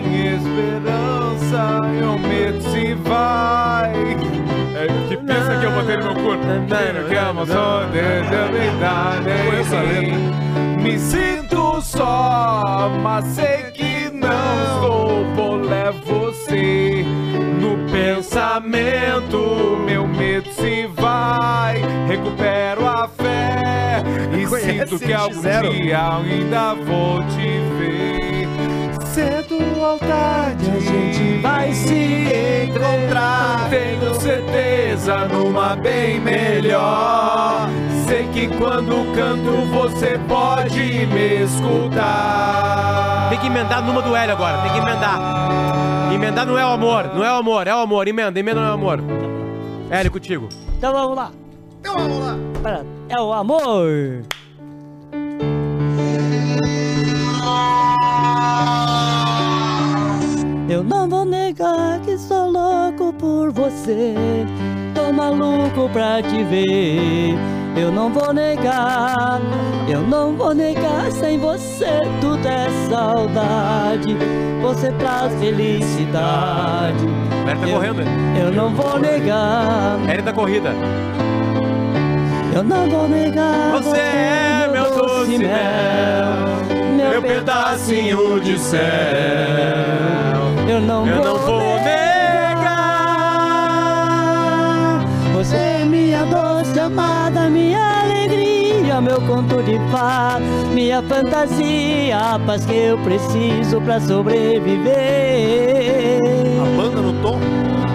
Speaker 3: Conheço a letra.
Speaker 6: Me sinto só, mas sei que não sou bolé você. No pensamento, meu medo se vai. Recupero a fé e
Speaker 3: Conhece
Speaker 6: sinto que algum
Speaker 3: Zero?
Speaker 6: dia ainda vou te ver. Cedo ou tarde a gente vai se encontrar. Tenho certeza numa bem melhor. Sei que quando canto você pode me escutar.
Speaker 5: Tem que emendar numa do Hélio agora, tem que emendar. Emendar não é o amor, não é o amor, é o amor. Emenda, emenda não é o amor. Hélio, contigo.
Speaker 1: Então vamos lá. Então vamos lá. É o amor. Eu não vou negar que sou louco por você. Tô maluco pra te ver. Eu não vou negar, eu não vou negar. Sem você tudo é saudade. Você traz felicidade.
Speaker 5: O Hélio tá
Speaker 1: Eu-
Speaker 5: correndo, hein?
Speaker 1: Eu não vou negar.
Speaker 5: Hélio da corrida.
Speaker 1: Eu não vou negar.
Speaker 5: Você é meu doce mel, meu pedacinho de céu.
Speaker 6: é,
Speaker 1: Eu não,
Speaker 5: Eu não vou negar.
Speaker 1: Você é minha doce amada, minha alegria, meu conto de paz, minha fantasia, a paz que eu preciso pra sobreviver.
Speaker 3: A banda no tom.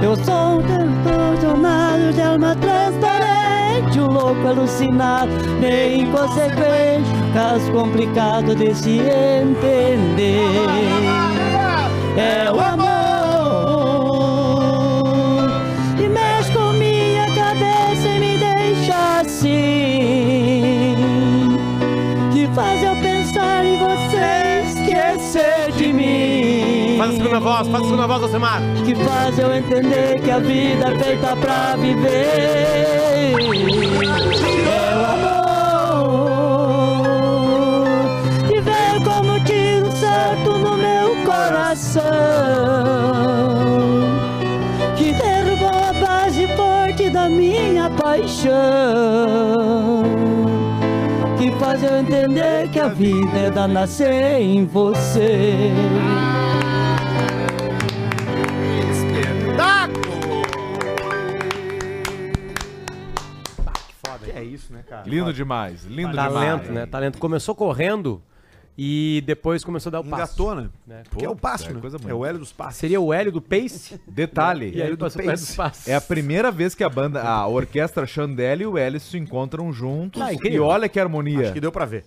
Speaker 1: Eu sou um cantor jornado de alma transparente, um louco alucinado, bem inconsequente, caso complicado de se entender. É o amor e mexe com minha cabeça e me deixa assim, que faz eu pensar em você esquecer de mim.
Speaker 5: Faz a segunda voz, faz a segunda voz, Alcemar.
Speaker 1: que faz eu entender que a vida é feita pra viver. É o amor que veio como um tiro certo no meu coração, que derrubou a base forte da minha paixão. Que faz eu entender que a vida é da nascer em você.
Speaker 3: Que é isso, né, cara?
Speaker 6: Lindo demais, lindo demais.
Speaker 5: Talento, né? Talento. Começou correndo e depois começou a dar o passo.
Speaker 3: Engatou, né?
Speaker 5: Né?
Speaker 3: Que é o passo,
Speaker 6: Puta,
Speaker 3: né?
Speaker 6: coisa
Speaker 3: é
Speaker 6: bonita.
Speaker 3: o Hélio dos passos.
Speaker 5: Seria o Hélio do Pace?
Speaker 6: Detalhe.
Speaker 5: E aí
Speaker 3: Hélio do
Speaker 5: passou o Hélio
Speaker 3: Pace.
Speaker 5: do Passe.
Speaker 6: É a primeira vez que a banda, a orquestra Chandelle e o Hélice se encontram juntos.
Speaker 5: Ah,
Speaker 6: e
Speaker 5: incrível.
Speaker 6: olha que
Speaker 3: Acho
Speaker 6: harmonia.
Speaker 3: que deu pra ver.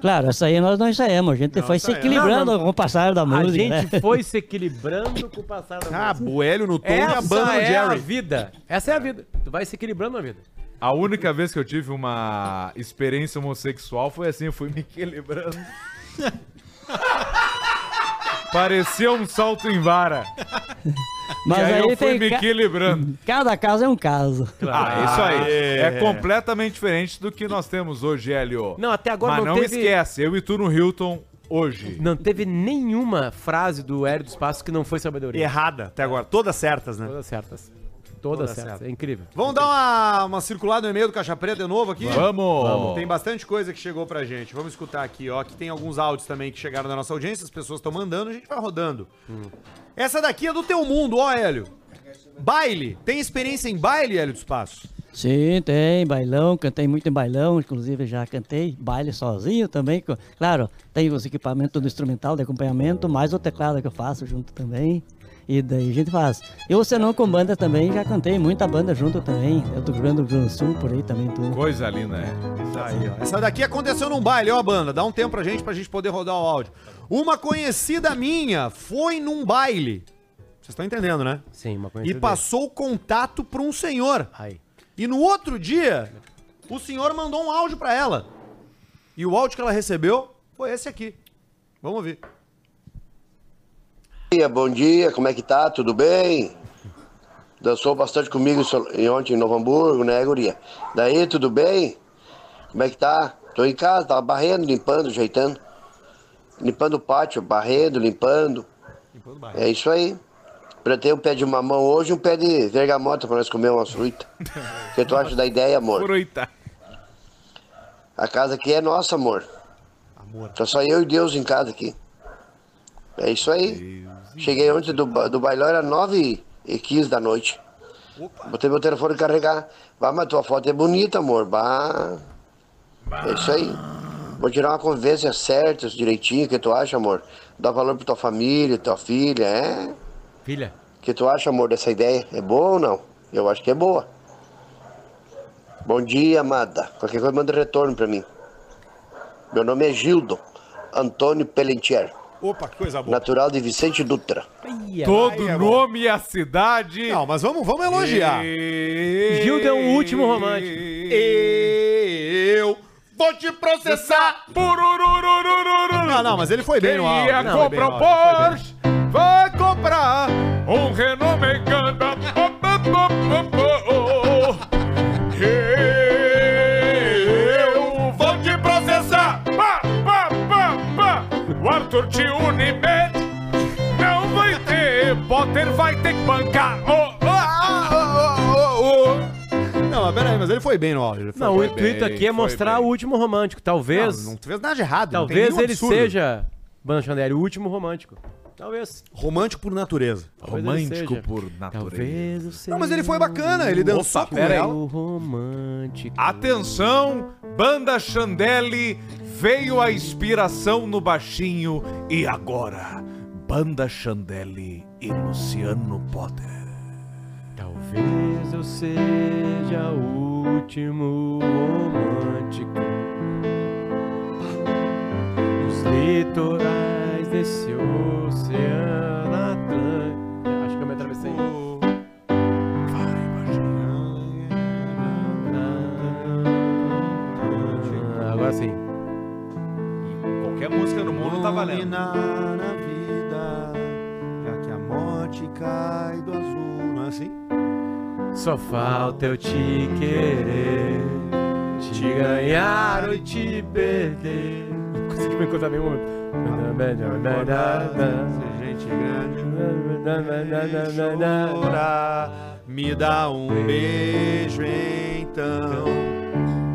Speaker 1: Claro, essa aí nós não ensaiamos, a gente foi se equilibrando
Speaker 5: Não, não.
Speaker 1: com o passar da
Speaker 5: A
Speaker 1: música. né?
Speaker 5: gente <laughs> foi se equilibrando com o passar da
Speaker 3: Ah,
Speaker 5: música.
Speaker 3: o Hélio no tom e a banda
Speaker 5: Essa
Speaker 3: no
Speaker 5: é a
Speaker 3: Jerry.
Speaker 5: vida. Essa é a vida. Tu vai se equilibrando na vida.
Speaker 6: A única vez que eu tive uma experiência homossexual foi assim, eu fui me equilibrando. Parecia um salto em
Speaker 5: <laughs>
Speaker 6: vara.
Speaker 1: <laughs> Mas
Speaker 6: e aí,
Speaker 1: aí
Speaker 6: eu fui
Speaker 1: tem
Speaker 6: me
Speaker 1: ca-
Speaker 6: equilibrando.
Speaker 1: <laughs> cada caso é um caso.
Speaker 6: Ah, isso aí. É completamente diferente do que nós temos hoje, Hélio.
Speaker 5: Não, até agora
Speaker 6: Mas
Speaker 5: não
Speaker 6: não,
Speaker 5: teve-
Speaker 6: esquece, eu e tu no Hilton hoje.
Speaker 5: Não teve nenhuma frase do Hélio dos Passos que não foi sabedoria.
Speaker 3: Errada até agora. Todas certas, né?
Speaker 5: Todas certas. Todas certas.
Speaker 3: certas.
Speaker 5: É incrível.
Speaker 3: Vamos dar uma, uma circulada no e-mail do Caixa Preta de novo aqui?
Speaker 6: Vamos. Vamos.
Speaker 3: Tem bastante coisa que chegou pra gente. Vamos escutar aqui, ó. Que tem alguns áudios também que chegaram da nossa audiência. As pessoas estão mandando, a gente vai rodando. Essa daqui é do teu mundo, ó, Hélio. Baile. Tem experiência em baile, Hélio dos Passos?
Speaker 1: Sim, tem bailão, cantei muito em bailão, inclusive já cantei baile sozinho também. co- Claro, tem os equipamentos do instrumental de acompanhamento, mais o teclado que eu faço junto também. E daí a gente faz. Eu, se não com banda também, já cantei muita banda junto também. Eu do Rio Grande do Sul, por aí também tudo.
Speaker 6: Coisa linda, né?
Speaker 3: Aí, ó. Essa daqui aconteceu num baile, ó, banda. Dá um tempo pra gente, pra gente poder rodar o áudio. Uma conhecida minha foi num baile. Vocês estão entendendo, né?
Speaker 5: Sim, uma coisa.
Speaker 3: E passou o contato pra um senhor.
Speaker 5: Aí.
Speaker 3: E no outro dia, o senhor mandou um áudio pra ela. E o áudio que ela recebeu foi esse aqui. Vamos ouvir.
Speaker 14: Bom dia, bom dia, como é que tá? Tudo bem? Dançou bastante comigo em Sol- em ontem em Novo Hamburgo, né, guria? Daí, tudo bem? Como é que tá? Tô em casa, tava barrendo, limpando, ajeitando. Limpando o pátio, barrendo, limpando. É isso aí. Plantei um pé de mamão hoje e um pé de vergamota pra nós comer umas
Speaker 3: <laughs>
Speaker 14: frutas. O que tu acha da ideia, amor?
Speaker 6: Fruta.
Speaker 14: A casa aqui é nossa, amor. Amor. Tá só eu e Deus em casa aqui. É isso aí. Cheguei ontem do, ba- do bailão, era 9 e 15 da noite. Botei meu telefone carregar. Bah, mas tua foto é bonita, amor. Bah. É isso aí. Vou tirar uma convivência certa, direitinho, o que tu acha, amor? Dá valor pra tua família, tua filha, é?
Speaker 5: Filha.
Speaker 14: O que tu acha, amor, dessa ideia? É boa ou não? Eu acho que é boa. Bom dia, amada. Qualquer coisa manda retorno pra mim. Meu nome é Gildo Antônio Pelentier.
Speaker 3: Opa, que coisa boa.
Speaker 14: Natural de Vicente Dutra.
Speaker 6: Todo
Speaker 14: Ai, é bom.
Speaker 6: nome e a cidade.
Speaker 3: Não, mas vamos, vamos elogiar.
Speaker 6: Gilda é um último
Speaker 5: romântico.
Speaker 3: Eu vou te processar. Ah, Não, não, mas ele foi bem
Speaker 6: Quem
Speaker 3: no áudio.
Speaker 6: ia
Speaker 3: ele foi bem
Speaker 6: comprar
Speaker 3: no
Speaker 6: um
Speaker 3: áudio, ele foi bem.
Speaker 6: Porsche vai comprar um Renault Megane. Eu vou te processar. Pá, pá, pá, pá. O Arthur de Unimed não vai ter. Potter vai ter que bancar. Oh, oh, oh, oh, oh, oh.
Speaker 3: Não, mas peraí, mas ele foi bem no áudio. ele foi
Speaker 5: Não, o
Speaker 3: bem.
Speaker 5: intuito aqui é
Speaker 6: foi
Speaker 5: mostrar
Speaker 6: bem.
Speaker 5: o último romântico. Talvez.
Speaker 3: Não, não fez nada de errado. não tem
Speaker 5: talvez
Speaker 3: nenhum
Speaker 5: ele
Speaker 3: absurdo.
Speaker 5: seja, Banda Chandelier, o último romântico. Talvez.
Speaker 3: Romântico por natureza.
Speaker 5: Talvez ele seja.
Speaker 6: por
Speaker 5: Talvez eu seja.
Speaker 3: Não, mas ele foi bacana, ele dançou com
Speaker 6: pera aí.
Speaker 3: ela.
Speaker 5: O romântico.
Speaker 6: Atenção, banda Chandelle, veio a inspiração no baixinho e agora, banda Chandelle e Luciano Potter.
Speaker 5: Talvez eu seja o último romântico Os litorais desse oceano Atlântico Acho que eu me atravessei
Speaker 6: Vai, baixinho.
Speaker 5: Ah, Agora sim
Speaker 6: Qualquer música no mundo tá valendo.
Speaker 3: Iluminar na vida, já que a morte cai do azul. Não é assim?
Speaker 5: Só falta eu te querer Te ganhar ou te perder Não consegui me encontrar em nenhum momento
Speaker 3: Ser gente grande, chorar. Me dá um beijo então.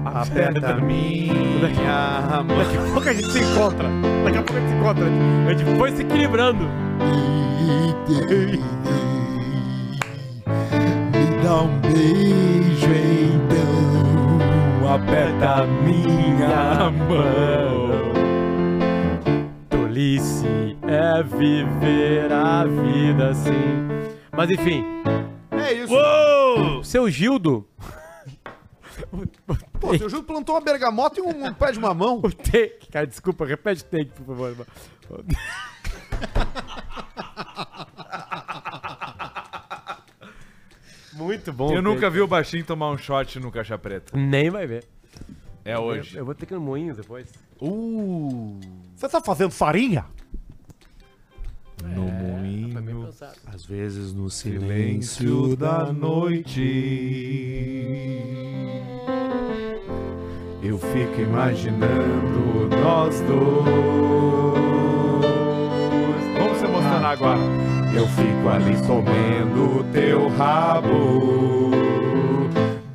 Speaker 3: Aperta minha mão.
Speaker 5: Daqui a pouco a gente se encontra. Daqui a pouco a gente se encontra. A gente foi se equilibrando.
Speaker 6: Me dá um beijo então, aperta a minha mão.
Speaker 5: Tolice é viver a vida assim. Mas enfim,
Speaker 3: É isso.
Speaker 5: o seu Gildo,
Speaker 3: Pô, seu Júlio plantou uma bergamota e um, um pé de mamão.
Speaker 5: <laughs> o take. Cara, desculpa, repete o take, por favor. irmão. Muito bom.
Speaker 6: Eu
Speaker 5: o
Speaker 6: nunca vi o baixinho tomar um shot no caixa preta.
Speaker 5: take. Nem vai ver.
Speaker 6: É hoje.
Speaker 5: Eu, eu vou ter que ir no moinho depois.
Speaker 6: Uh,
Speaker 3: Você tá fazendo farinha?
Speaker 5: É,
Speaker 6: no
Speaker 5: tá
Speaker 6: moinho,
Speaker 3: Às vezes no
Speaker 6: silêncio da noite. Eu fico imaginando nós dois. Vamos se emocionar agora. Eu fico ali comendo o teu rabo,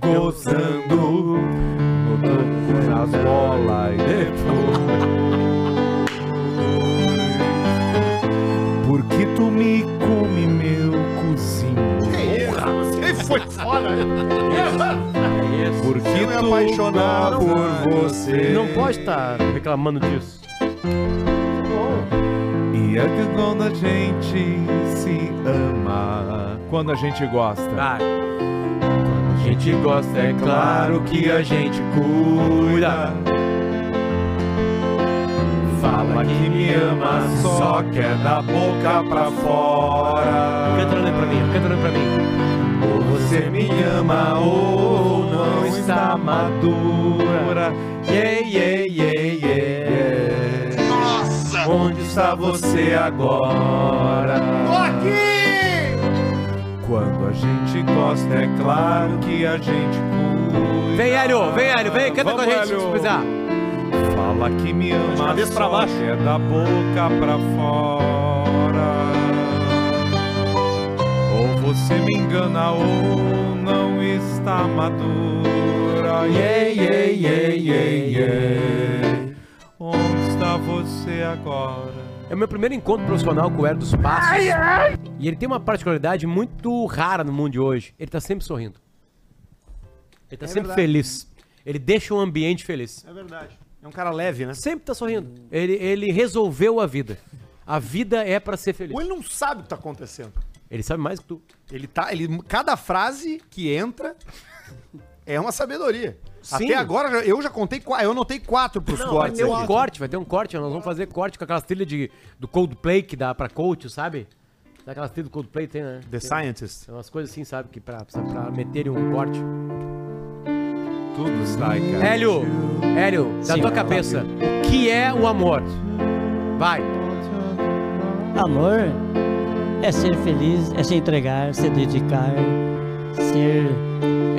Speaker 6: gozando no toco nas bolas e depois. Porque tu me come meu cozinho.
Speaker 3: Ele foi fora.
Speaker 6: Porque
Speaker 3: Eu me
Speaker 6: tu
Speaker 3: apaixonado
Speaker 6: por você.
Speaker 5: Não pode estar reclamando disso.
Speaker 6: E é que quando a gente se ama, quando a gente gosta.
Speaker 5: Vai. Quando a gente gosta, é claro que a gente cuida.
Speaker 6: Fala que me ama, só que é da boca pra fora.
Speaker 5: Canta olhando pra mim, canta olhando pra mim.
Speaker 6: Ou você me ama ou não está madura. Yeah, yeah, yeah, yeah. Nossa! Onde está você agora? Tô aqui! Quando a gente gosta, é claro que a gente cuida.
Speaker 5: Vem, Hélio, vem, Hélio, vem, canta
Speaker 6: Vamos,
Speaker 5: com a gente se
Speaker 6: Hélio.
Speaker 5: precisar.
Speaker 6: Fala que me ama, cabeça pra baixo. é da boca pra fora. Ou você me engana ou não está madura. Yeah, yeah, yeah, yeah, yeah. Onde está você agora?
Speaker 5: É o meu primeiro encontro profissional com o Hélio dos Passos. E ele tem uma particularidade muito rara no mundo de hoje. Ele tá sempre sorrindo. Ele tá
Speaker 3: É
Speaker 5: sempre
Speaker 3: verdade.
Speaker 5: feliz. Ele deixa o ambiente feliz.
Speaker 3: É verdade. É um cara leve, né?
Speaker 5: Sempre tá sorrindo. Ele, ele resolveu a vida. A vida é pra ser feliz.
Speaker 3: Ou ele não sabe o que tá acontecendo.
Speaker 5: Ele sabe mais que tu.
Speaker 3: Ele tá. Ele, cada frase que entra é uma sabedoria.
Speaker 5: Sim.
Speaker 3: Até agora eu já contei. qua- Eu anotei quatro pros
Speaker 5: Não, vai
Speaker 3: cortes.
Speaker 5: ter um
Speaker 3: aqui.
Speaker 5: corte, vai ter um corte. Nós vamos fazer corte com aquelas trilhas de, do Coldplay que dá pra coach, sabe? Sabe Aquelas trilhas do Coldplay tem, né?
Speaker 3: The
Speaker 5: Tem-
Speaker 3: Scientist.
Speaker 5: Tem umas coisas assim, sabe? Que pra, pra- pra meterem um corte.
Speaker 6: Tudo sai, cara.
Speaker 5: Hélio, Hélio, da
Speaker 8: Sim.
Speaker 3: tá
Speaker 5: tua cabeça, que é o amor? Vai.
Speaker 8: Amor é ser feliz, é se entregar, se dedicar, ser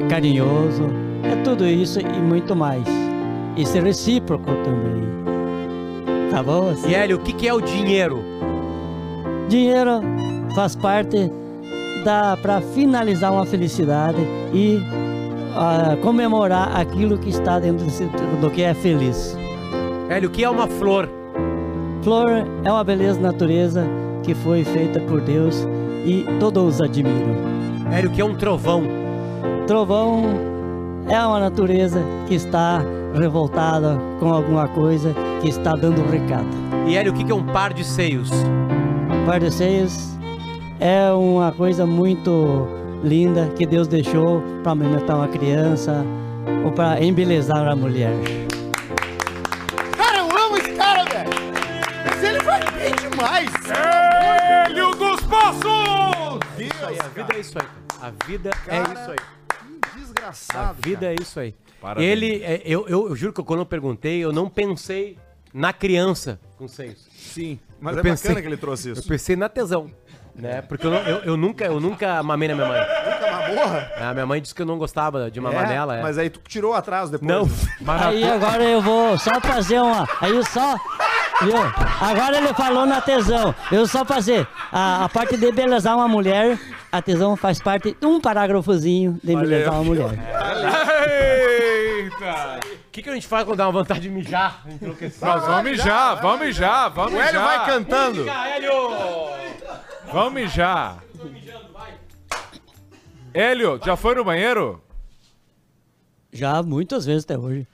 Speaker 8: carinhoso, é tudo isso e muito mais. E ser recíproco também. Tá bom? assim?
Speaker 5: E Hélio, o que, que é o dinheiro?
Speaker 8: Dinheiro faz parte da para finalizar uma felicidade e ah, comemorar aquilo que está dentro desse- do que é feliz.
Speaker 5: Hélio, o que é uma flor?
Speaker 8: Flor é uma beleza da natureza que foi feita por Deus e todos admiram.
Speaker 5: Hélio, o que é um trovão?
Speaker 8: Trovão é uma natureza que está revoltada com alguma coisa que está dando um recado.
Speaker 5: E Hélio, o que, que é um par de seios?
Speaker 8: Pardeceios é uma coisa muito linda que Deus deixou para alimentar uma criança ou para embelezar a mulher.
Speaker 4: Cara, eu amo esse cara, velho. Mas ele vai bem demais.
Speaker 6: Hélio dos Passos!
Speaker 5: Isso aí, a vida é isso aí. cara. A vida é isso aí. A
Speaker 3: Desgraçado.
Speaker 5: vida é isso aí.
Speaker 6: Parabéns.
Speaker 5: Ele, é, eu, eu, eu juro que quando eu perguntei, eu não pensei na criança com seios.
Speaker 3: Sim. Mas
Speaker 5: Eu
Speaker 3: é
Speaker 5: pensei-
Speaker 3: bacana que ele trouxe
Speaker 5: Eu
Speaker 3: isso.
Speaker 5: pensei na tesão. Né? Porque eu, não- eu, eu nunca, eu nunca mamei na minha mãe.
Speaker 3: Porra.
Speaker 5: A minha mãe disse que eu não gostava de mamar
Speaker 3: É,
Speaker 5: nela. é.
Speaker 3: Mas aí tu tirou o atraso depois.
Speaker 5: Não.
Speaker 8: Aí agora eu vou só fazer uma. Aí só. Viu? Agora ele falou na tesão. Eu só fazer. A, a parte de embelezar uma mulher, a tesão faz parte de um parágrafozinho de embelezar uma mulher.
Speaker 6: Eita!
Speaker 5: O que, que a gente faz quando dá uma vontade de mijar?
Speaker 6: Nós vamos mijar, vamos mijar, vamos
Speaker 3: O Hélio
Speaker 6: mijar.
Speaker 3: vai cantando.
Speaker 6: Vamos mijar. Hélio, já foi no banheiro?
Speaker 8: Já muitas vezes até hoje.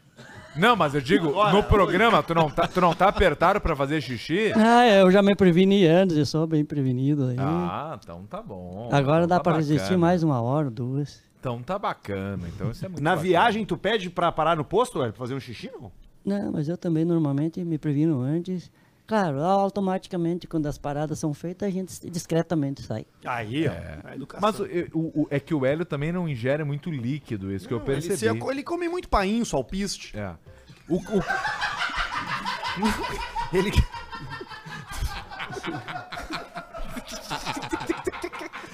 Speaker 6: Não, mas eu digo, no programa, tu não tá, tu não tá apertado pra fazer xixi?
Speaker 8: Ah, eu já me preveni antes, eu sou bem prevenido aí.
Speaker 6: Ah, então tá bom.
Speaker 8: Agora dá
Speaker 6: Então tá
Speaker 8: pra resistir
Speaker 6: bacana.
Speaker 8: mais uma hora, duas.
Speaker 6: Então tá bacana, então isso é muito
Speaker 3: Na
Speaker 6: bacana.
Speaker 3: viagem, tu pede pra parar no posto, Hélio, pra fazer um xixi, não?
Speaker 8: Não, mas eu também normalmente me previno antes. Claro, automaticamente quando as paradas são feitas, a gente discretamente sai.
Speaker 3: Aí, ó. É. educação.
Speaker 6: Mas o, o- o- é que o Hélio também não ingere muito líquido, isso que eu
Speaker 3: ele,
Speaker 6: percebi.
Speaker 3: se aco- ele come muito painço, alpiste.
Speaker 6: É. O, o-
Speaker 3: <laughs> Ele... <laughs>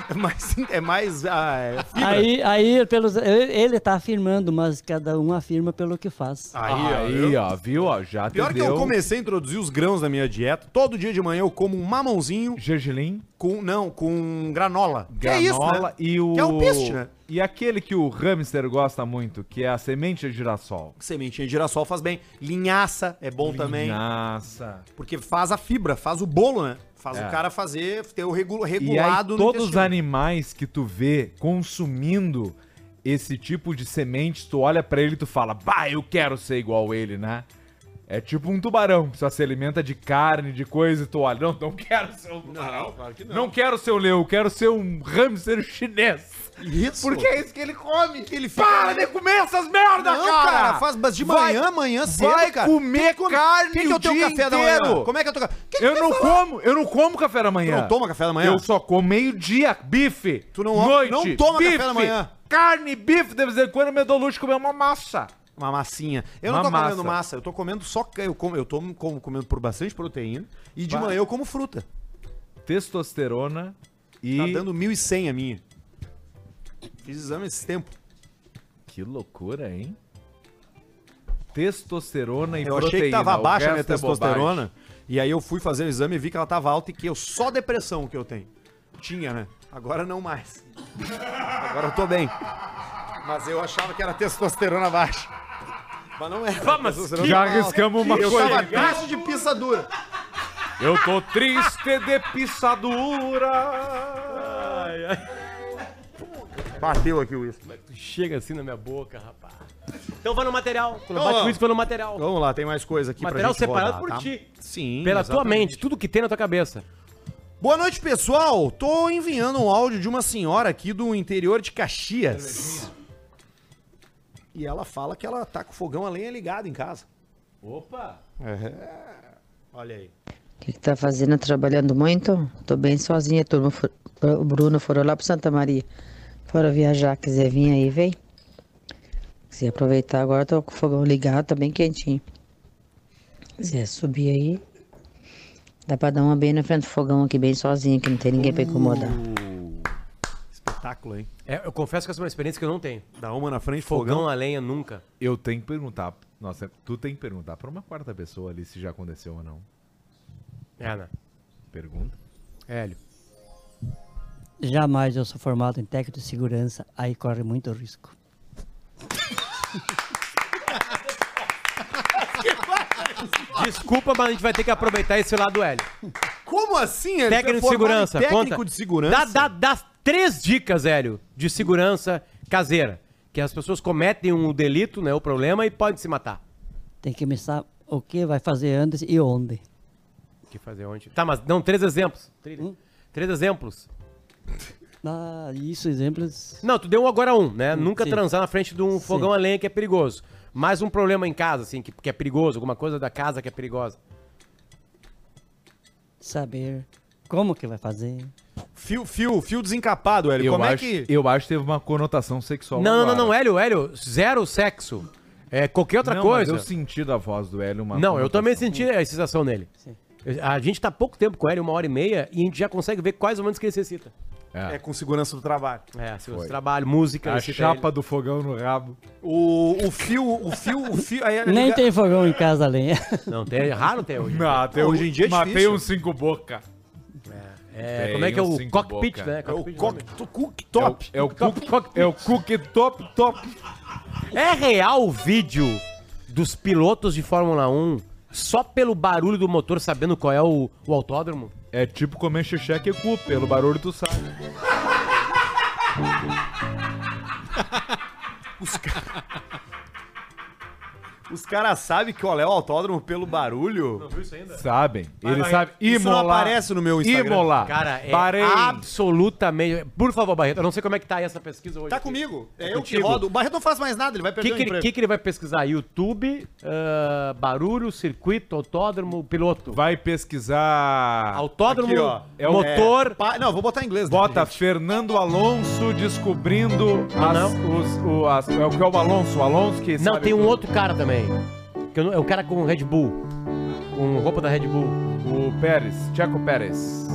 Speaker 3: é mais... É mais ah, é fibra.
Speaker 8: Aí, aí pelos, ele tá afirmando, mas cada um afirma pelo que faz.
Speaker 1: Ah.
Speaker 3: Aí, ó.
Speaker 6: aí, ó, viu? Ó, já
Speaker 3: Pior
Speaker 6: te deu...
Speaker 3: que eu comecei a introduzir os grãos na minha dieta. Todo dia de manhã eu como um mamãozinho
Speaker 6: Gergelim,
Speaker 3: com... Não, com granola. Que é isso,
Speaker 6: granola
Speaker 3: né?
Speaker 6: e o...
Speaker 3: Que é o piste, né?
Speaker 6: E aquele que o hamster gosta muito, que é a semente de girassol.
Speaker 3: Sementinha de girassol faz bem. Linhaça é bom também.
Speaker 6: Nossa.
Speaker 3: Porque faz a fibra, faz o bolo, né? Faz
Speaker 6: É.
Speaker 3: o cara fazer, ter o regu-
Speaker 6: E aí,
Speaker 3: regulado
Speaker 6: todos os
Speaker 3: intestino.
Speaker 6: animais que tu vê consumindo esse tipo de semente, tu olha pra ele e tu fala, bah, eu quero ser igual ele, né? É tipo um tubarão, que só se alimenta de carne, de coisa, e tu olha, não, não quero ser um tubarão. Não,
Speaker 3: claro que não.
Speaker 6: quero ser um leão, quero ser um hamster chinês.
Speaker 3: Isso.
Speaker 6: Porque é isso que ele come.
Speaker 3: Que ele fica-
Speaker 6: Para de comer essas merdas,
Speaker 3: Não,
Speaker 6: cara!
Speaker 3: cara, faz mas de manhã, amanhã cedo,
Speaker 6: Ah, vai
Speaker 3: cara.
Speaker 6: comer carne
Speaker 3: Quem que é
Speaker 6: o
Speaker 3: o teu
Speaker 6: dia
Speaker 3: café da
Speaker 6: inteiro.
Speaker 3: manhã? Como é que é o teu café? Que que
Speaker 6: Eu
Speaker 3: tu
Speaker 6: não
Speaker 3: quer falar?
Speaker 6: como, eu não como café da manhã.
Speaker 3: Tu não toma café da manhã?
Speaker 6: Eu só como meio-dia, bife.
Speaker 3: Tu não-
Speaker 6: noite,
Speaker 3: não toma café
Speaker 6: bife,
Speaker 3: da manhã.
Speaker 6: Carne, bife, de vez em quando eu me dou luxo de comer uma massa.
Speaker 3: Uma massinha. Eu
Speaker 6: Uma
Speaker 3: não tô
Speaker 6: massa.
Speaker 3: comendo massa, eu tô comendo só. ca- Eu, como, eu tô como- comendo por bastante proteína e de
Speaker 6: Vai.
Speaker 3: manhã eu como fruta.
Speaker 6: Testosterona e
Speaker 3: Tá dando 1.100 a minha. Fiz exame esse tempo.
Speaker 6: que loucura, hein? Testosterona e
Speaker 3: Eu
Speaker 6: proteína.
Speaker 3: achei que tava
Speaker 6: o
Speaker 3: baixa a minha
Speaker 6: resto é
Speaker 3: testosterona. e aí eu fui fazer o exame e vi que ela tava alta e que eu só depressão que eu tenho. Tinha, né? Agora não
Speaker 6: <laughs>
Speaker 3: mais. Agora eu tô bem. Mas eu achava que era testosterona baixa. Mas não é.
Speaker 6: Mas já arriscamos uma
Speaker 3: eu Eu
Speaker 6: coisa.
Speaker 3: tava triste de pizza dura. <laughs>
Speaker 6: Eu tô triste de pisadura.
Speaker 3: Bateu aqui o uísque.
Speaker 5: Chega assim na minha boca, rapaz. Então vai no material. Quando
Speaker 3: Então,
Speaker 5: bate
Speaker 3: ó.
Speaker 5: com isso, vai no material.
Speaker 3: Vamos lá, tem mais coisa aqui
Speaker 5: Material
Speaker 3: pra gente
Speaker 5: separado
Speaker 3: rodar,
Speaker 5: por
Speaker 3: tá?
Speaker 5: ti.
Speaker 3: Sim.
Speaker 5: Pela tua
Speaker 3: exatamente.
Speaker 5: mente, tudo que tem na tua cabeça.
Speaker 3: Boa noite, pessoal. Tô enviando um áudio de uma senhora aqui do interior de Caxias. E ela fala que ela tá com o fogão a lenha ligado em casa. É.
Speaker 5: Opa!
Speaker 3: Olha aí.
Speaker 15: O que, que tá fazendo? Trabalhando muito? Tô bem sozinha, turma. For- O Bruno foram lá pro Santa Maria. Foram viajar, quiser vir aí, vem. Se aproveitar agora, tô com o fogão ligado, tá bem quentinho. Quiser subir aí, dá pra dar uma bem na frente do fogão aqui, bem sozinha, que não tem ninguém pra incomodar.
Speaker 3: Espetáculo, hein?
Speaker 5: É, eu confesso que essa é uma experiência que eu não tenho.
Speaker 3: Dá uma na frente,
Speaker 5: Fogão,
Speaker 6: fogão.
Speaker 5: a lenha, nunca.
Speaker 6: Eu tenho que perguntar. Nossa, tu tem que perguntar pra uma quarta pessoa ali se já aconteceu ou não.
Speaker 5: É, né?
Speaker 6: Pergunta.
Speaker 5: Hélio.
Speaker 1: Jamais eu sou formado em técnico de segurança, aí corre muito risco.
Speaker 5: Desculpa, mas a gente vai ter que aproveitar esse lado do Hélio.
Speaker 3: Como assim? Ele
Speaker 5: Técnico de
Speaker 3: é formado em
Speaker 5: segurança,
Speaker 3: Técnico
Speaker 5: conta.
Speaker 3: de
Speaker 5: Dá,
Speaker 3: segurança.
Speaker 5: dá- dá três dicas, Hélio, de segurança caseira. Que as pessoas cometem um delito, né, o problema, e podem se matar.
Speaker 1: Tem que pensar o que vai fazer antes e onde.
Speaker 5: O que fazer onde? Tá, mas não, três exemplos. Três,
Speaker 3: Hum?
Speaker 5: três exemplos.
Speaker 1: Ah, isso, exemplos.
Speaker 5: Não, tu deu agora um,
Speaker 3: Hum,
Speaker 5: né? Nunca
Speaker 1: sim.
Speaker 5: transar na frente de um fogão a lenha que é perigoso. Mais um problema em casa, assim, que, que é perigoso, alguma coisa da casa que é perigosa.
Speaker 1: Saber como que vai fazer.
Speaker 3: Fio, fio, fio desencapado, Hélio.
Speaker 6: Eu
Speaker 3: Como
Speaker 6: acho,
Speaker 3: é que.
Speaker 6: eu acho que teve uma conotação sexual.
Speaker 5: não, não,
Speaker 6: agora.
Speaker 5: não, não, Hélio, Hélio, zero sexo. É qualquer outra
Speaker 6: Não, mas
Speaker 5: coisa.
Speaker 6: eu senti da voz do Hélio uma
Speaker 5: Não, eu
Speaker 6: conotação.
Speaker 5: também senti a sensação nele. Eu- A gente tá pouco tempo com ele, uma hora e meia, e a gente já consegue ver quais ou menos que ele necessita.
Speaker 3: É com segurança do trabalho.
Speaker 5: É, seus trabalho, música,
Speaker 6: A
Speaker 5: necessita
Speaker 6: chapa do fogão no rabo.
Speaker 3: O, o fio, o fio, o fio. Aí,
Speaker 1: Nem tem fogão em casa, lenha.
Speaker 5: ele. Não, tem, é raro até hoje.
Speaker 6: Ah, Não, até
Speaker 3: hoje em dia é
Speaker 6: Matei
Speaker 3: difícil.
Speaker 6: um cinco boca.
Speaker 5: É,
Speaker 6: Tem
Speaker 5: como é que é
Speaker 6: um
Speaker 5: o
Speaker 6: cinco
Speaker 5: cockpit,
Speaker 6: boca.
Speaker 5: né?
Speaker 3: É o
Speaker 5: Cockpit,
Speaker 3: cock-
Speaker 5: né?
Speaker 3: to- cooktop.
Speaker 6: É o cook, é o cook top top.
Speaker 5: É real o vídeo dos pilotos de Fórmula 1 só pelo barulho do motor sabendo qual é o, o autódromo?
Speaker 6: É tipo comer xixé que cu, pelo barulho tu sabe.
Speaker 3: <laughs> Os caras sabem qual é o autódromo pelo barulho.
Speaker 6: Sabem. Ele
Speaker 5: vai.
Speaker 6: sabe.
Speaker 3: Isso não
Speaker 6: Imola.
Speaker 3: aparece no meu Instagram.
Speaker 6: Imola.
Speaker 5: Cara, é
Speaker 6: Bahrein.
Speaker 5: absolutamente. Por favor, Barreto, eu não sei como é que tá aí essa pesquisa hoje.
Speaker 3: Tá
Speaker 5: aqui.
Speaker 3: comigo.
Speaker 5: Tá
Speaker 3: É eu que
Speaker 5: contigo.
Speaker 3: rodo. O Barreto não faz mais nada, ele vai
Speaker 5: O que, que,
Speaker 3: perder o
Speaker 5: ele-
Speaker 3: emprego.
Speaker 5: que que ele vai pesquisar? YouTube, ah, barulho, circuito, autódromo, piloto.
Speaker 6: Vai pesquisar.
Speaker 5: Autódromo,
Speaker 3: Aqui, ó.
Speaker 6: É o-
Speaker 5: motor.
Speaker 3: Pa- Não, vou botar em inglês. né,
Speaker 6: Bota
Speaker 3: gente?
Speaker 6: Fernando Alonso descobrindo as-
Speaker 5: não.
Speaker 6: os- o, as- é o que é o Alonso, o Alonso que
Speaker 5: Não,
Speaker 6: sabe
Speaker 5: tem um
Speaker 6: tudo.
Speaker 5: outro cara também. Que eu não- é o cara com Red Bull. Com roupa da Red Bull.
Speaker 6: O Pérez, Checo Pérez.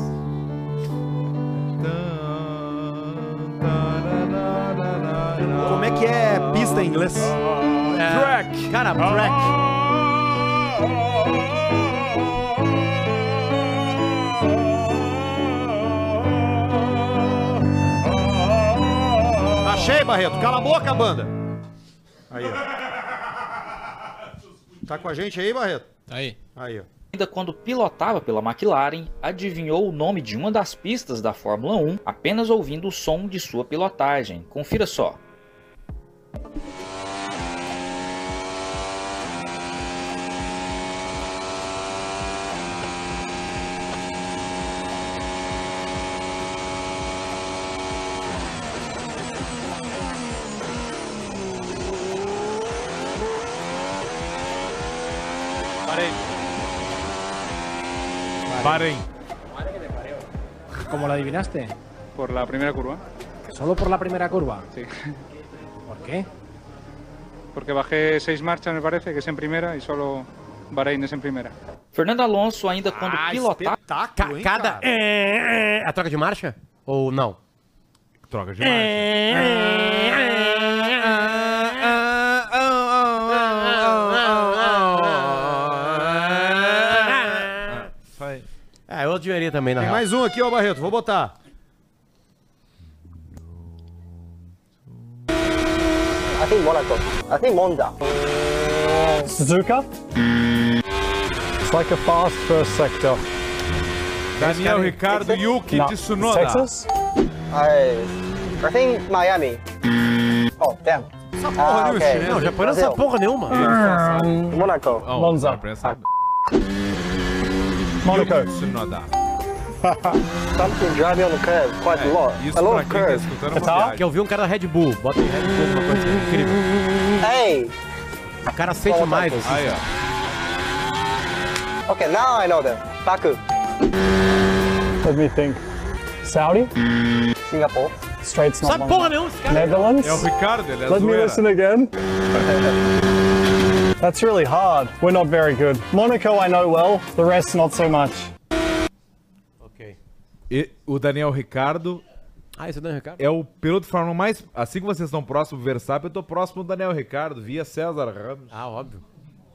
Speaker 3: Como é que é pista em inglês?
Speaker 5: Track! Cara, track.
Speaker 3: Achei, Barreto. Cala a boca, banda. Aí, ó. Tá com a gente aí, Barreto?
Speaker 9: Aí.
Speaker 3: Aí, ó.
Speaker 16: Ainda quando pilotava pela McLaren, adivinhou o nome de uma das pistas da Fórmula 1 apenas ouvindo o som de sua pilotagem. Confira só.
Speaker 2: Parei.
Speaker 6: Bahrein.
Speaker 17: ¿Cómo lo adivinaste?
Speaker 2: Por la primera curva.
Speaker 17: ¿Solo por la primera curva?
Speaker 2: Sí.
Speaker 17: ¿Por qué?
Speaker 2: Porque bajé seis marchas, me parece, que es en primera y solo Bahrein es en primera.
Speaker 16: Fernando Alonso, ainda quando
Speaker 6: Ah,
Speaker 3: Ah,
Speaker 16: pilotava.
Speaker 5: Ca- cada. É, é, a troca de marcha? Ou não?
Speaker 6: Troca de marcha.
Speaker 5: É, eu dinheirinho também, na
Speaker 3: Tem
Speaker 5: real. Ah,
Speaker 6: um.
Speaker 3: mais um aqui, ó, Barreto. Vou botar.
Speaker 18: así
Speaker 13: Assim
Speaker 18: Monaco, así Monza.
Speaker 19: Suzuka. It's like a fast first sector.
Speaker 6: Daniel Ricardo Yuki
Speaker 19: No.
Speaker 6: Tsunoda.
Speaker 19: Texas?
Speaker 18: I, I think Miami. Oh, damn. Ah, Essa
Speaker 5: porra, né,
Speaker 6: Ah,
Speaker 5: meu chinelo? Não, Japão não é essa porra nenhuma.
Speaker 18: Monaco.
Speaker 19: Monza. Monaco.
Speaker 6: Tsunoda.
Speaker 18: <laughs> Something driving on the curve quite a lot. I love
Speaker 3: tá
Speaker 18: curves.
Speaker 3: é
Speaker 5: Que eu vi um cara da Red Bull. Bota aí Red Bull, uma coisa assim, incrível.
Speaker 18: Hey,
Speaker 5: O cara sente mais. Assim.
Speaker 18: okay, now I know them. Baku,
Speaker 19: Let me think. Saudi?
Speaker 18: Singapore.
Speaker 19: Straight
Speaker 18: Sabe
Speaker 19: Snowball.
Speaker 18: porra nenhuma, esse cara.
Speaker 19: Netherlands?
Speaker 18: É o Ricardo, ele é
Speaker 19: Let me
Speaker 18: zoeira. <laughs>
Speaker 19: listen again. That's really hard. We're not very good. Monaco I know well, the rest not so much.
Speaker 6: E o Daniel Ricardo.
Speaker 5: Ah, esse é o Daniel Ricardo?
Speaker 6: É o piloto de Fórmula 1 mais. Assim que vocês estão próximos do Verstappen, eu tô próximo do Daniel Ricardo, via César Ramos.
Speaker 5: Ah, óbvio.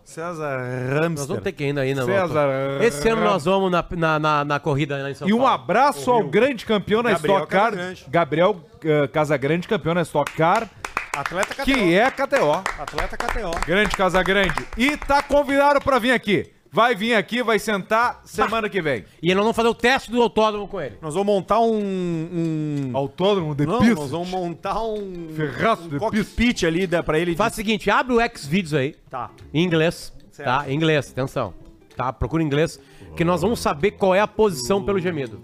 Speaker 3: César
Speaker 6: Ramos.
Speaker 5: Nós vamos ter que ir ainda aí, né?
Speaker 6: César.
Speaker 5: Esse ano nós vamos na, na, na, na corrida lá em São
Speaker 6: E um
Speaker 5: Paulo.
Speaker 6: abraço ao grande campeão na
Speaker 5: Gabriel
Speaker 6: Stock Car,
Speaker 5: Casagrande.
Speaker 6: Gabriel eh, Casagrande, campeão na Stock Car.
Speaker 3: Atleta
Speaker 6: KTO. Que é KTO.
Speaker 3: Atleta KTO.
Speaker 6: Grande Casagrande. E tá convidado pra vir aqui. Vai vir aqui, vai sentar semana que vem.
Speaker 5: E nós vamos fazer o teste do autódromo com ele.
Speaker 3: Nós vamos montar um. um...
Speaker 6: Autódromo de
Speaker 3: Não,
Speaker 6: pizza.
Speaker 3: nós vamos montar um.
Speaker 6: Ferraço de
Speaker 3: um cockpit ali dá pra ele.
Speaker 5: Faz o seguinte, abre o X-Videos aí.
Speaker 3: Tá.
Speaker 5: Em inglês.
Speaker 3: Certo.
Speaker 5: Tá? Em inglês, atenção. Tá? Procura em inglês. Que nós vamos saber qual é a posição pelo gemido.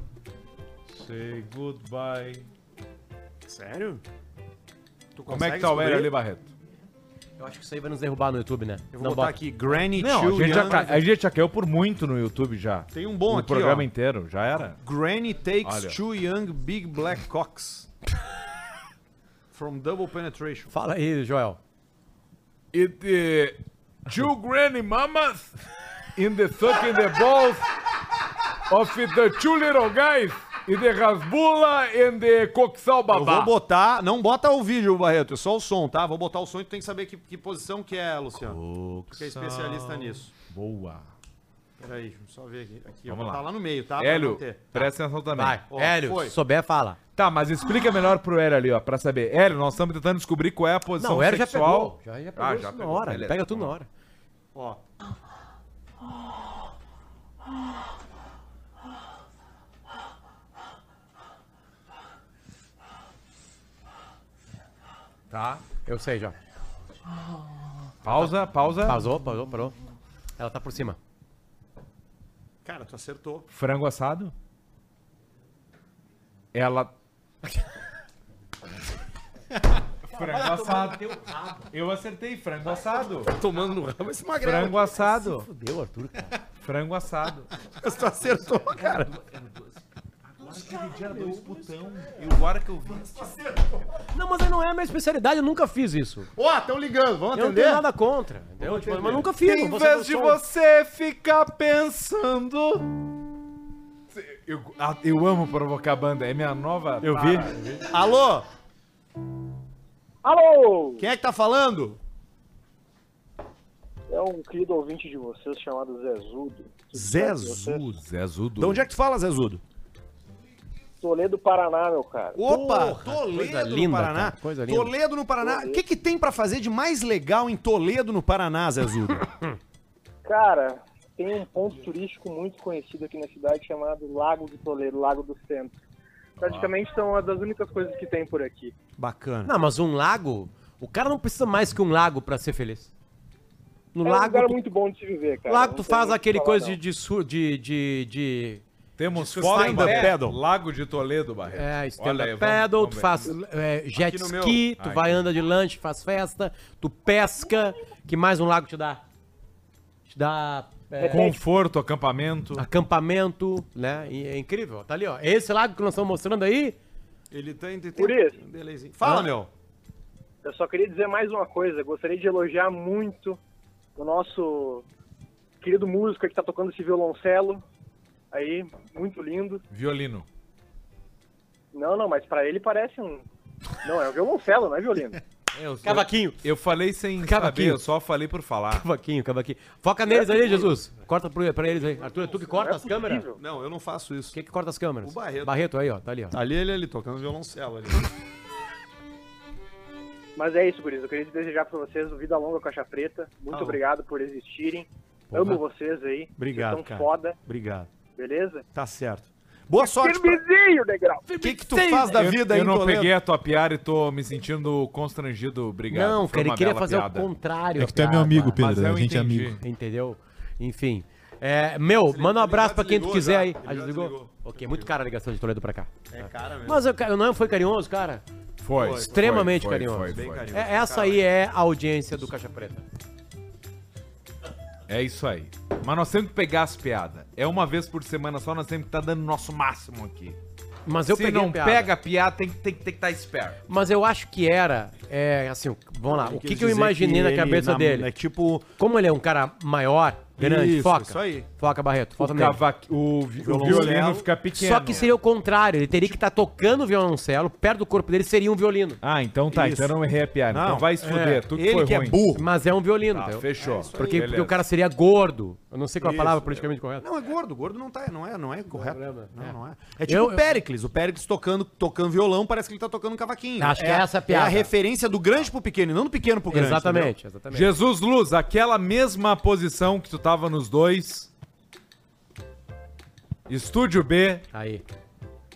Speaker 6: Say goodbye.
Speaker 3: Sério?
Speaker 6: Como é que tá o Hélio ali, Barreto?
Speaker 5: Eu acho que isso aí vai nos derrubar no YouTube, né?
Speaker 3: Eu vou botar aqui, Granny
Speaker 6: Não, a
Speaker 3: Chu
Speaker 6: gente, já
Speaker 3: Young.
Speaker 6: ca- a gente já caiu por muito no YouTube já.
Speaker 3: Tem um bom
Speaker 6: o
Speaker 3: aqui, ó.
Speaker 6: programa inteiro, já era.
Speaker 3: Granny takes
Speaker 6: Olha.
Speaker 3: two young big black cocks.
Speaker 6: <laughs>
Speaker 3: From double penetration.
Speaker 5: Fala aí, Joel.
Speaker 6: It, eh, two granny mamas in the sucking the balls of the two little guys in the rasbula and the coxal
Speaker 3: Eu
Speaker 6: babá.
Speaker 3: vou botar, não bota o vídeo, Barreto, é só o som, tá? Vou botar o som e tu tem que saber que, que posição que é, Luciano. Tu que é especialista nisso.
Speaker 6: Boa.
Speaker 3: Peraí, deixa eu só ver aqui. aqui
Speaker 6: Vamos
Speaker 3: ó,
Speaker 6: lá.
Speaker 3: Tá lá no meio, tá? Pra não
Speaker 6: Hélio,
Speaker 3: ter.
Speaker 6: presta atenção também.
Speaker 3: Vai, Ó, Hélio, foi. se
Speaker 5: souber, fala.
Speaker 6: Tá, mas explica melhor pro Hélio ali, ó, pra saber. Hélio, nós estamos tentando descobrir qual é a posição
Speaker 5: Não, o Hélio já
Speaker 6: sexual. Ah,
Speaker 5: pegou. Já, já pegou isso na hora.
Speaker 6: beleza. então.
Speaker 5: Pega tudo na hora.
Speaker 3: Ó.
Speaker 6: Tá.
Speaker 5: Eu sei já.
Speaker 6: Pausa, pausa.
Speaker 5: Pausou, pausou, parou. Ela tá por cima.
Speaker 3: Cara, tu acertou. <laughs>
Speaker 6: Frango assado. Ela. frango assado. Eu acertei frango assado.
Speaker 2: Tomando no rabo esse magrelo.
Speaker 6: Frango assado.
Speaker 5: Fudeu, Arthur, cara.
Speaker 6: Frango assado.
Speaker 3: Mas tu acertou, cara.
Speaker 4: <laughs>
Speaker 11: né?
Speaker 6: E o hora que eu vi.
Speaker 5: Não, mas aí não é a minha especialidade, eu nunca fiz isso.
Speaker 3: Ó, estão ligando, vamos
Speaker 5: Eu não
Speaker 3: atender?
Speaker 5: tenho nada contra, entendeu? Tipo, mas nunca fiz.
Speaker 6: Em
Speaker 5: você
Speaker 6: vez de
Speaker 5: gostou.
Speaker 6: você ficar pensando. Eu, ah, eu amo provocar banda, é minha nova.
Speaker 5: Eu
Speaker 6: vi.
Speaker 3: Alô?
Speaker 11: Alô!
Speaker 3: Quem é que tá falando?
Speaker 11: É um querido ouvinte de vocês chamado Zezudo.
Speaker 3: Zezudo.
Speaker 6: Zezudo.
Speaker 3: De onde é que tu fala, Zezudo?
Speaker 11: Toledo, Paraná, meu cara.
Speaker 3: Opa,
Speaker 5: Porra, coisa
Speaker 3: Toledo no
Speaker 5: linda,
Speaker 3: Paraná.
Speaker 5: cara, coisa linda.
Speaker 3: Toledo no Paraná. O que, que tem pra fazer de mais legal em Toledo no Paraná, Zezudo?
Speaker 11: Cara, tem um ponto turístico muito conhecido aqui na cidade chamado Lago de Toledo, Lago do Centro. Praticamente são uma das únicas coisas que tem por aqui.
Speaker 3: Bacana.
Speaker 5: Não, mas um lago, o cara não precisa mais que um lago pra ser feliz. No
Speaker 11: é um
Speaker 5: lago,
Speaker 11: lugar
Speaker 5: tu,
Speaker 11: muito bom de se viver, cara.
Speaker 5: lago
Speaker 11: Não
Speaker 5: tu
Speaker 11: tem
Speaker 5: faz
Speaker 11: muito o que
Speaker 5: aquele
Speaker 11: falar,
Speaker 5: coisa
Speaker 11: não.
Speaker 5: de, de, sur- de, de, de...
Speaker 6: Temos
Speaker 5: de
Speaker 6: foto em
Speaker 5: stand-up
Speaker 6: pé.
Speaker 5: paddle.
Speaker 6: Lago de Toledo, Barreto.
Speaker 5: É,
Speaker 6: Olha aí,
Speaker 5: stand-up
Speaker 6: vamos-
Speaker 5: paddle, tu
Speaker 6: vamos ver.
Speaker 5: faz é, jet
Speaker 6: Aqui no meu-
Speaker 5: ski, tu
Speaker 6: Ai,
Speaker 5: vai, anda de lanche, faz festa, tu pesca, que mais um lago te dá? Te dá... é,
Speaker 6: Conforto, acampamento.
Speaker 5: acampamento, né? E é incrível, tá ali, ó. Esse lago que nós estamos mostrando aí,
Speaker 3: Ele tá em...
Speaker 11: Por isso.
Speaker 3: Belezinha. Fala,
Speaker 5: Ah.
Speaker 3: meu.
Speaker 11: Eu só queria dizer mais uma coisa. Gostaria de elogiar muito o nosso querido músico que tá tocando esse violoncelo. Aí, muito lindo.
Speaker 6: Violino.
Speaker 11: Não, não, mas pra ele parece um. Não, é um violoncelo, não é
Speaker 5: <laughs>
Speaker 11: violino.
Speaker 5: Cavaquinho.
Speaker 6: Eu falei sem
Speaker 5: Cavaquinho.
Speaker 6: saber, eu só falei por falar.
Speaker 5: cavaquinho, cavaquinho. Foca neles aí, Jesus. Corta pro- pra eles aí. Arthur, é tu que <laughs> corta as câmeras?
Speaker 3: Não, eu não faço isso.
Speaker 5: Quem que corta as câmeras?
Speaker 3: O Barreto.
Speaker 5: Barreto aí, ó. Tá ali, ó. <laughs>
Speaker 3: Ali, ele ali, tocando violoncelo ali.
Speaker 11: Mas é isso, guris. Eu queria desejar pra vocês vida longa Caixa Preta. Muito
Speaker 5: Ah,
Speaker 3: Alô.
Speaker 11: obrigado por existirem.
Speaker 3: Porra.
Speaker 11: Amo vocês aí. Vocês
Speaker 3: Obrigado,
Speaker 11: são
Speaker 3: cara.
Speaker 11: foda,
Speaker 3: Obrigado.
Speaker 11: beleza?
Speaker 3: Tá certo. Boa sorte. pra-
Speaker 11: Firmezinho, negrão.
Speaker 3: O que, que tu faz da
Speaker 6: eu,
Speaker 3: vida aí,
Speaker 6: Eu não
Speaker 3: Toledo?
Speaker 6: peguei a tua piada e tô me sentindo constrangido. Obrigado.
Speaker 5: Não,
Speaker 6: Foi
Speaker 5: cara, ele
Speaker 6: uma
Speaker 5: queria
Speaker 6: bela
Speaker 5: fazer
Speaker 6: piada.
Speaker 5: o contrário.
Speaker 6: É que tu é
Speaker 5: cara.
Speaker 6: meu amigo,
Speaker 5: Mas
Speaker 6: Pedro,
Speaker 5: eu
Speaker 6: a gente é
Speaker 5: entendi.
Speaker 6: amigo.
Speaker 5: Entendeu? Enfim. É, meu, manda um abraço pra quem tu
Speaker 3: desligou
Speaker 5: quiser
Speaker 3: já.
Speaker 5: aí.
Speaker 3: Ele
Speaker 5: Ah,
Speaker 3: já
Speaker 5: desligou?
Speaker 3: desligou.
Speaker 5: Ok, muito cara a ligação de Toledo pra cá.
Speaker 3: É cara mesmo.
Speaker 5: Mas eu, eu não foi carinhoso, cara?
Speaker 6: Foi.
Speaker 5: Extremamente
Speaker 6: Foi, foi,
Speaker 5: carinhoso.
Speaker 6: foi, foi.
Speaker 5: É, essa aí é a audiência do Caixa Preta.
Speaker 6: É isso aí. Mas nós temos que pegar as piadas. É uma vez por semana só, nós temos que estar dando o nosso máximo aqui.
Speaker 5: Mas eu
Speaker 6: Se
Speaker 5: peguei
Speaker 6: não
Speaker 5: a piada.
Speaker 6: pega a piada, tem, que- tem, que- tem que estar esperto.
Speaker 5: Mas eu acho que era, é, assim, vamos lá,
Speaker 6: Ele
Speaker 5: o que,
Speaker 6: quis
Speaker 5: que eu
Speaker 6: dizer
Speaker 5: imaginei
Speaker 6: que
Speaker 5: na
Speaker 6: ele
Speaker 5: cabeça
Speaker 6: na-
Speaker 5: dele?
Speaker 6: é
Speaker 3: tipo...
Speaker 5: Como ele é um cara maior, grande,
Speaker 6: Isso,
Speaker 5: foca.
Speaker 6: isso aí.
Speaker 5: Foca, Barreto, foca
Speaker 6: o,
Speaker 5: nele.
Speaker 6: cavaque- o vi- o violino fica pequeno.
Speaker 5: Só que seria o contrário, ele teria que estar tocando o violoncelo, perto do corpo dele seria um violino.
Speaker 6: Ah, então tá, então não errei a piada. Então vai se fuder, tu que foi ruim.
Speaker 5: Mas é um violino,
Speaker 6: Tá,
Speaker 5: entendeu?
Speaker 6: fechou. É isso aí.
Speaker 5: porque, porque
Speaker 6: Beleza.
Speaker 5: o cara seria gordo. Eu não sei qual a
Speaker 3: Isso,
Speaker 5: é palavra
Speaker 3: entendeu?
Speaker 5: politicamente correta.
Speaker 3: Não, é gordo. Gordo não, tá, não, é, não é correto. Não, não é. É tipo
Speaker 5: Eu-
Speaker 3: o Péricles. O Péricles tocando, tocando violão, parece que ele tá tocando um cavaquinho.
Speaker 5: Acho que é essa a
Speaker 3: É
Speaker 5: piada.
Speaker 3: a referência do grande pro pequeno, e não do pequeno pro grande.
Speaker 5: Exatamente,
Speaker 3: entendeu?
Speaker 5: exatamente.
Speaker 6: Jesus Luz, aquela mesma posição que tu tava nos dois. Estúdio B.
Speaker 5: Aí.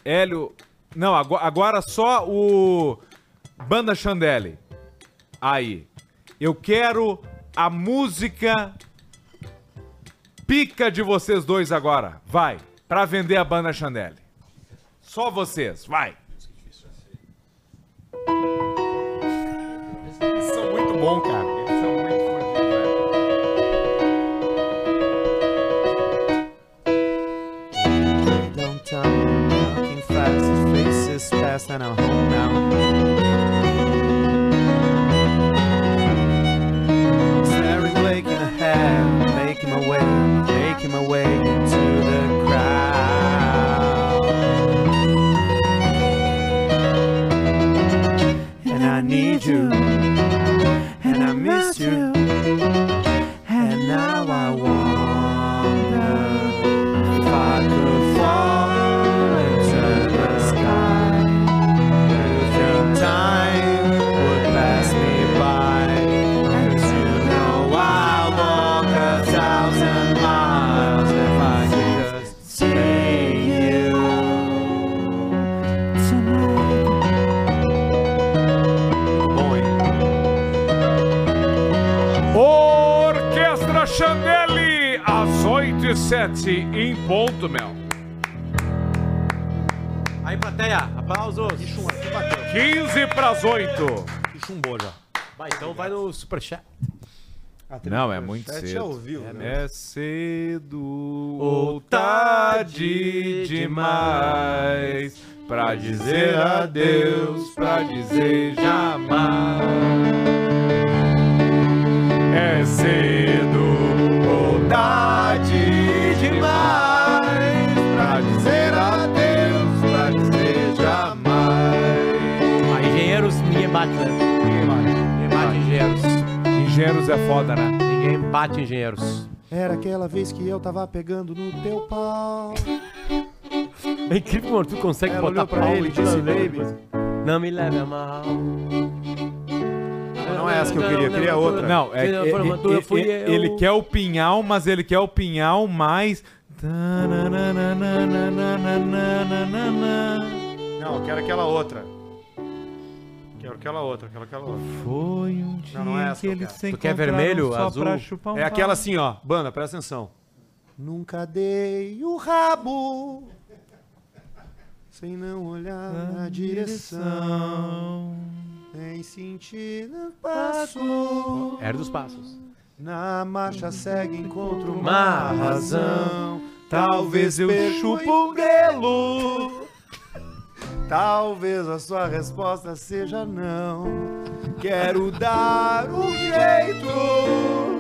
Speaker 6: Hélio. Não, ago- agora só o. Banda Chandelle. Aí. Eu quero a música. Pica de vocês dois agora. Vai. Pra vender a banda Chandelle. Só vocês, vai.
Speaker 3: Eles são muito bons, cara. Eles são muito né?
Speaker 4: Downtown, walking fast, faces past, and I'm home now. Sarah's waking ahead, making my way, making my way into the crowd. And I need you, and I miss you, and now I wonder. If I could fall into the sky, everything time would pass me by. And you know I'll walk a thousand miles if I could just see you
Speaker 6: Orquestra Chandelle, às 8 e 7 em ponto, Mel.
Speaker 5: Aí, plateia, aplausos.
Speaker 6: 15 pras 8.
Speaker 3: chumbou já.
Speaker 5: Vai, então vai no superchat.
Speaker 6: Não, é muito
Speaker 5: Superchat
Speaker 6: cedo.
Speaker 5: ao vivo,
Speaker 6: é,
Speaker 5: né?
Speaker 6: é cedo ou tarde demais pra dizer adeus, pra dizer jamais. É cedo ou tarde demais pra dizer adeus, pra dizer jamais.
Speaker 5: Aí, engenheiros, ninguém bate, né? Ninguém bate engenheiros.
Speaker 6: Engenheiros é foda, né?
Speaker 5: Ninguém bate engenheiros.
Speaker 3: Era aquela vez que eu tava pegando no teu pau.
Speaker 5: É incrível como tu consegue
Speaker 3: Ela
Speaker 5: botar
Speaker 3: olhou pra
Speaker 5: pau
Speaker 3: ele
Speaker 5: em
Speaker 3: e
Speaker 5: toda
Speaker 3: disse,
Speaker 5: letra.
Speaker 3: "Baby".
Speaker 5: Não me leve a mal.
Speaker 3: não é essa que eu queria, eu queria outra.
Speaker 6: Não, é,
Speaker 5: Se
Speaker 6: é,
Speaker 5: não for
Speaker 6: é,
Speaker 5: uma tua,
Speaker 6: é,
Speaker 5: fui
Speaker 6: é,
Speaker 5: eu.
Speaker 6: ele quer o pinhal, mas ele quer o pinhal mais.
Speaker 3: Não, eu quero aquela outra. Quero aquela outra, quero aquela outra.
Speaker 6: Foi um dia
Speaker 3: não, não é essa
Speaker 6: que
Speaker 3: que eu
Speaker 6: eles
Speaker 3: quero.
Speaker 6: se
Speaker 5: Tu quer
Speaker 6: encontraram
Speaker 5: vermelho,
Speaker 6: só
Speaker 5: azul?
Speaker 6: pra chupar um
Speaker 3: É aquela
Speaker 6: pau.
Speaker 3: assim, ó. Banda, presta atenção. Nunca dei o rabo sem não olhar na direção, nem sentir no passo.
Speaker 5: Era É dos passos.
Speaker 3: Na marcha segue encontro
Speaker 5: Uma
Speaker 3: uma razão.
Speaker 6: Talvez eu chupo um grelo.
Speaker 3: Talvez a sua resposta seja não. Quero dar um jeito.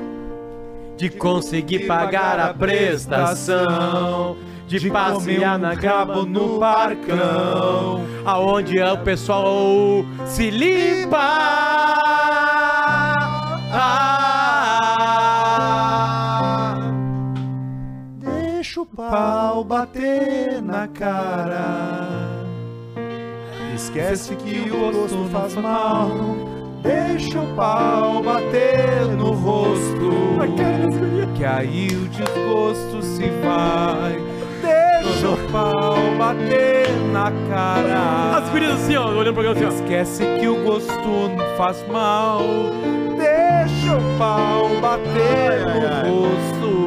Speaker 5: De conseguir pagar a prestação. De
Speaker 3: um
Speaker 5: passear na cabo no parcão. Aonde é o pessoal se limpa.
Speaker 3: Deixa o pau bater na cara. Esquece que o gosto faz mal.
Speaker 4: Deixa o pau bater no rosto.
Speaker 6: Que aí o desgosto se vai.
Speaker 4: Deixa o pau bater na cara.
Speaker 6: As gurias assim, ó, olhando pra assim, Esquece que o gosto faz mal.
Speaker 4: Deixa o pau bater no rosto.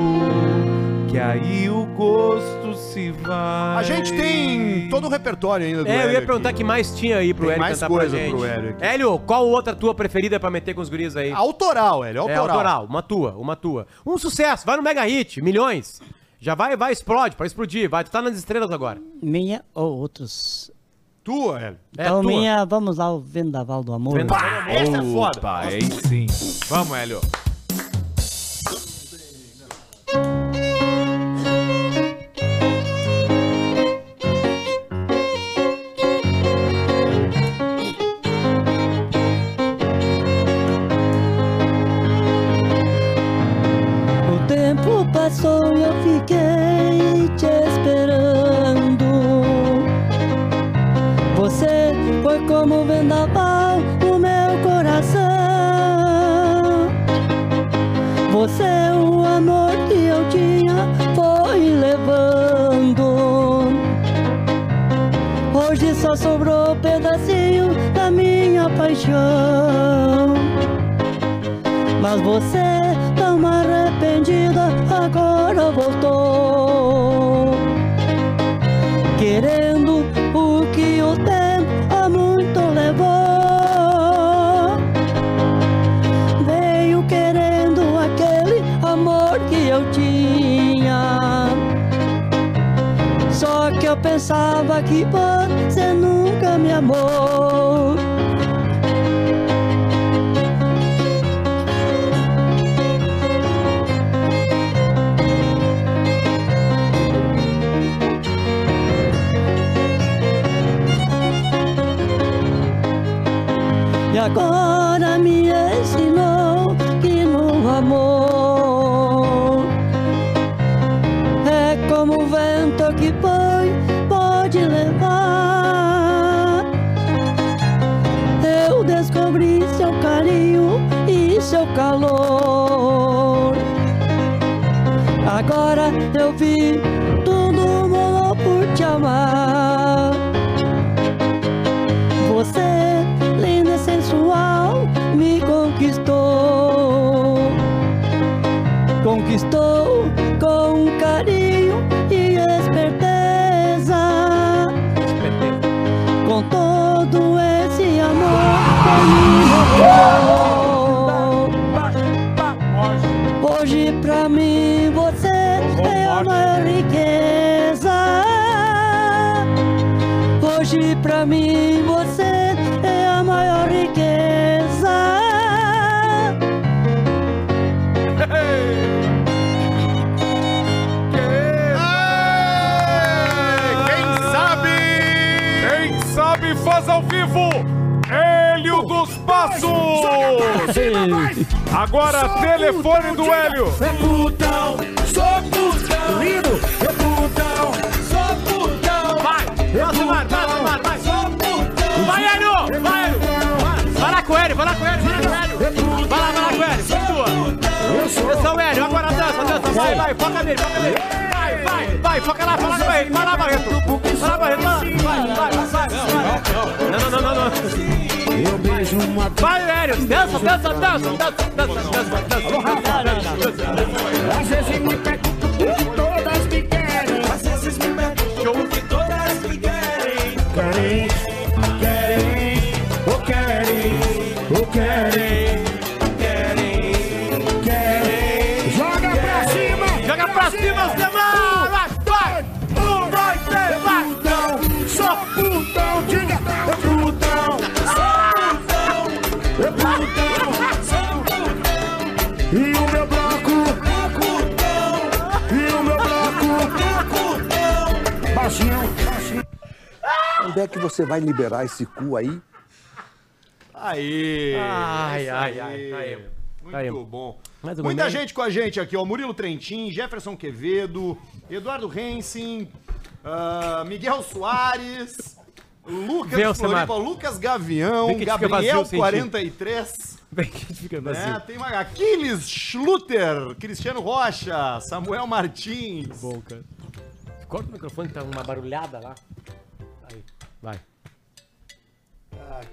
Speaker 6: Que aí o gosto se vai.
Speaker 3: A gente tem todo o repertório ainda do
Speaker 5: É, eu ia
Speaker 3: Hélio
Speaker 5: perguntar
Speaker 3: aqui.
Speaker 5: que mais tinha aí pro
Speaker 3: Tem
Speaker 5: Hélio
Speaker 3: mais
Speaker 5: cantar
Speaker 3: coisa
Speaker 5: pra gente.
Speaker 3: pro Hélio aqui.
Speaker 5: Hélio, qual outra tua preferida pra meter com os guris aí?
Speaker 3: Autoral, Hélio,
Speaker 5: É,
Speaker 3: autoral.
Speaker 5: autoral, uma tua, uma tua. Um sucesso, vai no mega hit, milhões. Já vai, vai, explode, pra explodir, vai. Tu tá nas estrelas agora.
Speaker 1: Minha ou outros?
Speaker 3: Tua, Hélio.
Speaker 1: Então, minha, vamos lá, o Vendaval do Amor.
Speaker 6: Pá, essa é foda. Opa, aí sim. Vamos, Hélio.
Speaker 1: O tempo passou e eu fiquei te esperando. Você foi como o vendaval no meu coração. Você, é o amor que eu tinha, foi levando. Hoje só sobrou um pedacinho da minha paixão. Mas você, tão arrependida, agora voltou. Querendo o que o tempo há muito levou. Veio querendo aquele amor que eu tinha. Só que eu pensava que você nunca me amou. E agora me ensinou que no amor é como o vento que põe, pode levar. Eu descobri seu carinho e seu calor. Agora eu vi tudo mudou por te amar. Você, linda e sensual, me conquistou. Conquistou com carinho e esperteza. Com todo esse amor que me roubou. Hoje pra mim você é a maior riqueza. Hoje pra mim você é a maior riqueza.
Speaker 6: Quem sabe? Quem sabe faz ao vivo! Hélio dos Passos! Agora, telefone do Hélio!
Speaker 4: É putão, sou putão. Lindo, é putão, sou putão. Vai, é putão, vai, vai, vai, sou putão.
Speaker 5: Vai, Hélio, vai, Hélio. Vai lá com ele, vai lá com ele, vai lá com ele. Vai lá, vai lá com ele, vai tua. Eu sou. Hélio, agora dança, dança, vai, vai, foca nele, foca nele. Vai, vai, vai, foca lá, foca lá, vai, vai lá, Barreto. Vai lá, Barreto, vai lá, vai, vai, vai, vai. vai. Não, não, não, não, não. Eu beijo uma. Vai, Hélio, dança, dança, dança, dança, dança, dança, dança. Alô, Rafa,
Speaker 4: Às vezes me pergunto por que todas me querem. Às vezes me pergunto por que todas me querem. Querem, querem, ou querem, ou querem, querem, querem. Joga pra cima! Joga pra cima, Semana! Vai! Um, dois, três, vai! Putão, sou putão, diga! É putão, sou putão, é putão, sou putão. E o meu bloco E o meu bloco Baixinho
Speaker 20: Onde é que você vai liberar esse cu aí?
Speaker 3: Aí.
Speaker 5: Ai,
Speaker 3: isso
Speaker 5: ai,
Speaker 3: aí.
Speaker 5: ai, tá aí.
Speaker 3: Muito
Speaker 5: Tá aí.
Speaker 3: bom.
Speaker 5: Mais um
Speaker 3: Muita
Speaker 5: momento.
Speaker 3: gente com a gente aqui, ó. Murilo Trentin, Jefferson Quevedo, Eduardo Hensin, ah, Miguel Soares, Lucas
Speaker 5: Vê, Alcemar.
Speaker 3: Floripa, Lucas Gavião,
Speaker 5: Vê que fica vazio
Speaker 3: Gabriel
Speaker 5: sem ti.
Speaker 3: 43.
Speaker 5: Vem que fica vazio.
Speaker 3: Né? Tem uma... Aquiles Schluter, Cristiano Rocha, Samuel Martins. Bom, cara.
Speaker 5: Tá Corta o microfone que tá uma barulhada lá. Aí, vai.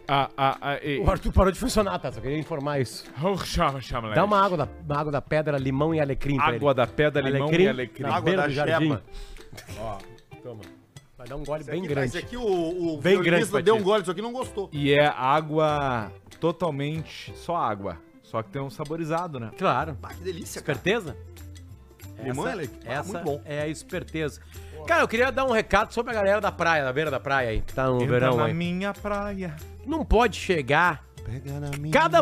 Speaker 6: Ah, ah, ah, ei.
Speaker 5: O Arthur parou de funcionar, tá? Só queria informar isso.
Speaker 6: chama, chama,
Speaker 5: Dá uma água da, uma água da pedra, limão e alecrim pra
Speaker 6: Água
Speaker 5: ele.
Speaker 6: da pedra, limão e alecrim.
Speaker 5: Na
Speaker 6: Água
Speaker 5: beira
Speaker 6: da
Speaker 5: do jardim.
Speaker 6: jeba.
Speaker 5: Ó, toma. Vai dar um gole bem
Speaker 3: Aqui,
Speaker 5: grande.
Speaker 3: Esse aqui é o, o
Speaker 5: Bem grande
Speaker 3: violinista
Speaker 6: pra
Speaker 3: deu
Speaker 6: ti.
Speaker 3: um gole, isso aqui não gostou.
Speaker 6: E é água totalmente só água. Só que tem um saborizado, né?
Speaker 5: Claro.
Speaker 3: Ah, que delícia, cara.
Speaker 5: Esperteza?
Speaker 3: Limão e
Speaker 5: essa,
Speaker 3: alecrim. Ah,
Speaker 5: Essa
Speaker 3: muito bom.
Speaker 5: é a esperteza. Cara, eu queria dar um recado sobre a galera da praia, da beira da praia aí, que tá no
Speaker 6: Entra
Speaker 5: verão
Speaker 6: na
Speaker 5: aí.
Speaker 6: minha praia.
Speaker 5: Não pode chegar. cada,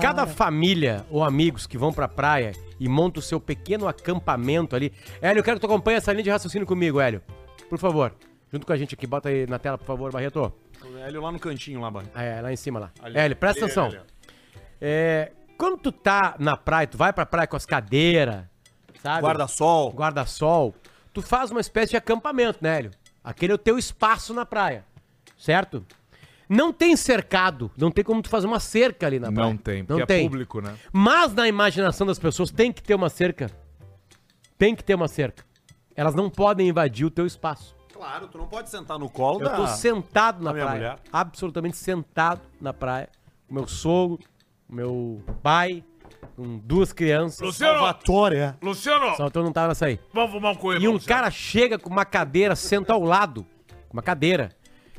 Speaker 5: cada família ou amigos que vão pra praia e monta o seu pequeno acampamento ali. Hélio, eu quero que tu acompanhe essa linha de raciocínio comigo, Hélio. Por favor. Junto com a gente aqui, bota aí na tela, por favor, Barreto.
Speaker 3: O Hélio lá no cantinho, lá, mano.
Speaker 5: Ah, é, lá em cima lá.
Speaker 3: Ali.
Speaker 5: Hélio, presta
Speaker 3: Ali,
Speaker 5: atenção.
Speaker 3: ali, ó.
Speaker 5: É, quando tu tá na praia, tu vai pra praia com as cadeiras, sabe?
Speaker 3: Guarda-sol.
Speaker 5: Guarda-sol. Tu faz uma espécie de acampamento, né, Hélio? Aquele é o teu espaço na praia, certo? Não tem cercado, não tem como tu fazer uma cerca ali na praia.
Speaker 6: Não tem, porque
Speaker 5: não
Speaker 6: é
Speaker 5: tem.
Speaker 6: público, né?
Speaker 5: Mas na imaginação das pessoas tem que ter uma cerca. Tem que ter uma cerca. Elas não podem invadir o teu espaço.
Speaker 3: Claro, tu não pode sentar no colo
Speaker 5: Eu tô sentado na
Speaker 3: da minha
Speaker 5: praia.
Speaker 3: mulher.
Speaker 5: Absolutamente sentado na praia. O meu sogro, o meu pai, com duas crianças.
Speaker 6: Luciano!
Speaker 3: Salvatore. é.
Speaker 6: Luciano!
Speaker 5: Só então não tava nessa aí.
Speaker 6: Vamos fumar um coelho.
Speaker 5: E um cara chega com uma cadeira, senta ao lado, com uma cadeira,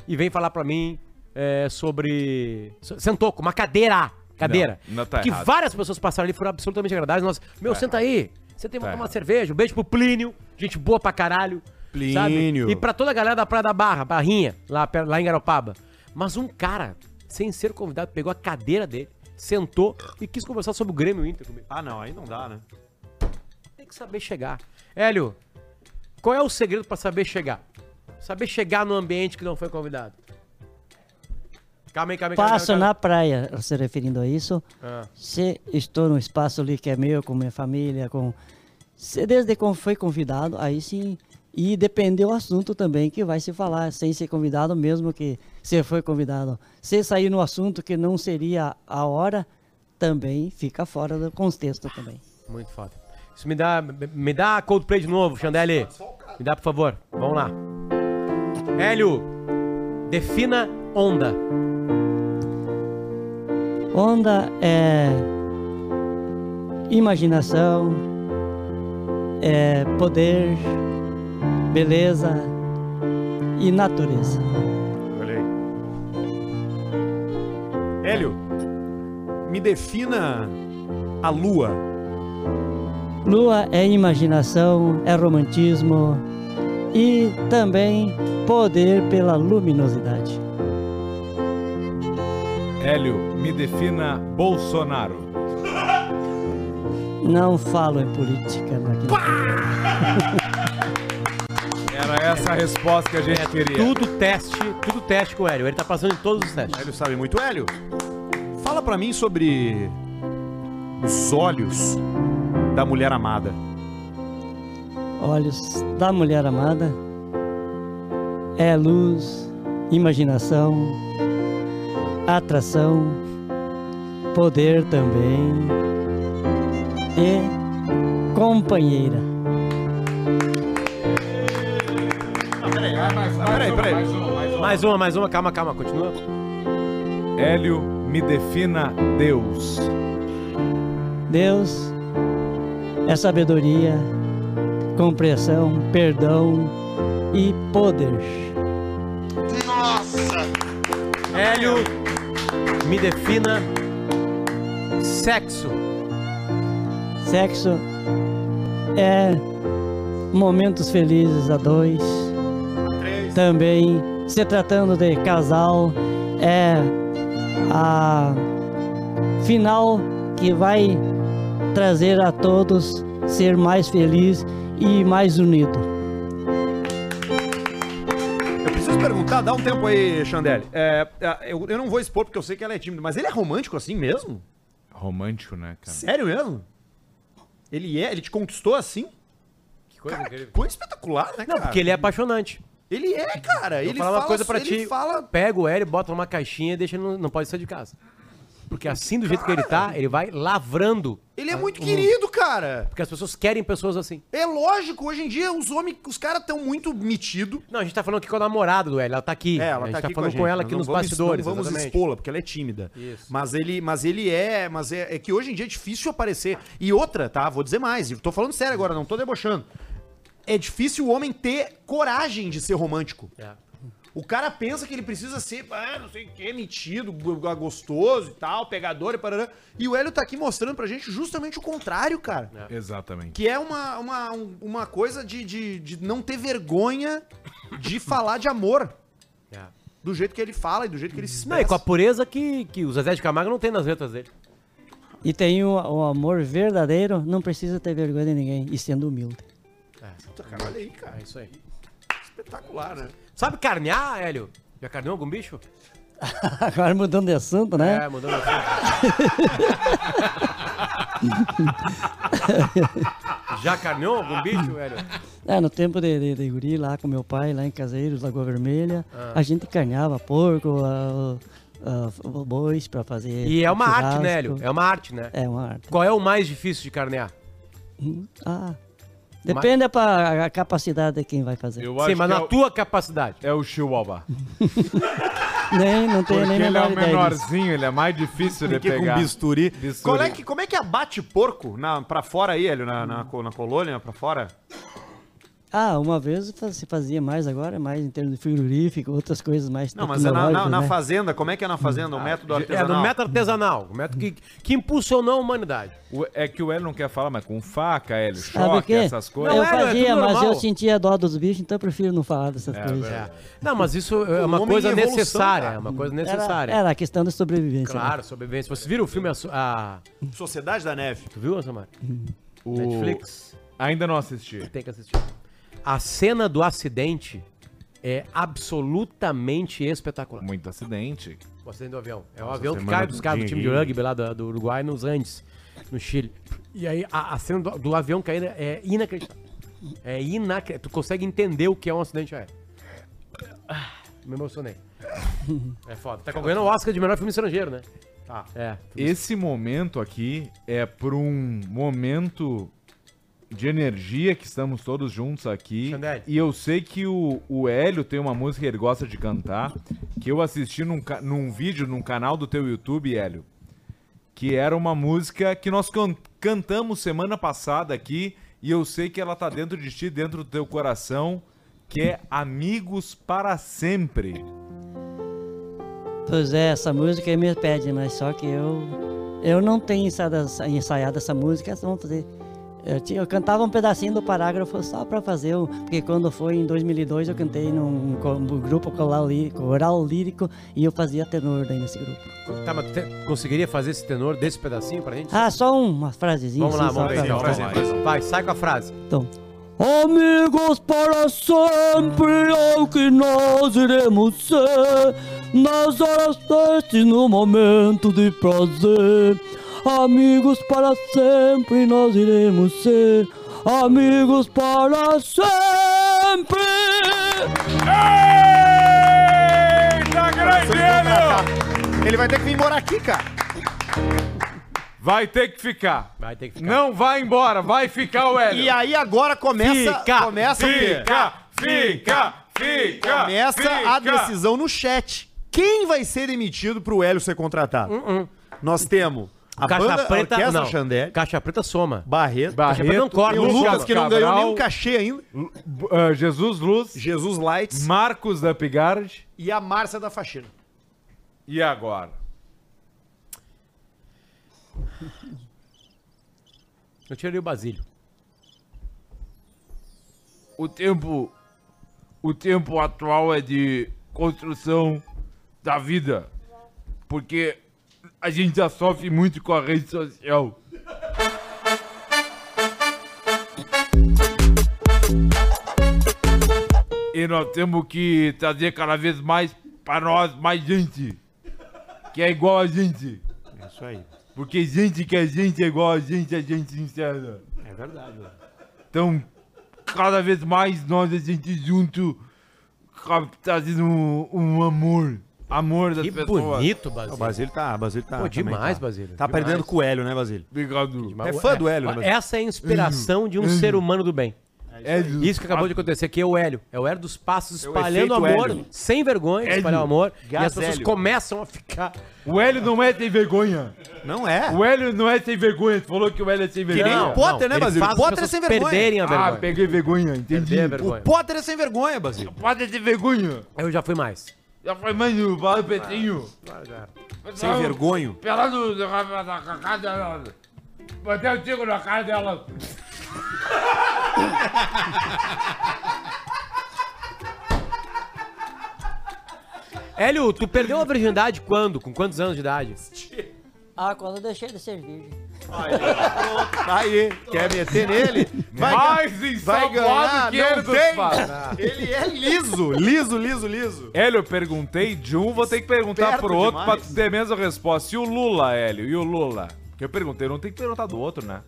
Speaker 5: e vem falar pra mim é, sobre. so- Sentou com uma cadeira! Cadeira.
Speaker 6: Não, não tá
Speaker 5: que
Speaker 6: errado.
Speaker 5: várias pessoas passaram ali foram absolutamente agradáveis. Nós, meu,
Speaker 6: Tá
Speaker 5: senta aí. Você tem que
Speaker 6: Tá
Speaker 5: tomar uma
Speaker 6: errado.
Speaker 5: cerveja. Um beijo pro Plínio. Gente boa pra caralho.
Speaker 3: Plínio.
Speaker 5: E pra toda a galera da Praia da Barra, Barrinha, lá, per- lá em Garopaba. Mas um cara, sem ser convidado, pegou a cadeira dele, sentou e quis conversar sobre o Grêmio e o Inter comigo.
Speaker 3: Ah, não, aí não dá, né?
Speaker 5: Tem que saber chegar. Hélio, qual é o segredo pra saber chegar? Saber chegar no ambiente que não foi convidado. Calma aí, calma aí, calma aí.
Speaker 8: Passo na praia, se referindo a isso,
Speaker 5: Ah.
Speaker 8: se estou num espaço ali que é meu, com minha família, com... Se desde quando foi convidado, aí sim... E depende do assunto também que vai se falar, sem ser convidado mesmo que se foi convidado. Se sair no assunto que não seria a hora, também fica fora do contexto também.
Speaker 5: Muito foda. Isso me dá, me dá Coldplay de novo, Xandelli. Me dá, por favor. Vamos lá. Hélio, defina onda.
Speaker 8: Onda é imaginação, é poder, beleza e natureza.
Speaker 3: Olha aí. Hélio, me defina a lua.
Speaker 8: Lua é imaginação, é romantismo e também poder pela luminosidade.
Speaker 6: Hélio, me defina Bolsonaro.
Speaker 8: Não falo em política aqui.
Speaker 6: Era essa a resposta que a gente queria.
Speaker 5: É Tudo teste, tudo teste com o Hélio. Ele tá passando em todos os testes.
Speaker 3: Hélio sabe muito. Hélio, fala pra mim sobre os olhos da mulher amada.
Speaker 8: Olhos da mulher amada é luz, imaginação, atração, poder também e companheira.
Speaker 3: Peraí, peraí, peraí.
Speaker 5: Mais uma, mais uma. Calma, calma. Continua.
Speaker 6: Hélio, me defina Deus.
Speaker 8: Deus é sabedoria, compreensão, perdão e poder.
Speaker 21: Nossa!
Speaker 5: Hélio, me defina sexo.
Speaker 8: Sexo é momentos felizes a dois. Também se tratando de casal é a final que vai trazer a todos ser mais feliz e mais unido.
Speaker 3: Eu preciso perguntar, dá um tempo aí, Xandelli. É, é, eu, eu não vou expor porque eu sei que ela é tímida, mas ele é romântico assim mesmo?
Speaker 6: Romântico, né, cara?
Speaker 3: Sério mesmo? Ele é? Ele te conquistou assim? Que
Speaker 5: coisa
Speaker 3: incrível. Coisa espetacular, né, cara?
Speaker 5: Porque ele é apaixonante.
Speaker 3: Ele é, cara.
Speaker 5: Eu
Speaker 3: ele assim,
Speaker 5: vou falar uma coisa pra
Speaker 3: ele
Speaker 5: ti.
Speaker 3: fala
Speaker 5: Pega o Hélio, bota numa caixinha e deixa ele. no- Não pode sair de casa. Porque assim, do jeito que ele tá, ele vai lavrando.
Speaker 3: Ele é muito
Speaker 5: Ah, o
Speaker 3: querido, cara.
Speaker 5: Porque as pessoas querem pessoas assim.
Speaker 3: É lógico, hoje em dia os homens, os caras estão muito metidos.
Speaker 5: Não, a gente tá falando aqui com a namorada do Hélio, ela tá aqui.
Speaker 3: É, ela
Speaker 5: a gente
Speaker 3: tá,
Speaker 5: tá
Speaker 3: aqui
Speaker 5: falando
Speaker 3: a
Speaker 5: com,
Speaker 3: gente,
Speaker 5: ela
Speaker 3: nós
Speaker 5: aqui
Speaker 3: não
Speaker 5: nos
Speaker 3: vamos-
Speaker 5: bastidores.
Speaker 3: Não vamos
Speaker 5: exatamente.
Speaker 3: expô-la, porque ela é tímida.
Speaker 5: Isso.
Speaker 3: Mas ele, mas ele é, mas é, é que hoje em dia é difícil aparecer. E outra, tá? Vou dizer mais. e Tô falando sério agora, não tô debochando. É difícil o homem ter coragem de ser romântico.
Speaker 5: É.
Speaker 3: O cara pensa que ele precisa ser, ah, não sei o que, metido, go- go- gostoso e tal, pegador e parará. E o Hélio tá aqui mostrando pra gente justamente o contrário, cara.
Speaker 6: Exatamente.
Speaker 3: Que é uma, uma, um- uma coisa de, de, de não ter vergonha de <laughs> falar de amor.
Speaker 6: É.
Speaker 3: Do jeito que ele fala e do jeito que ele se
Speaker 5: Não, e
Speaker 3: expressa.
Speaker 5: com a pureza que, que o Zezé de Camargo não tem nas letras dele.
Speaker 1: E tem o, o amor verdadeiro, não precisa ter vergonha de ninguém e
Speaker 8: <laughs>
Speaker 1: sendo humilde.
Speaker 3: Puta, cara, olha aí, cara.
Speaker 5: É isso aí.
Speaker 3: Espetacular, né?
Speaker 5: Sabe carnear, Hélio? Já carneou algum bicho? <laughs>
Speaker 1: Agora mudando de assunto, né?
Speaker 5: É, mudando de
Speaker 8: <laughs>
Speaker 5: Já carneou algum bicho, Hélio?
Speaker 1: É, no tempo de, de, de guri lá com meu pai, lá em Caseiros, Lagoa Vermelha,
Speaker 5: Ah.
Speaker 1: a gente carneava porco, ah, ah, f- bois pra fazer.
Speaker 5: E é uma arte,
Speaker 1: churrasco.
Speaker 5: né, Hélio? É uma arte, né?
Speaker 1: É uma arte.
Speaker 5: Qual é o mais difícil de carnear?
Speaker 1: Hum, Ah, depende da a capacidade de quem vai fazer.
Speaker 5: Sim, mas na tua capacidade.
Speaker 6: É o Chihuahua.
Speaker 1: Nem, não
Speaker 6: Porque
Speaker 1: tenho nem
Speaker 6: ele é
Speaker 1: menor
Speaker 6: o
Speaker 1: ideia disso.
Speaker 6: menorzinho, ele é mais difícil de
Speaker 3: Porque com
Speaker 6: pegar.
Speaker 3: bisturi.
Speaker 6: Bisturi.
Speaker 3: Qual é que, como é que abate porco na, pra fora aí, Hélio? Na, na, co- na colônia, pra fora?
Speaker 1: Ah, uma vez fa- se fazia mais agora, mais em termos de frigorífico, outras coisas mais
Speaker 3: Não, mas é na, na,
Speaker 1: tecnológicas,
Speaker 3: na
Speaker 1: né?
Speaker 3: fazenda. Como é que é na fazenda?
Speaker 6: Ah,
Speaker 3: O método
Speaker 5: É,
Speaker 3: artesanal?
Speaker 5: no método artesanal. O método que, que impulsionou a humanidade.
Speaker 6: O- é que o Hélio não quer falar, mas com faca, Hélio,
Speaker 1: Sabe o
Speaker 6: choque,
Speaker 1: quê?
Speaker 6: essas coisas.
Speaker 1: eu
Speaker 6: Não, Hélio, é
Speaker 1: fazia,
Speaker 6: tudo
Speaker 1: mas eu
Speaker 6: normal.
Speaker 1: sentia dó dos bichos, então eu prefiro não falar dessas coisas.
Speaker 5: É verdade. Não, mas isso é
Speaker 1: O
Speaker 5: uma
Speaker 1: homem
Speaker 5: coisa
Speaker 1: em evolução,
Speaker 5: necessária.
Speaker 1: cara.
Speaker 5: É uma coisa
Speaker 1: Era-
Speaker 5: necessária.
Speaker 1: Era a questão da sobrevivência. né?
Speaker 5: Claro, sobrevivência. Você viu o filme A, So- a-
Speaker 3: Sociedade da Neve.
Speaker 5: Tu viu, Samar?
Speaker 6: O-
Speaker 5: Netflix.
Speaker 6: Ainda não assisti.
Speaker 5: Tem que assistir. A cena do acidente é absolutamente espetacular.
Speaker 6: Muito acidente.
Speaker 5: O acidente do avião. É o
Speaker 6: Nossa,
Speaker 5: avião que
Speaker 6: semana
Speaker 5: cai dos caras do time de
Speaker 6: terrível.
Speaker 5: rugby lá da- do, Uruguai nos Andes, no Chile. E aí a, a cena do, do avião caindo é inacreditável. É inacreditável. Tu consegue entender o que é um acidente aéreo. Ah, Me emocionei. É foda. Tá concorrendo ao Oscar de melhor filme estrangeiro, né?
Speaker 3: Tá.
Speaker 5: É.
Speaker 6: Esse momento aqui é por um momento de energia que estamos todos juntos aqui. E eu sei que o, o Hélio tem uma música que ele gosta de cantar, que eu assisti num, ca- num vídeo num canal do teu YouTube, Hélio, que era uma música que nós can- cantamos semana passada aqui, e eu sei que ela tá dentro de ti, dentro do teu coração, que é Amigos para Sempre.
Speaker 1: Pois é, essa música aí me pede, mas só que eu eu não tenho ensaiado, ensaiado essa música, só vamos fazer. Eu, tinha- eu cantava um pedacinho do parágrafo só para fazer, o- porque quando foi em 2002 eu cantei num, co- num grupo coral lírico, coral lírico e eu fazia tenor daí nesse grupo.
Speaker 5: Tá, mas tu te- conseguiria fazer esse tenor desse pedacinho pra gente?
Speaker 1: Ah, só uma frasezinha.
Speaker 5: vamos lá,
Speaker 1: assim, só
Speaker 5: vamos ver.
Speaker 1: pra-
Speaker 5: então, Vai, vai, sai com a
Speaker 6: É
Speaker 5: frase.
Speaker 1: Então. Amigos para sempre é o que nós iremos ser Nas horas tristes, no momento de prazer Amigos para sempre nós iremos ser Amigos para sempre
Speaker 6: Eita, grande Hélio!
Speaker 3: Ele vai ter que vir morar aqui, cara.
Speaker 6: Vai ter que ficar.
Speaker 5: Vai ter que
Speaker 6: ficar. Não vai embora, vai
Speaker 5: <laughs>
Speaker 6: ficar o Hélio.
Speaker 3: E aí agora começa,
Speaker 6: Fica,
Speaker 3: começa o quê?
Speaker 6: fica, fica, fica,
Speaker 3: Começa
Speaker 6: fica.
Speaker 3: a decisão no chat. Quem vai ser demitido pro Hélio ser contratado? Nós temos a
Speaker 5: Caixa
Speaker 3: banda
Speaker 5: Preta,
Speaker 3: Orquestra
Speaker 5: não.
Speaker 3: Chandelle,
Speaker 5: Caixa Preta soma.
Speaker 3: Barreto,
Speaker 5: Caixa Preta não corta.
Speaker 3: e o Lucas
Speaker 5: Lucas
Speaker 3: que não ganhou
Speaker 5: Cabral.
Speaker 3: nenhum cachê ainda uh,
Speaker 6: Ah, Jesus Luz,
Speaker 3: Jesus Lights,
Speaker 6: Marcos da Pigard.
Speaker 3: e a Márcia da Faxina.
Speaker 6: E agora?
Speaker 5: Eu tirei o Basílio.
Speaker 22: O tempo. O tempo atual é de construção da vida. Porque a gente já sofre muito com a rede social. E nós temos que trazer cada vez mais para nós mais gente. Que é igual a gente.
Speaker 3: É isso aí.
Speaker 22: Porque gente que é gente é igual a gente, a gente sincera.
Speaker 3: É verdade.
Speaker 22: Então, cada vez mais nós a gente junto
Speaker 6: capitalismo, um amor. Amor das
Speaker 5: Que
Speaker 6: pessoas.
Speaker 5: bonito, Basílio.
Speaker 3: O Basílio tá, Basílio tá.
Speaker 5: Pô,
Speaker 3: também
Speaker 5: demais,
Speaker 3: tá.
Speaker 5: Basílio,
Speaker 3: Tá
Speaker 5: demais.
Speaker 3: aprendendo com o Hélio, né, Basílio?
Speaker 6: Obrigado.
Speaker 3: É fã do Hélio, né, Basílio?
Speaker 5: Essa é a inspiração de um
Speaker 3: Hélio.
Speaker 5: ser humano do bem.
Speaker 6: É isso,
Speaker 5: que acabou de acontecer aqui é o Hélio. É o Hélio dos passos
Speaker 6: É o
Speaker 5: espalhando
Speaker 6: efeito
Speaker 5: amor,
Speaker 6: Hélio.
Speaker 5: sem vergonha, de
Speaker 6: Hélio.
Speaker 5: espalhar o amor. E as
Speaker 6: Gás
Speaker 5: pessoas
Speaker 6: Hélio.
Speaker 5: começam a ficar.
Speaker 6: O Hélio não é sem vergonha.
Speaker 3: Não é.
Speaker 6: O Hélio não é sem vergonha. Tu falou que o Hélio é sem vergonha.
Speaker 3: nem o Potter, né, Basílio? O Potter é sem vergonha.
Speaker 6: Ah, peguei vergonha, entendi.
Speaker 5: a vergonha.
Speaker 3: O Potter é sem vergonha, Basílio.
Speaker 6: Potter é sem vergonha.
Speaker 5: Eu já fui mais.
Speaker 6: Já foi mais um, no Vale Petinho.
Speaker 3: Sem vergonha.
Speaker 6: Pelado na na cara dela. Botei o tico na
Speaker 3: <laughs>
Speaker 6: cara dela.
Speaker 5: Hélio, tu perdeu a virgindade quando? Com quantos anos de idade?
Speaker 8: <laughs>
Speaker 1: Ah, quando eu deixei de ser virgem.
Speaker 6: Tá
Speaker 3: Aí, quer meter
Speaker 6: <laughs>
Speaker 3: nele? Vai
Speaker 6: Mais
Speaker 3: ganhar-
Speaker 6: ensaboado que
Speaker 3: não
Speaker 6: ele dos
Speaker 3: tem.
Speaker 6: Paraná.
Speaker 3: Ele é <laughs> liso, liso, liso, liso.
Speaker 6: Hélio, eu perguntei de um, vou ter que perguntar
Speaker 3: Esperto
Speaker 6: pro outro
Speaker 3: demais.
Speaker 6: pra tu ter a mesma resposta. E o Lula, Hélio? E o Lula? Que eu perguntei, não tem que perguntar do outro, né?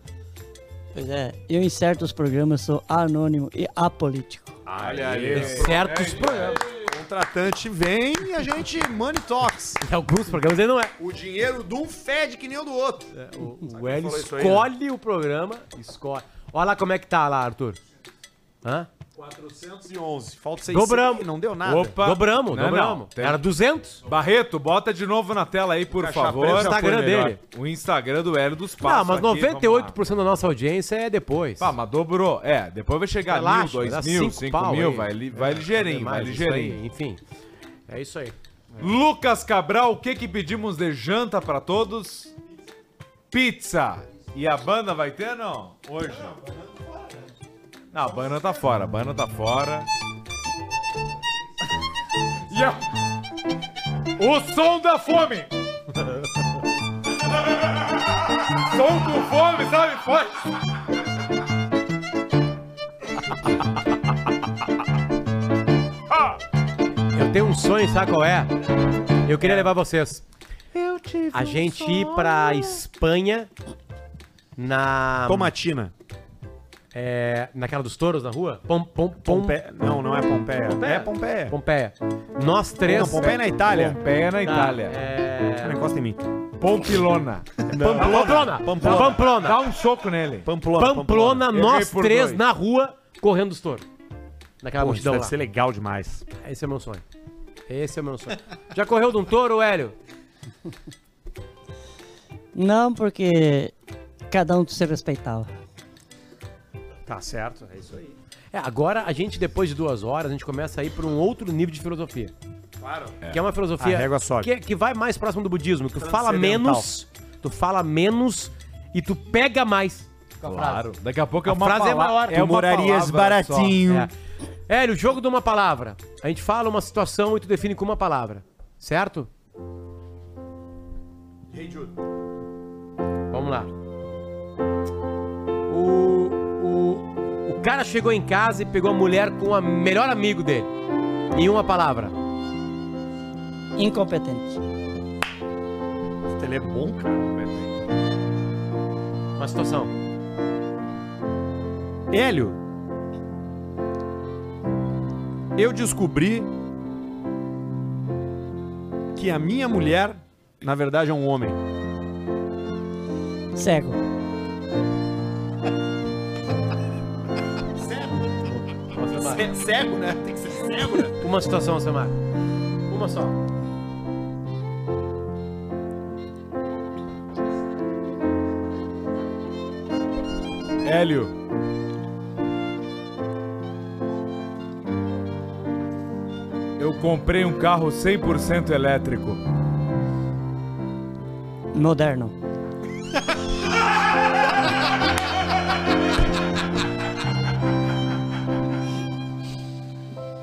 Speaker 1: Pois é, eu em certos programas sou anônimo e apolítico.
Speaker 3: Olha
Speaker 5: Em
Speaker 6: É
Speaker 5: certos programas.
Speaker 3: O contratante vem e a gente money talks.
Speaker 5: Em alguns programas ele não é.
Speaker 3: O dinheiro de um fede que nem o do outro.
Speaker 5: O,
Speaker 3: Sabe
Speaker 5: Hélio
Speaker 3: quem falou isso aí,
Speaker 6: né?
Speaker 5: escolhe o programa, escolhe. Olha lá como é que tá lá, Arthur. Hã?
Speaker 3: 411. Falta 600.
Speaker 5: Dobramos.
Speaker 3: Não deu nada.
Speaker 6: Opa.
Speaker 5: Dobramos,
Speaker 6: Não,
Speaker 5: dobramos.
Speaker 6: não, tem-
Speaker 5: Era 200.
Speaker 6: Barreto, bota de novo na tela aí, por
Speaker 5: Caixa
Speaker 6: favor.
Speaker 5: preta já foi melhor.
Speaker 6: O Instagram do Hélio dos Passos.
Speaker 5: Não, mas
Speaker 6: aqui, vamos lá.
Speaker 5: 98% da nossa audiência é depois.
Speaker 6: Pá, mas dobrou. É, depois vai chegar mil,
Speaker 5: Relaxa, dá
Speaker 6: dois mil,
Speaker 5: cinco
Speaker 6: cinco
Speaker 5: pau
Speaker 6: mil,
Speaker 5: aí.
Speaker 6: vai, li- vai
Speaker 5: É,
Speaker 6: ligeirinho,
Speaker 5: demais
Speaker 6: vai
Speaker 5: isso aí,
Speaker 6: ligeirinho.
Speaker 5: enfim, é isso aí.
Speaker 6: Lucas Cabral, o que que pedimos de janta pra todos? Pizza. E a banda vai ter, não? Hoje. Não, a banda tá fora, a banda tá fora. E a... O som da fome! <laughs> som com fome, sabe? Forte.
Speaker 5: Eu tenho um sonho, sabe qual é? Eu
Speaker 6: É.
Speaker 5: queria levar vocês.
Speaker 4: Eu tive
Speaker 6: um
Speaker 5: A gente ir pra Espanha na.
Speaker 3: Tomatina.
Speaker 5: É, naquela dos touros na rua? Pom, pom, pom...
Speaker 3: Pompe- não, não é Pompeia. É Pompeia.
Speaker 5: Pompeia. Nós três.
Speaker 3: Não, Pompeia é na Itália.
Speaker 6: Pompeia é na
Speaker 5: Tá,
Speaker 6: Itália.
Speaker 5: É...
Speaker 3: Não encosta em mim.
Speaker 6: Pompilona.
Speaker 5: Não. Pamplona. Pamplona. Pamplona.
Speaker 6: Dá um soco nele.
Speaker 3: Pamplona.
Speaker 5: Pamplona, nós
Speaker 6: Errei por
Speaker 5: três
Speaker 6: dois.
Speaker 5: na rua correndo os touros. Naquela
Speaker 3: Pô, isso
Speaker 5: multidão
Speaker 3: deve
Speaker 5: lá.
Speaker 3: ser legal demais.
Speaker 5: Esse é meu sonho. Esse é meu sonho. Já correu de um touro, Hélio?
Speaker 1: Não, porque cada um se respeitava.
Speaker 3: Tá certo, é isso aí.
Speaker 5: É, agora a gente, depois de duas horas, a gente começa a ir para um outro nível de filosofia.
Speaker 3: Claro.
Speaker 5: Que é uma filosofia
Speaker 3: A régua sobe.
Speaker 5: que, que vai mais próximo do budismo. Que tu fala menos, tu fala menos e tu pega mais. com a frase.
Speaker 6: Claro. Daqui a pouco é
Speaker 5: A
Speaker 6: uma
Speaker 5: frase é
Speaker 6: pala-
Speaker 5: maior.
Speaker 6: é uma
Speaker 3: morarias
Speaker 6: palavra só.
Speaker 3: baratinho.
Speaker 5: É. Hélio, o jogo de uma palavra. A gente fala uma situação e tu define com uma palavra. Certo? Vamos lá. O, o, o cara chegou em casa e pegou a mulher com a melhor amigo dele. Em uma palavra.
Speaker 1: Incompetente.
Speaker 3: Ele é bom, cara.
Speaker 5: Uma situação.
Speaker 3: Hélio, eu descobri que a minha mulher, na verdade, é um homem.
Speaker 1: Cego.
Speaker 3: Cego, né? Tem que ser cego, né?
Speaker 5: Uma situação, Samar. Uma só.
Speaker 6: Hélio. Eu comprei um carro 100% elétrico.
Speaker 1: Moderno.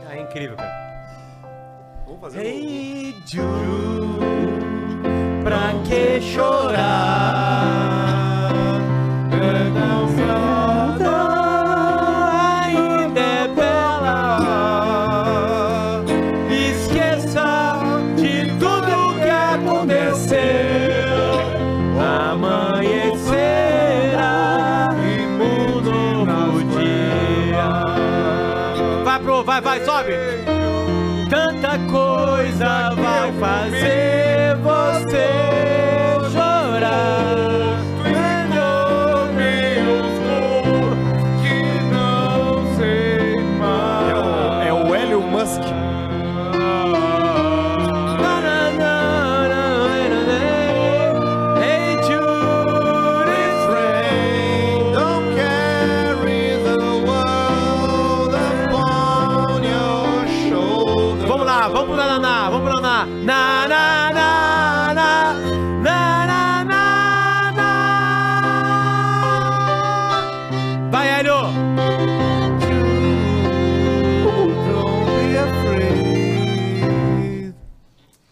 Speaker 5: Ah, é incrível, cara.
Speaker 3: Vamos fazer
Speaker 5: Hey Jude, pra que chorar? Não ainda é bela. Esqueça de tudo que aconteceu. Amanhecerá e um novo dia. Vai pro, vai, vai, sobe.
Speaker 4: Tanta coisa vai fazer você chorar.
Speaker 6: oh, que não sei mais.
Speaker 3: É o Hélio Musk. Don't carry the world upon your shoulder.
Speaker 5: Vamos lá, vamos pro Naná, vamos pro Naná. Na, na, na, na, na, na, na, na. Vai, Hélio!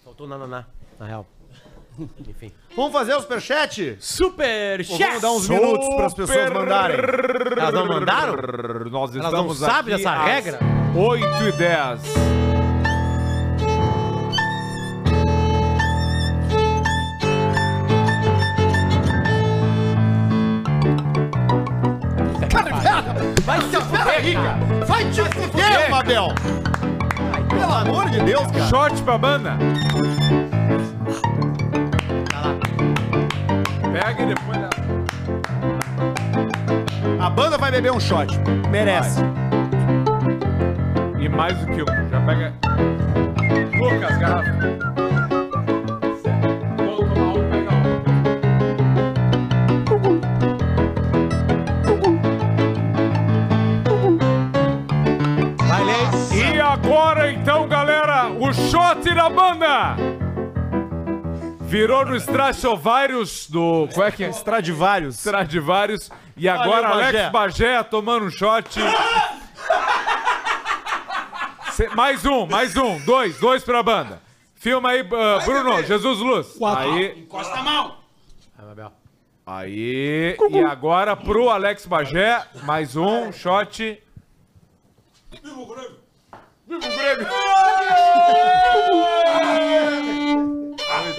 Speaker 5: Faltou Naná, na real.
Speaker 3: <laughs>
Speaker 5: Enfim.
Speaker 3: Vamos fazer o superchat?
Speaker 5: Super
Speaker 3: Ou Vamos dar uns minutos para as pessoas mandarem.
Speaker 5: Elas não mandaram? Elas
Speaker 6: Nós
Speaker 5: não
Speaker 6: estamos
Speaker 5: sabem
Speaker 6: aqui
Speaker 5: dessa
Speaker 6: às
Speaker 5: regra?
Speaker 6: 8 e 10.
Speaker 4: Vai se fuder, Rica! Vai te fuder, Mabel!
Speaker 3: Pelo amor de Deus, cara.
Speaker 6: Short pra banda. Pega e depois.
Speaker 3: A banda vai beber um shot. Merece.
Speaker 6: E mais do que um. Já pega. Poucas garrafas. E agora então, galera, o shot da banda! Virou no Strachovários do. Qual é que é?
Speaker 3: Stradivários.
Speaker 6: Stradivários. E
Speaker 4: Valeu,
Speaker 6: agora
Speaker 4: Bagé.
Speaker 6: Alex Bagé tomando um shot. Cê- mais um, mais um. Dois, dois pra banda. Filma aí, ah, Bruno, Jesus Luz. Aí,
Speaker 4: Encosta a mão!
Speaker 6: aí. E agora pro Alex Bagé, mais um shot.
Speaker 4: Viva
Speaker 6: o Grêmio!
Speaker 3: Muito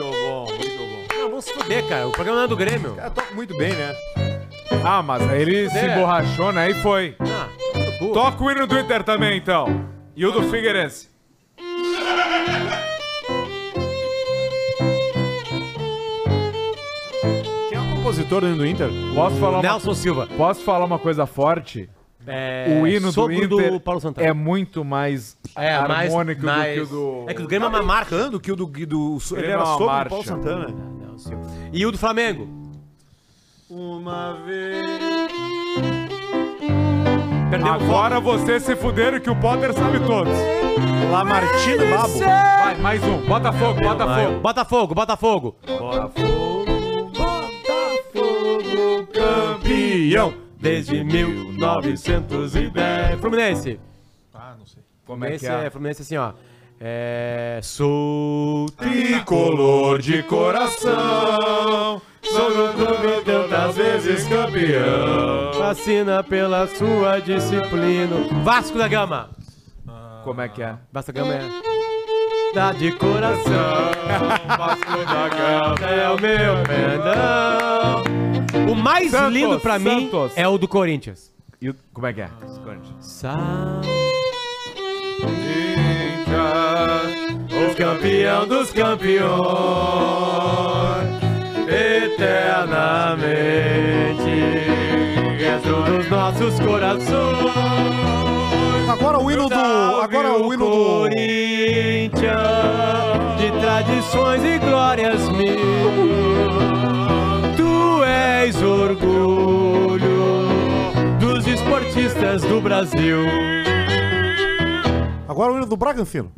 Speaker 3: bom, muito
Speaker 5: Não, vamos se fuder, cara. O programa não é do Grêmio. Cara,
Speaker 3: toca muito bem, né?
Speaker 6: Ah, mas aí ele se
Speaker 5: É. Ah,
Speaker 6: emborrachou, né? E foi.
Speaker 5: cu.
Speaker 6: Toca o hino do Inter também, então. E o do Figueirense.
Speaker 3: Quem é o compositor do Inter?
Speaker 6: Posso falar
Speaker 5: Nelson Silva.
Speaker 6: Posso falar uma coisa forte?
Speaker 5: É,
Speaker 6: o hino do
Speaker 5: sogro
Speaker 6: Inter
Speaker 5: do Paulo Santana.
Speaker 6: é muito mais
Speaker 5: É, mais-
Speaker 6: harmônico
Speaker 5: mais-
Speaker 6: do que o do...
Speaker 5: É que o do Grêmio é uma marca.
Speaker 3: Marcando que o do. do ele
Speaker 6: Grêmio
Speaker 3: era
Speaker 6: é uma
Speaker 3: sogro do
Speaker 6: marcha.
Speaker 3: Paulo Santana.
Speaker 5: Não, sim. E o do Flamengo?
Speaker 3: Uma vez.
Speaker 6: Agora vocês se fuderam que o Potter sabe todos.
Speaker 3: Lamartine
Speaker 5: Babo.
Speaker 6: Vai, mais um. Botafogo, Botafogo.
Speaker 5: Botafogo, Botafogo.
Speaker 4: Botafogo
Speaker 5: Campeão desde 1910. É, Fluminense.
Speaker 9: Ah, não sei.
Speaker 5: Como é que
Speaker 9: é?
Speaker 5: é? Fluminense assim, ó. É, sou
Speaker 6: tricolor de
Speaker 4: coração,
Speaker 5: sou do clube tantas vezes
Speaker 6: campeão.
Speaker 5: Fascina pela sua disciplina. Vasco da Gama.
Speaker 6: Como é que é?
Speaker 5: Vasco da Gama é. Tá de coração, <laughs> Vasco da Gama é o meu perdão. O mais
Speaker 6: Santos,
Speaker 5: lindo pra mim
Speaker 6: Santos.
Speaker 5: é o do Corinthians.
Speaker 6: E o- Como é que é?
Speaker 5: Sa-
Speaker 4: O campeão dos campeões Eternamente Dentro dos nossos corações
Speaker 3: Agora o hino do. Agora o hino do.
Speaker 5: Corinthians de tradições e glórias mil. Tu és orgulho dos esportistas do Brasil.
Speaker 3: Agora o hino do Bragantino.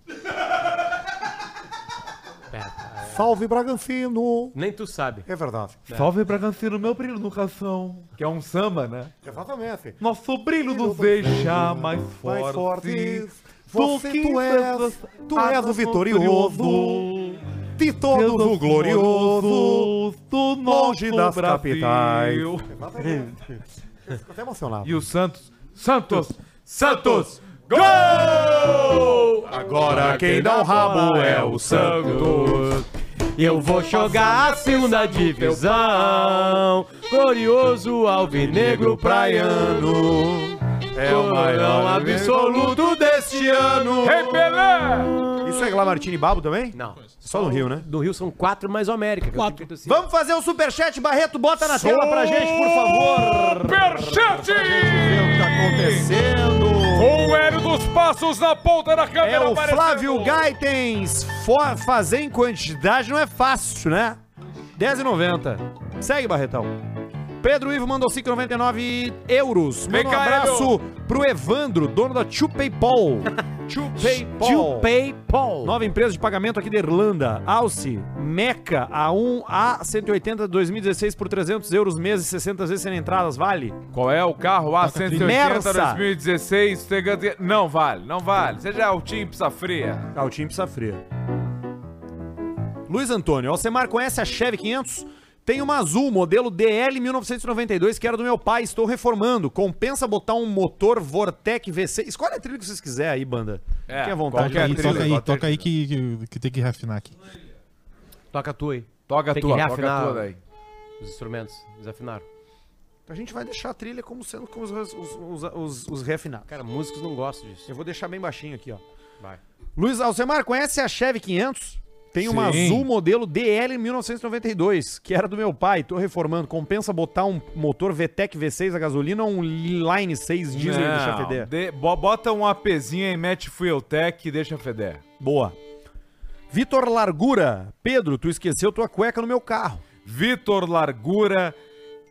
Speaker 3: Salve Bragantino!
Speaker 5: Nem tu sabe.
Speaker 3: É verdade.
Speaker 6: Salve Bragantino, meu brilho no coração. Que é um samba, né?
Speaker 3: Exatamente.
Speaker 6: Nosso brilho nos deixa mais
Speaker 3: Mais
Speaker 6: fortes.
Speaker 3: forte.
Speaker 6: Do
Speaker 3: Você,
Speaker 6: que
Speaker 3: tu és, tu
Speaker 6: a
Speaker 3: és o
Speaker 6: nosso
Speaker 3: vitorioso, de
Speaker 6: Deus
Speaker 3: todos o
Speaker 6: do
Speaker 3: glorioso,
Speaker 6: glorioso, do
Speaker 3: longe
Speaker 6: nosso
Speaker 3: das
Speaker 6: Brasil.
Speaker 3: capitais. Fico até emocionado.
Speaker 6: E o Santos. Santos! Santos!
Speaker 4: Gol!
Speaker 3: Agora quem dá o rabo é o
Speaker 6: Santos.
Speaker 5: Eu vou jogar a segunda divisão. Glorioso alvinegro praiano.
Speaker 4: É o maior absoluto deste
Speaker 3: corintiano.
Speaker 5: Ei,
Speaker 3: Isso é Glamartine Babo também?
Speaker 5: Não.
Speaker 3: Só no Rio, né?
Speaker 5: Do Rio são quatro, mais o América. Quatro.
Speaker 3: Vamos fazer um superchat, Barreto, bota Tá na tela pra gente, por favor.
Speaker 6: Superchat!
Speaker 3: tá acontecendo.
Speaker 6: Com o Hélio dos Passos na ponta da câmera.
Speaker 3: É o
Speaker 6: aparecendo.
Speaker 3: Flávio Gaitens. Fo- Fazer em quantidade não é fácil, né? 10,90. Segue, Barretão. Pedro Ivo mandou 5,99 euros.
Speaker 6: Vem
Speaker 3: Manda um
Speaker 6: cá,
Speaker 3: abraço pro Evandro, dono da
Speaker 6: <laughs>
Speaker 3: ChuPayPal. ChuPayPal.
Speaker 5: PayPal.
Speaker 3: Nova empresa de pagamento aqui da Irlanda. Alce, Meca, A1, A180 2016 por 300 euros mês e 60 vezes sem entradas. Vale?
Speaker 6: Qual é o carro A180
Speaker 3: Mersa.
Speaker 6: 2016? Tegante- Não vale, não vale. é Seja altinho, pizza fria.
Speaker 3: Altinho precisa fria. Luiz Antônio, Alcemar conhece a Chevy 500? Tem uma azul, modelo DL 1992, que era do meu pai, estou reformando. Compensa botar um motor Vortec V6. Escolhe a trilha que vocês quiserem aí, banda.
Speaker 6: É,
Speaker 3: Fiquem
Speaker 9: Toca
Speaker 3: à vontade.
Speaker 9: aí, toca aí, toca aí que, que, que tem que refinar aqui.
Speaker 5: Toca a tua aí.
Speaker 6: Toca a
Speaker 5: Tem
Speaker 6: tua,
Speaker 5: que
Speaker 6: toca a
Speaker 5: reafinar
Speaker 6: tua daí.
Speaker 5: Os instrumentos, desafinaram.
Speaker 3: A gente vai deixar a trilha como sendo como os, os, os, os- os reafinados.
Speaker 5: Cara, músicos não gostam disso.
Speaker 3: Eu vou deixar bem baixinho aqui, ó.
Speaker 5: Vai.
Speaker 3: Luiz Alcemar, conhece a Chevy 500? Tem uma
Speaker 5: Sim.
Speaker 3: azul modelo DL 1992, que era do meu pai, tô reformando. Compensa botar um motor VTEC V6 a gasolina ou um Line 6 diesel e deixar
Speaker 6: Não,
Speaker 3: feder?
Speaker 6: de- bo- bota um APzinha e mete Fueltech e deixa feder.
Speaker 3: Boa. Vitor Largura, Pedro, tu esqueceu tua cueca no meu carro.
Speaker 6: Vitor Largura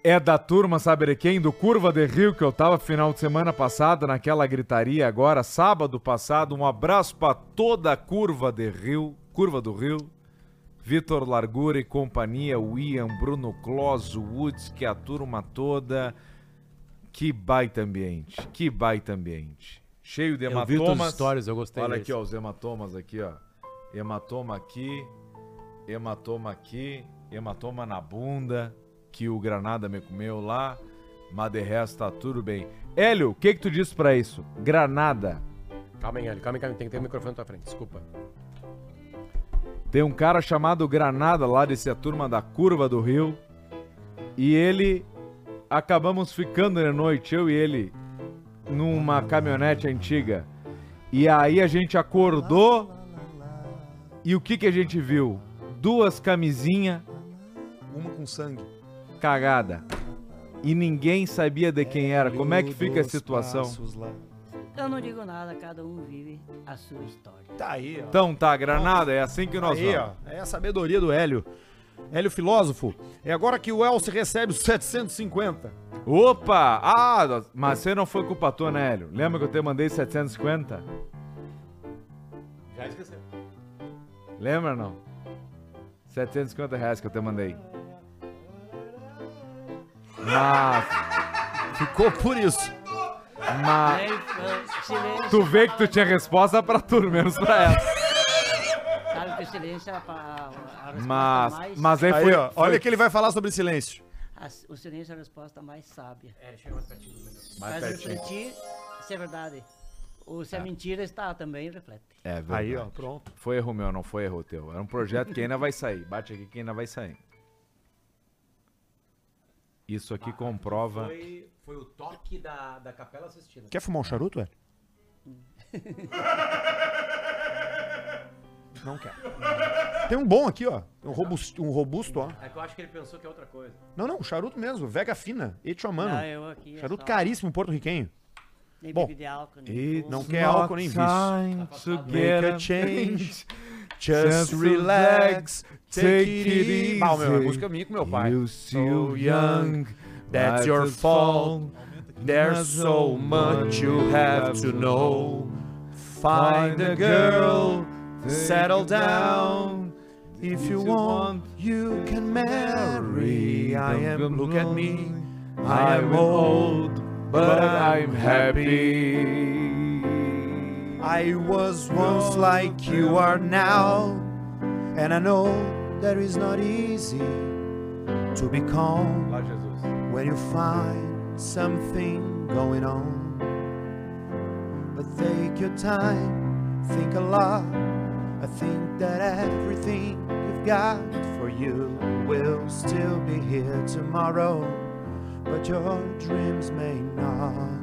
Speaker 6: é da turma, sabe de quem? Do Curva de Rio, que eu tava final de semana passada, naquela gritaria agora, sábado passado. Um abraço pra toda a Curva de Rio, Curva do Rio. Vitor Largura e companhia, William, Bruno Clos, Woods, que a turma toda. Que baita ambiente, que baita ambiente. Cheio de
Speaker 5: Eu
Speaker 6: hematomas.
Speaker 5: vi os teus stories, eu gostei
Speaker 6: Olha
Speaker 5: deles.
Speaker 6: aqui, ó, os hematomas aqui, ó. Hematoma aqui, hematoma aqui, hematoma na bunda, que o Granada me comeu lá, mas de resto tá tudo bem. Hélio, o que que tu disse pra isso? Granada.
Speaker 5: Calma aí, Hélio. Calma aí, calma aí. Tem que ter o microfone na tua frente. Desculpa.
Speaker 6: Tem um cara chamado Granada lá dessa turma da Curva do Rio. E ele. Acabamos ficando de noite, eu e ele, numa caminhonete antiga. E aí a gente acordou. E o que que a gente viu? Duas camisinhas
Speaker 3: Uma com sangue.
Speaker 6: cagada. E ninguém sabia de quem era. Como é que fica a situação?
Speaker 8: Eu não digo nada, cada um vive a sua história.
Speaker 3: Tá aí, ó.
Speaker 6: Então tá, Granada, é assim que nós
Speaker 3: Aí, ó,
Speaker 6: vamos.
Speaker 3: é a sabedoria do Hélio. Hélio filósofo. É agora que o Elcio recebe os 750.
Speaker 6: Opa! Ah, mas você não foi culpa tua, né, Hélio? Lembra que eu te mandei 750?
Speaker 5: Já esqueceu.
Speaker 6: Lembra não? 750 reais que eu te mandei. Mas.
Speaker 3: Ficou por isso.
Speaker 6: Mas. Tu vê que tu tinha resposta pra tudo, menos pra ela.
Speaker 8: Sabe que o silêncio é a, pa- a resposta
Speaker 6: Mas-
Speaker 8: mais...
Speaker 6: mas aí foi-
Speaker 3: ó, Olha o que ele vai falar sobre silêncio.
Speaker 8: A- o silêncio é a resposta mais sábia. É, chega mais pertinho do melhor.
Speaker 3: Mais
Speaker 8: Faz
Speaker 3: pertinho.
Speaker 8: refletir se é verdade. Ou se é, mentira, está também reflete.
Speaker 6: É verdade.
Speaker 3: Aí, ó, pronto.
Speaker 6: Foi erro meu, não foi erro teu. Era um projeto que ainda vai sair. Bate aqui que ainda vai sair. Isso aqui comprova.
Speaker 5: Foi, foi o toque da, da Capela Sistina.
Speaker 3: Quer fumar um charuto, Hélio? Não quer. Tem um bom aqui, ó. Um robusto, um robusto ó.
Speaker 5: É que eu acho que ele pensou que é outra coisa.
Speaker 3: Não, não, charuto mesmo. Vega fina. Etiomano.
Speaker 8: Não, eu aqui é
Speaker 3: charuto
Speaker 8: só-
Speaker 3: caríssimo, porto-riquenho.
Speaker 8: Nem
Speaker 3: Bom,
Speaker 8: bebe de álcool,
Speaker 3: e
Speaker 8: nem
Speaker 3: não
Speaker 8: fumo.
Speaker 3: quer álcool nem vício. Make a change. Just relax. Take it easy. Mal, meu, é música minha com meu pai.
Speaker 6: You still young.
Speaker 3: That's your fault. There's so much you have to know. Find a girl, settle down. If you want, you can marry. I am, look at me. I'm old, but I'm happy. I was once like you are now, and I know that is not easy to be calm
Speaker 6: Lá, Jesus.
Speaker 3: when you find something going on. But take your time, think a lot. I think that everything you've got for you will still be here tomorrow, but your dreams may not.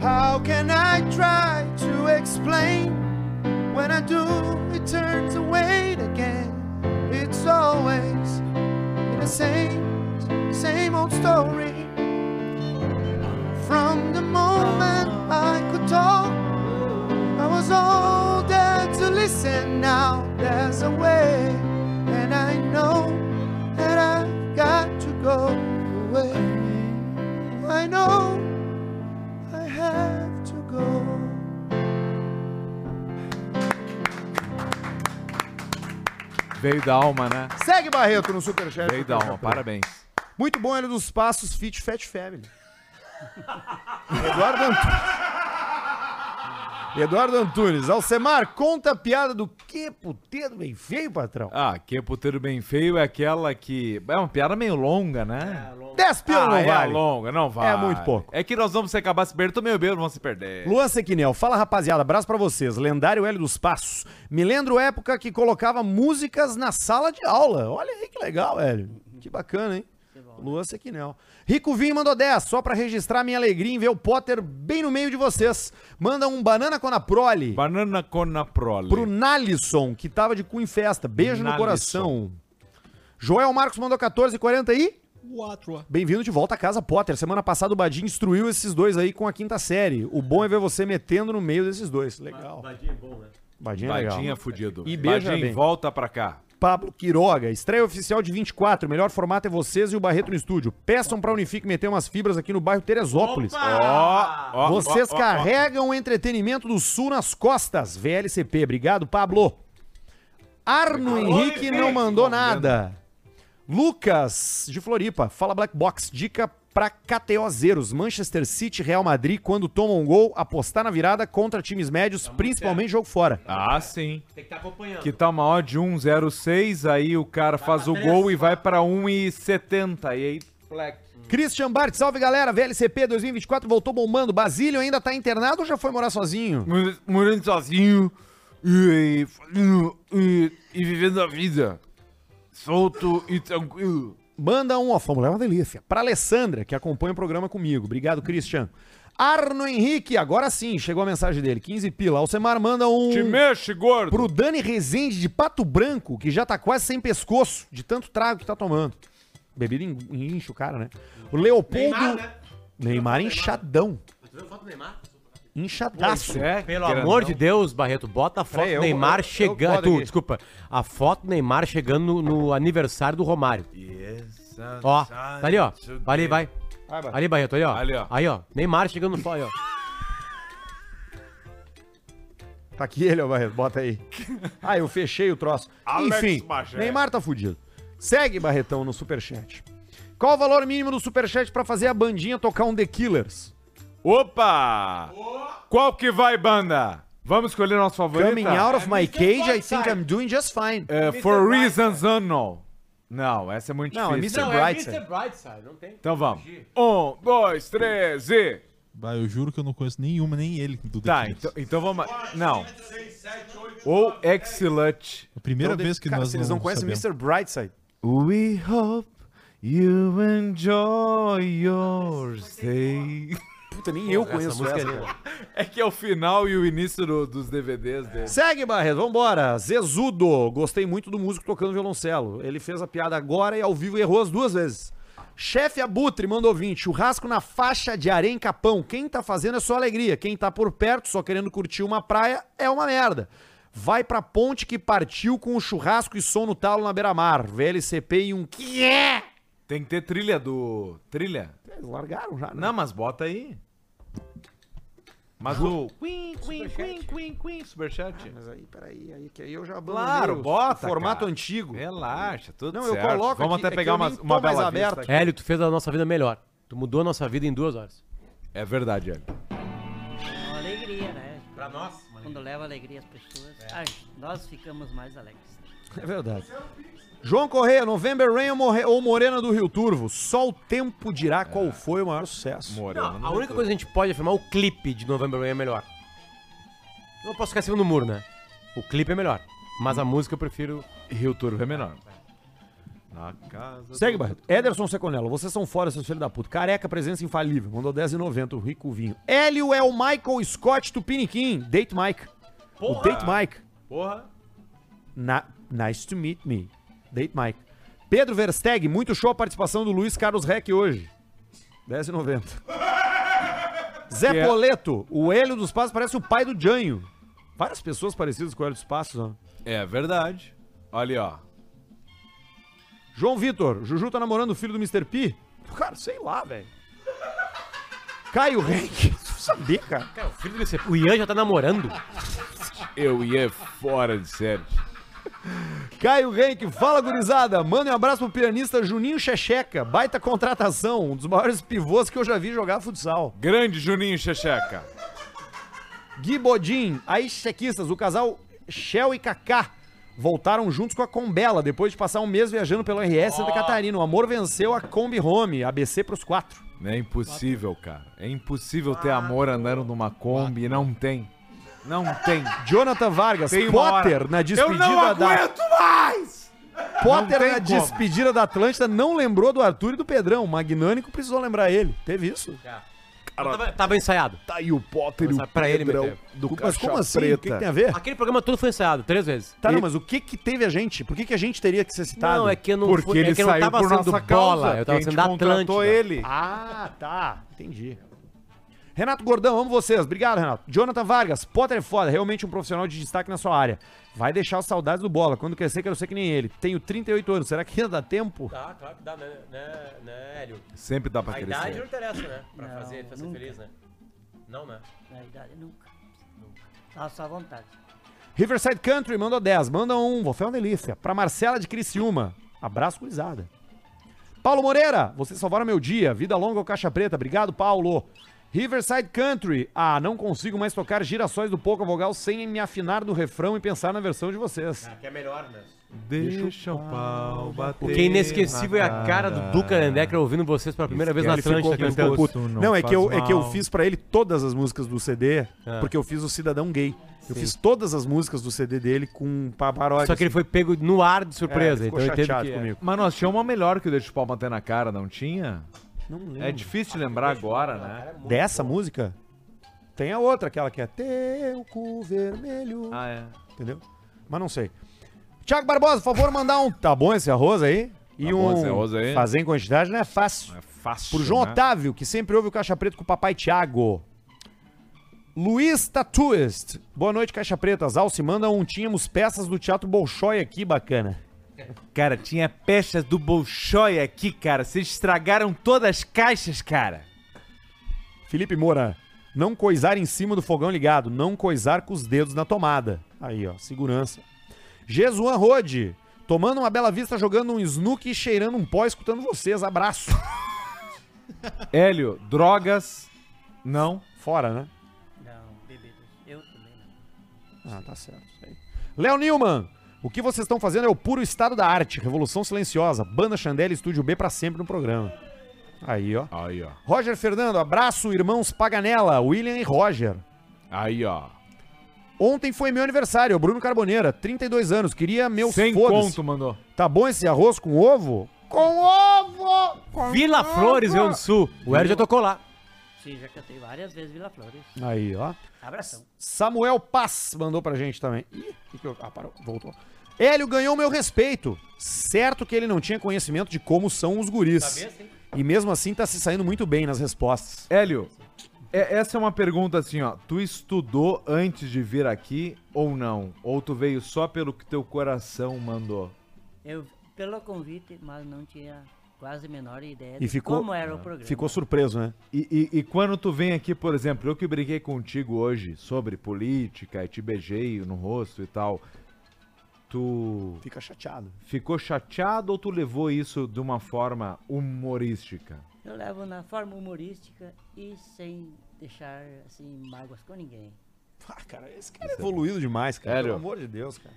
Speaker 4: How can I try to explain? When I do, it turns away again. It's always the same, same old story. From the moment I could talk, I was all there to listen. Now there's a way, and I know that I've got to go away. I know I have to go.
Speaker 6: Veio da alma, né?
Speaker 3: Segue Barreto no Superchat.
Speaker 6: Veio da alma, parabéns.
Speaker 3: Muito bom ele dos passos Fit Fat Family. Eduardo Antunes. Eduardo Antunes, Alcemar, conta a piada do que puteiro bem feio, patrão.
Speaker 6: Ah, que puteiro bem feio é aquela que. É uma piada meio longa, né?
Speaker 3: 10 pila
Speaker 6: ah,
Speaker 3: não
Speaker 6: é
Speaker 3: vale.
Speaker 6: longa, não vale.
Speaker 3: muito pouco.
Speaker 6: É que nós vamos se acabar se perdendo, tô meio bêbado, vamos se perder.
Speaker 3: Luan Sequinel, fala rapaziada, abraço pra vocês. Lendário Hélio dos Passos. Me lembro época que colocava músicas na sala de aula. Olha aí que legal, Hélio. Que bacana, hein? Luan Sequinel. Rico Vinho mandou 10, só pra registrar minha alegria em ver o Potter bem no meio de vocês. Manda um banana conaprole
Speaker 6: Banana Conaprole.
Speaker 3: pro Nalisson, que tava de cu em festa. Beijo no
Speaker 6: Nalisson.
Speaker 3: coração. Joel Marcos mandou 14,40 e... Bem-vindo de volta a casa, Potter. Semana passada o Badin instruiu esses dois aí com a quinta série. O bom é ver você metendo no meio desses dois. Legal.
Speaker 5: Badinha é bom, né?
Speaker 3: Badinha é legal.
Speaker 6: Badinha fudido.
Speaker 3: E beija
Speaker 6: Badinha,
Speaker 3: bem.
Speaker 6: volta pra cá.
Speaker 3: Pablo Quiroga, estreia oficial de 24. Melhor formato é vocês e o Barreto no estúdio. Peçam pra Unifique meter umas fibras aqui no bairro Teresópolis.
Speaker 6: Ó, ó,
Speaker 3: Vocês
Speaker 6: ó, ó, ó.
Speaker 3: carregam o entretenimento do Sul nas costas. VLCP, obrigado, Pablo. Arno Henrique não mandou nada. Lucas, de Floripa, fala Black Box, dica pra KTOzeiros, Manchester City, Real Madrid, quando tomam um gol, apostar na virada contra times médios, principalmente jogo fora.
Speaker 6: Ah, sim.
Speaker 5: É. Tem que estar acompanhando.
Speaker 6: Tá Que tá uma odd 106, aí o cara faz o gol e vai pra 1,70. E aí, moleque.
Speaker 3: Christian Bart, salve galera, VLCP 2024 voltou bombando. Basílio ainda tá internado ou já foi morar sozinho?
Speaker 6: mor- Morando sozinho e, fazendo- e- e vivendo a vida. Solto e tranquilo.
Speaker 3: Manda um, ó, Fórmula é uma delícia. Pra Alessandra, que acompanha o programa comigo. Obrigado, Christian. Arno Henrique, agora sim, chegou a mensagem dele, 15 pila. Alcemar manda um...
Speaker 6: Te mexe, gordo.
Speaker 3: Pro Dani Rezende de Pato Branco, que já tá quase sem pescoço, de tanto trago que tá tomando. Bebida en- incha o cara, né? O Leopoldo...
Speaker 5: Neymar, né?
Speaker 3: Neymar inchadão.
Speaker 5: foto do Neymar? é.
Speaker 3: Inchadaço.
Speaker 5: Pelo amor de Deus, Barreto, bota a foto
Speaker 3: Tá Peraí,
Speaker 5: do
Speaker 3: eu- eu-
Speaker 5: Neymar
Speaker 3: eu
Speaker 5: chegando.
Speaker 3: boto
Speaker 5: Tu,
Speaker 3: aqui.
Speaker 5: Desculpa. A foto do Neymar chegando no, no aniversário do Romário. Ó, tá ali, ó. Ali, vai.
Speaker 3: Vai, vai.
Speaker 5: Ali, Barreto, ali, ó.
Speaker 6: Ali, ó.
Speaker 5: Aí, ó. Neymar chegando no fo- aí, ó.
Speaker 3: Tá aqui ele, ó, Barreto,
Speaker 5: <laughs>
Speaker 3: bota aí. Ah, eu fechei o troço.
Speaker 6: Alex
Speaker 3: Enfim,
Speaker 6: Bagé.
Speaker 3: Neymar tá fudido. Segue, Barretão, no Superchat. Qual o valor mínimo do Superchat pra fazer a bandinha tocar um The Killers?
Speaker 6: Opa! Qual que vai, banda? Vamos escolher nosso favorito?
Speaker 3: Coming out of my cage, I think I'm doing just fine.
Speaker 6: É, for reasons unknown. Não, essa é muito
Speaker 3: Não, é
Speaker 6: difícil.
Speaker 3: Mr. Brightside.
Speaker 5: Brightside, não tem.
Speaker 6: Então vamos. Um, dois, três e...
Speaker 9: Vai, eu juro que eu não conheço nenhuma, nem ele do The
Speaker 6: Tá,
Speaker 9: Killers.
Speaker 6: então, então vamos... Não. Ou Exilut.
Speaker 9: A primeira
Speaker 3: Então,
Speaker 9: vez que
Speaker 3: cara,
Speaker 9: nós
Speaker 3: se eles não conhecem
Speaker 9: sabemos.
Speaker 3: Mr. Brightside.
Speaker 6: We hope you enjoy your stay.
Speaker 3: Puta, nem eu conheço essa, cara.
Speaker 6: É que é o final e o início do- dos DVDs dele.
Speaker 3: Segue, Barreto, vambora. Zezudo, gostei muito do músico tocando violoncelo. Ele fez a piada agora e ao vivo errou as duas vezes. Chefe Abutre mandou 20. Churrasco na faixa de areia em Capão. Quem tá fazendo é só alegria. Quem tá por perto, só querendo curtir uma praia, é uma merda. Vai pra ponte que partiu com o churrasco e som no talo na beira-mar. VLCP e um que é?
Speaker 6: Tem que ter trilha do. Trilha?
Speaker 3: Eles largaram já, né?
Speaker 6: Não, mas bota aí. Mas o. Queen, Queen, Queen, Queen, Queen, Superchat.
Speaker 3: Ah, Mas aí, peraí, aí, que aí eu já abandonei
Speaker 6: Claro,
Speaker 3: o-
Speaker 6: bota.
Speaker 3: o formato
Speaker 6: cara.
Speaker 3: antigo.
Speaker 6: Relaxa, tudo
Speaker 3: Não, eu
Speaker 6: certo.
Speaker 3: coloco
Speaker 6: Vamos
Speaker 3: aqui, é
Speaker 6: até
Speaker 3: que
Speaker 6: pegar
Speaker 3: eu
Speaker 6: uma,
Speaker 3: nem tô
Speaker 6: uma
Speaker 3: mais
Speaker 6: bela vista
Speaker 3: aberto.
Speaker 6: tá aqui.
Speaker 5: Hélio, tu fez a nossa vida melhor. Tu mudou a nossa vida em duas horas.
Speaker 6: É verdade, Hélio.
Speaker 8: Uma alegria, né?
Speaker 5: Pra nós, uma
Speaker 8: Quando leva alegria às pessoas, ai, nós ficamos mais alegres.
Speaker 3: É verdade. João Correia, November Rain ou Morre- ou Morena do Rio Turvo? Só o tempo dirá qual foi o maior sucesso.
Speaker 6: Moreno.
Speaker 5: A única coisa que a gente pode afirmar, o clipe de November Rain é melhor. Não posso ficar em cima do muro, né? O clipe é melhor. Mas a música eu prefiro.
Speaker 6: Rio Turvo é menor.
Speaker 3: Segue, Barreto. Ederson Seconello, vocês são fora, seus filhos da puta. Careca, presença infalível. Mandou 10,90, o rico vinho. Hélio é o Michael Scott Tupiniquim. Date Mike. O
Speaker 6: Porra!
Speaker 3: Date Mike.
Speaker 6: Porra.
Speaker 3: Na- nice to meet me. Date Mike. Pedro Versteg, muito show a participação do Luiz Carlos Rec hoje. 10,90.
Speaker 6: <laughs>
Speaker 3: Zé
Speaker 6: Que é-
Speaker 3: Poleto, o Hélio dos Passos parece o pai do Janho. Várias pessoas parecidas com o Hélio dos Passos, ó.
Speaker 6: É verdade. Olha ali, ó.
Speaker 3: João Vitor, Juju tá namorando o filho do Mr. P? Cara, sei lá, velho. Caio <laughs> Henrique, tu sabia, cara?
Speaker 5: O filho do ICP. O Ian já tá namorando?
Speaker 6: Eu ia fora de série.
Speaker 3: Caio Henrique, fala gurizada. Manda um abraço pro pianista Juninho Checheca. Baita contratação, um dos maiores pivôs que eu já vi jogar futsal.
Speaker 6: Grande Juninho Checheca.
Speaker 3: Gui Bodin, aí chequistas, o casal Shell e Kaká voltaram juntos com a Combela depois de passar um mês viajando pelo RS Santa Catarina. O amor venceu a Kombi Home, ABC pros quatro.
Speaker 6: É impossível, cara. É impossível ter amor andando numa Kombi. Não tem. Não tem.
Speaker 3: Jonathan Vargas,
Speaker 6: Tem uma hora.
Speaker 3: Potter na despedida
Speaker 6: Eu não
Speaker 3: da.
Speaker 6: aguento mais!
Speaker 3: Potter
Speaker 6: Não
Speaker 3: na
Speaker 6: tem como.
Speaker 3: despedida da Atlântida não lembrou do Arthur e do Pedrão. Magnânico precisou lembrar ele. Teve isso?
Speaker 5: É. Tava, tava ensaiado.
Speaker 3: Tá aí o Potter
Speaker 5: e o pra ele,
Speaker 3: Pedrão
Speaker 5: meu
Speaker 3: do Mas como Caixa assim? O que Preta. que tem a ver?
Speaker 5: Aquele programa todo foi ensaiado, três vezes.
Speaker 3: Tá, não, mas o que que teve a gente? Por que que a gente teria que ser citado?
Speaker 5: Não, é que eu não Porque fui- é ele que eu não saiu tava por sendo nossa bola, causa, eu tava quem sendo te da contratou Atlântida. ele.
Speaker 3: Ah, tá. Entendi. Renato Gordão, amo vocês. Obrigado, Renato. Jonathan Vargas, Potter é foda, realmente um profissional de destaque na sua área. Vai deixar saudades do bola. Quando crescer, quero ser que nem ele. Tenho 38 anos, será que ainda dá tempo?
Speaker 5: Tá, claro que dá, né, né, né, Hélio?
Speaker 6: Sempre dá pra
Speaker 5: A
Speaker 6: crescer.
Speaker 5: idade não interessa, né? Pra
Speaker 8: Não,
Speaker 5: fazer, pra ser
Speaker 8: nunca.
Speaker 5: feliz, né? Não, né?
Speaker 8: Na idade, nunca. Faça Tá à vontade.
Speaker 3: Riverside Country mandou 10. Manda um, vou foi uma delícia. Pra Marcela de Criciúma. Abraço, gurizada. Paulo Moreira, vocês salvaram meu dia. Vida longa ao Caixa Preta. Obrigado, Paulo. Riverside Country. Ah, não consigo mais tocar girassóis do pouca vogal sem me afinar no refrão e pensar na versão de vocês.
Speaker 5: Que é melhor, né?
Speaker 6: Deixa o pau bater.
Speaker 5: O que é inesquecível é
Speaker 6: Ah,
Speaker 5: a cara do Duca Nendecra ouvindo vocês pela primeira vez na
Speaker 3: Ele ficou-
Speaker 5: Atlântida
Speaker 3: ele
Speaker 5: cantando.
Speaker 3: ficou puto. Não, é, que eu, é que eu fiz pra ele todas as músicas do CD,
Speaker 5: Ah.
Speaker 3: porque eu fiz o Cidadão Gay. Eu
Speaker 5: Sim.
Speaker 3: fiz todas as músicas do CD dele com pa- paródia.
Speaker 5: Só que ele
Speaker 3: assim.
Speaker 5: foi pego no ar de
Speaker 3: É,
Speaker 5: surpresa,
Speaker 3: ele
Speaker 5: então
Speaker 3: ficou
Speaker 5: ele teve
Speaker 3: chateado
Speaker 5: que...
Speaker 3: comigo.
Speaker 6: Mas nós tínhamos uma melhor que o Deixa o pau bater na cara, não tinha?
Speaker 3: Não lembro.
Speaker 6: É difícil lembrar agora, né?
Speaker 3: Dessa música? Tem a outra, aquela que é Teu cu vermelho. Ah, é. Entendeu? Mas não sei. Tiago Barbosa, por favor, mandar um. Tá bom esse arroz aí? E
Speaker 6: Tá
Speaker 3: um.
Speaker 6: bom esse arroz aí?
Speaker 3: Fazer em quantidade não é fácil. Não é
Speaker 6: fácil.
Speaker 3: Pro João
Speaker 6: né?
Speaker 3: Otávio, que sempre ouve o Caixa Preto com o papai Tiago. Luiz Tatuist. Boa noite, Caixa Preta. Zalce manda um. Tínhamos peças do Teatro Bolshoi aqui, bacana.
Speaker 6: Cara, tinha peças do Bolshoi aqui, cara. Vocês estragaram todas as caixas, cara.
Speaker 3: Felipe Moura, não coisar em cima do fogão ligado, não coisar com os dedos na tomada. Aí, ó, segurança. Jesuan Rode, tomando uma bela vista, jogando um snook e cheirando um pó, escutando vocês. Abraço.
Speaker 6: Hélio, drogas. Não.
Speaker 3: Fora, né?
Speaker 8: Não, bebidas. Eu também não.
Speaker 3: Ah, tá certo. isso aí. Léo Newman, o que vocês estão fazendo é o puro estado da arte, revolução silenciosa, banda Chandela e Estúdio B pra sempre no programa. Aí, ó.
Speaker 6: Aí, ó.
Speaker 3: Roger Fernando, abraço, irmãos Paganella, William e Roger.
Speaker 6: Aí, ó.
Speaker 3: Ontem foi meu aniversário, é Bruno Carboneira, 32 anos. Queria meus
Speaker 6: Sem
Speaker 3: foda-se.
Speaker 6: conto, mandou.
Speaker 3: Tá bom esse arroz com ovo? Com ovo!
Speaker 5: Vila Flores, Rio Grande do Sul. O Hélio já tocou lá.
Speaker 8: Sim, já cantei várias vezes Vila Flores.
Speaker 3: Aí, ó.
Speaker 8: Abração.
Speaker 3: Samuel Paz mandou pra gente também. Ih, que que eu... Ah, parou, voltou. Hélio ganhou meu respeito. Certo que ele não tinha conhecimento de como são os guris. E mesmo assim tá se saindo muito bem nas respostas.
Speaker 6: Hélio, é- essa é uma pergunta assim, ó. Tu estudou antes de vir aqui ou não? Ou tu veio só pelo que teu coração mandou?
Speaker 8: Eu, pelo convite, mas não tinha quase a menor ideia
Speaker 6: E
Speaker 8: de
Speaker 6: ficou-
Speaker 8: É, como era o programa.
Speaker 3: É. Ah, Ficou surpreso, né?
Speaker 6: E, e- e quando tu vem aqui, por exemplo, eu que briguei contigo hoje sobre política e te beijei no rosto e tal, tu
Speaker 3: Fica chateado.
Speaker 6: ficou chateado ou tu levou isso de uma forma humorística?
Speaker 8: Eu levo na forma humorística e sem deixar, assim, mágoas com ninguém.
Speaker 3: Ah, cara, esse cara é evoluído demais, cara.
Speaker 6: Sério?
Speaker 3: Pelo amor de Deus, cara.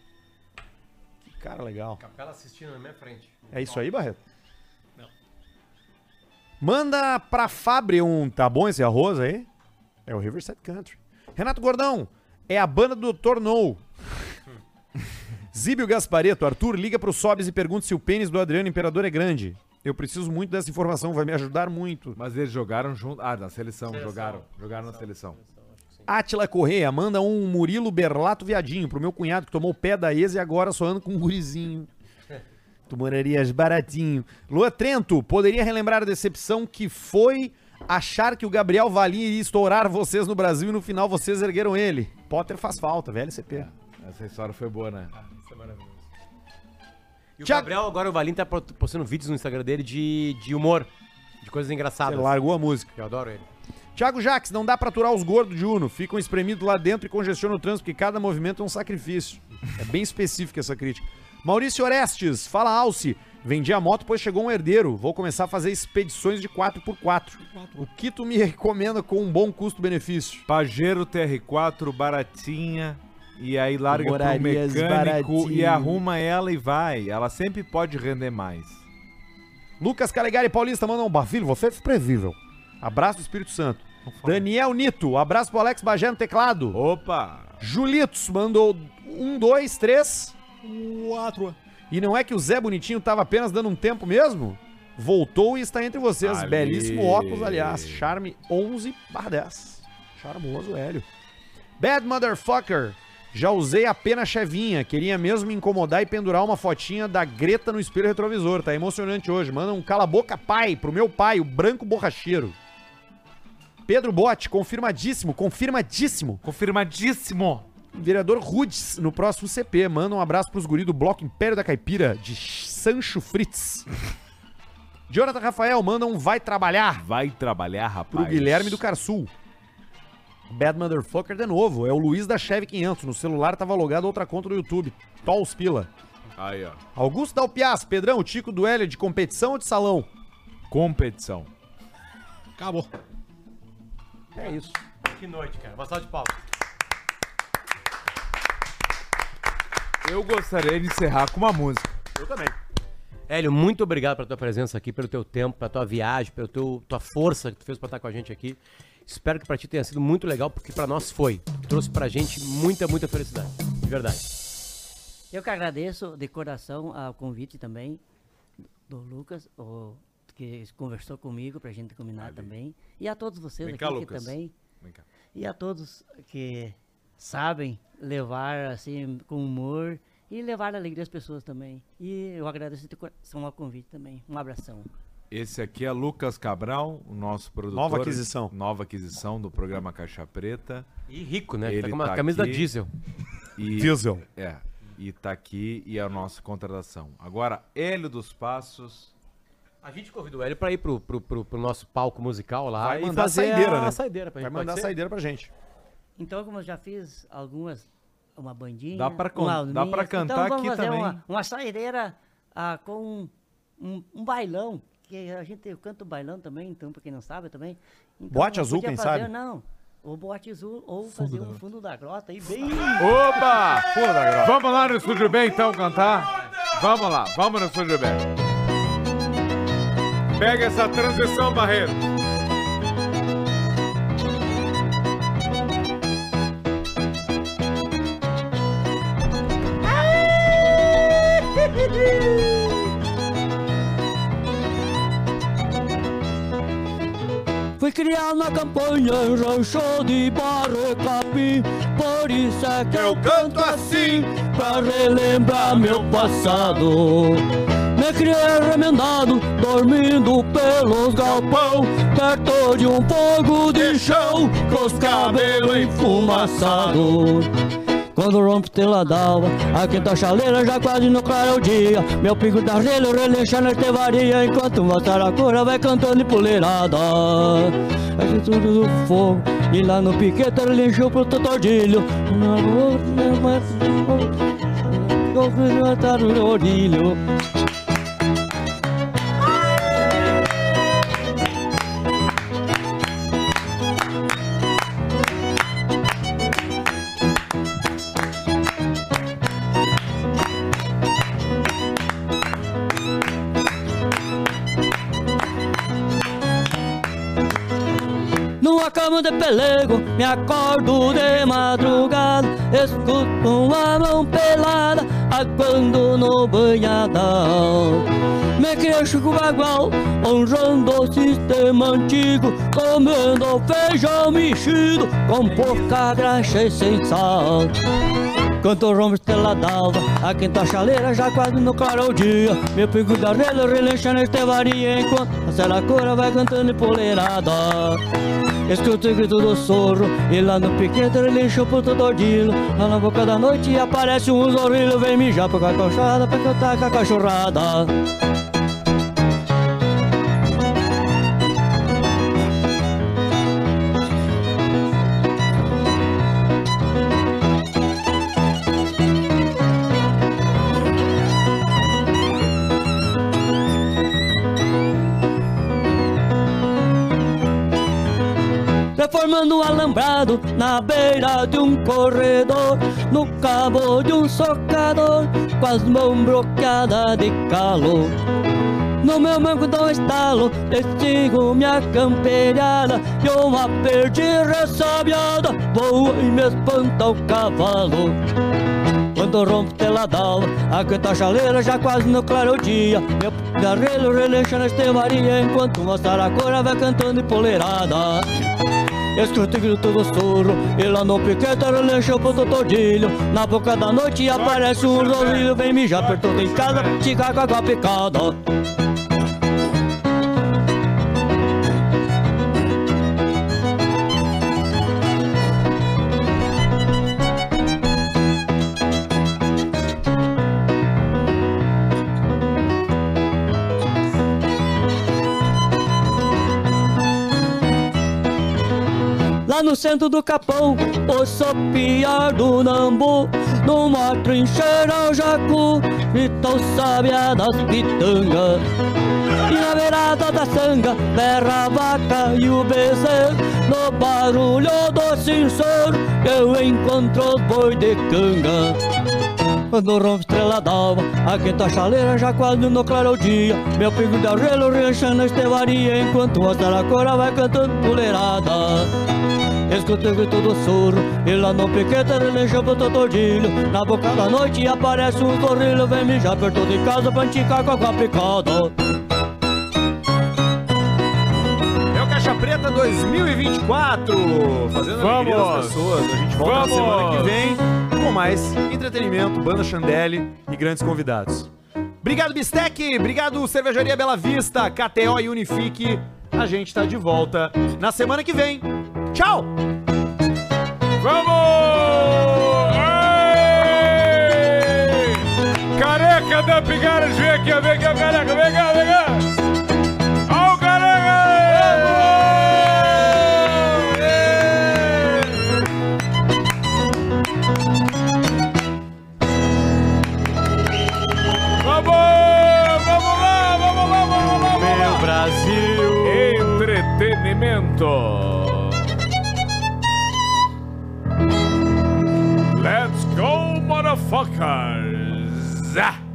Speaker 3: Que cara legal.
Speaker 5: Capela assistindo na minha frente.
Speaker 3: É isso aí, Barreto? Manda pra Fabre um, tá bom esse arroz aí? É o Riverside Country. Renato Gordão, é a banda do Tornou. <laughs> Zíbio Gaspareto, Arthur, liga pro Sobes e pergunta se o pênis do Adriano Imperador é grande. Eu preciso muito dessa informação, vai me ajudar muito.
Speaker 6: Mas eles jogaram junto. Ah, na seleção, jogaram. Jogaram na seleção.
Speaker 3: Átila Correia, manda um Murilo Berlato Viadinho pro meu cunhado que tomou pé da ex e agora só anda com um gurizinho. Tu morarias baratinho. Lua Trento, poderia relembrar a decepção que foi achar que o Gabriel Valim iria estourar vocês no Brasil e no final vocês ergueram ele. Potter faz falta, velho CP.
Speaker 6: Essa história foi boa, né?
Speaker 5: Isso é maravilhoso. E o Gabriel, agora o Valim tá pro- postando vídeos no Instagram dele de, de humor, de coisas engraçadas.
Speaker 3: Ele largou a música.
Speaker 5: Eu adoro ele.
Speaker 3: Tiago Jaques, não dá pra aturar os gordos de Uno. Ficam espremidos lá dentro e congestionam o trânsito, porque cada movimento é um sacrifício. É bem específica essa crítica. Maurício Orestes, fala Alce. Vendi a moto, pois chegou um herdeiro. Vou começar a fazer expedições de 4x4. O que tu me <laughs> recomenda com um bom custo-benefício?
Speaker 6: Pajero TR4, baratinha. E aí larga pro
Speaker 3: Morarias
Speaker 6: mecânico e
Speaker 3: baratinho.
Speaker 6: arruma ela e vai. Ela sempre pode render mais.
Speaker 3: Lucas Calegari Paulista manda um bafilho, você é previsível. Abraço do Espírito Santo. Daniel Nito, abraço pro Alex Bagé no teclado.
Speaker 6: Opa!
Speaker 3: Julitos mandou um, dois, três, quatro. E não é que o Zé Bonitinho tava apenas dando um tempo mesmo? Voltou e está entre vocês.
Speaker 6: Ali.
Speaker 3: Belíssimo óculos, aliás. Charme 11 barra 10. Charmoso, velho. Bad motherfucker. Já usei apenas chevinha. Queria mesmo me incomodar e pendurar uma fotinha da Greta no espelho retrovisor. Tá emocionante hoje. Manda um cala a boca pai pro meu pai, o branco borracheiro. Pedro Bote, confirmadíssimo, confirmadíssimo.
Speaker 6: Confirmadíssimo.
Speaker 3: Vereador Rudes, no próximo CP. Manda um abraço pros guri do Bloco Império da Caipira, de Sancho Fritz. Jonathan Rafael, manda um vai trabalhar
Speaker 6: Vai trabalhar, rapaz.
Speaker 3: pro Guilherme do Carsul. Bad Motherfucker de novo, é o Luiz da Cheve 500. No celular tava logado outra conta do YouTube. Tols Pila.
Speaker 6: Aí, ó.
Speaker 3: Augusto Dalpiaz, Pedrão, o Tico do Hélio de competição ou de salão?
Speaker 6: Competição.
Speaker 3: Acabou. É isso.
Speaker 5: Que noite, cara. Uma salva de palmas.
Speaker 6: Eu gostaria de encerrar com uma música.
Speaker 3: Eu também.
Speaker 5: Hélio, muito obrigado pela tua presença aqui, pelo teu tempo, pela tua viagem, pela teu, tua força que tu fez pra estar com a gente aqui. Espero que pra ti tenha sido muito legal, porque pra nós foi. Tu Trouxe pra gente muita, muita felicidade. De verdade.
Speaker 8: Eu que agradeço de coração ao convite também do Lucas, o- que conversou comigo para a gente combinar também. E a todos vocês
Speaker 6: Vem
Speaker 8: aqui
Speaker 6: cá,
Speaker 8: que
Speaker 6: Lucas.
Speaker 8: também.
Speaker 6: Vem cá.
Speaker 8: E a todos que sabem levar assim com humor e levar alegria às pessoas também. E eu agradeço de coração ao convite também. Um abração.
Speaker 6: Esse aqui é Lucas Cabral, o nosso produtor.
Speaker 3: Nova aquisição.
Speaker 6: Nova aquisição do programa Caixa Preta.
Speaker 5: E rico, né? Que tá com uma camisa da Diesel.
Speaker 6: E,
Speaker 3: <laughs> Diesel.
Speaker 6: É. E tá aqui e é a nossa contratação. Agora, Hélio dos Passos.
Speaker 5: A gente convidou o Hélio pra ir pro, pro, pro, pro nosso palco musical lá
Speaker 3: Vai
Speaker 5: e
Speaker 3: mandar
Speaker 5: fazer
Speaker 3: saideira,
Speaker 5: a
Speaker 3: né?
Speaker 5: saideira pra
Speaker 3: Vai
Speaker 5: gente.
Speaker 3: mandar
Speaker 5: pode ser?
Speaker 3: saideira pra gente.
Speaker 8: Então, como eu já fiz algumas, uma bandinha.
Speaker 6: Dá pra con-
Speaker 8: uma
Speaker 6: dá pra
Speaker 8: alminhas,
Speaker 6: cantar
Speaker 8: então vamos
Speaker 6: aqui
Speaker 8: fazer
Speaker 6: também.
Speaker 8: Uma, uma saideira ah, com um, um bailão, que a gente canta o bailão também, então, pra quem não sabe também. Então,
Speaker 3: Boate azul,
Speaker 8: podia
Speaker 3: quem
Speaker 8: fazer,
Speaker 3: sabe?
Speaker 8: Não, ou boate azul, ou fazer um fundo da grota aí bem.
Speaker 6: Opa! Vamos lá no Estúdio B então cantar? Vamos lá, vamos no Estúdio B. Pega essa transição, Barreiro.
Speaker 1: Fui criado na campanha em rancho de Barrecapi Por isso é que eu canto assim Pra relembrar meu passado Me criei remendado Dormindo pelos galpão Perto de um fogo de chão Com os cabelos enfumaçados quando rompe pela d'alva, a quinta chaleira já quase no claro é o dia. Meu tá pico da relha, relincha na tevaria, enquanto um uma saracura vai cantando empoleirada. Aqui tudo do fogo, e lá no piquete relinchou pro totordilho. Na rua, né, mas- Eu fui matar o orilho. Numa cama de pelego, me acordo de madrugada, escuto uma mão pelada, a abandono banhadal. Me cresço com bagual, honrando o sistema antigo, comendo feijão mexido, com pouca graxa e sem sal. Canto rombo estrela d'alva, a quinta chaleira já quase no claro o dia. Meu pingo da orelha relincha na estevaria, enquanto a seracura vai cantando empoleirada. Escuto o grito do sorro E lá no piquete ele enche o puto dordilo Lá na boca da noite aparece um zorrilho Vem mijar pra cá colchada pra cantar com a cachorrada Reformando um alambrado na beira de um corredor, no cabo de um socador, com as mãos bloqueadas de calor. No meu manco dá um estalo, testigo minha camperiada, e uma perdida sabiada, voa e me espanta o cavalo. Quando rompo pela dal, a canta chaleira já quase no claro dia. Meu garrelo releixa na estevaria, enquanto uma saracora vai cantando empoleirada. Escuto o grito do surro, e lá no piquete releixa o puto tordilho. Na boca da noite aparece um rolinho, vem mijar perto de casa, fica com a picada. Lá no centro do Capão, o sopiar do Nambu Numa trincheira o jacu, grita o sabiá das pitangas E na beirada da sanga, berra a vaca e o bezerro No barulho do sincero, eu encontro os boi de canga quando rompe estrela d'alva, tá a quinta chaleira já quase no claro é dia. Meu pingo de arrelo rechando a estevaria, enquanto a saracora vai cantando puleirada. Escuto o grito do surro, e lá no piquete relincha o todilho. Na boca da noite aparece um torrilho, vem mijar perto de casa pra enticar com a picada.
Speaker 3: É o Caixa Preta 2024, fazendo alegria das
Speaker 6: Vamos!
Speaker 3: pessoas. A gente volta na
Speaker 6: Vamos!
Speaker 3: semana que vem com mais entretenimento, banda Chandelle e grandes convidados. Obrigado, Bistec! Obrigado, Cervejaria Bela Vista, KTO e Unifique. A gente tá de volta na semana que vem. Tchau!
Speaker 6: Vamos! Ei! Careca da Pigaras, vem aqui, ó, vem aqui, ó, careca, vem cá, vem cá! Ó o careca! Ei! Vamos! Vamos lá, vamos lá, vamos lá! Meu Brasil! Entretenimento! Let's go, motherfuckers! Ah!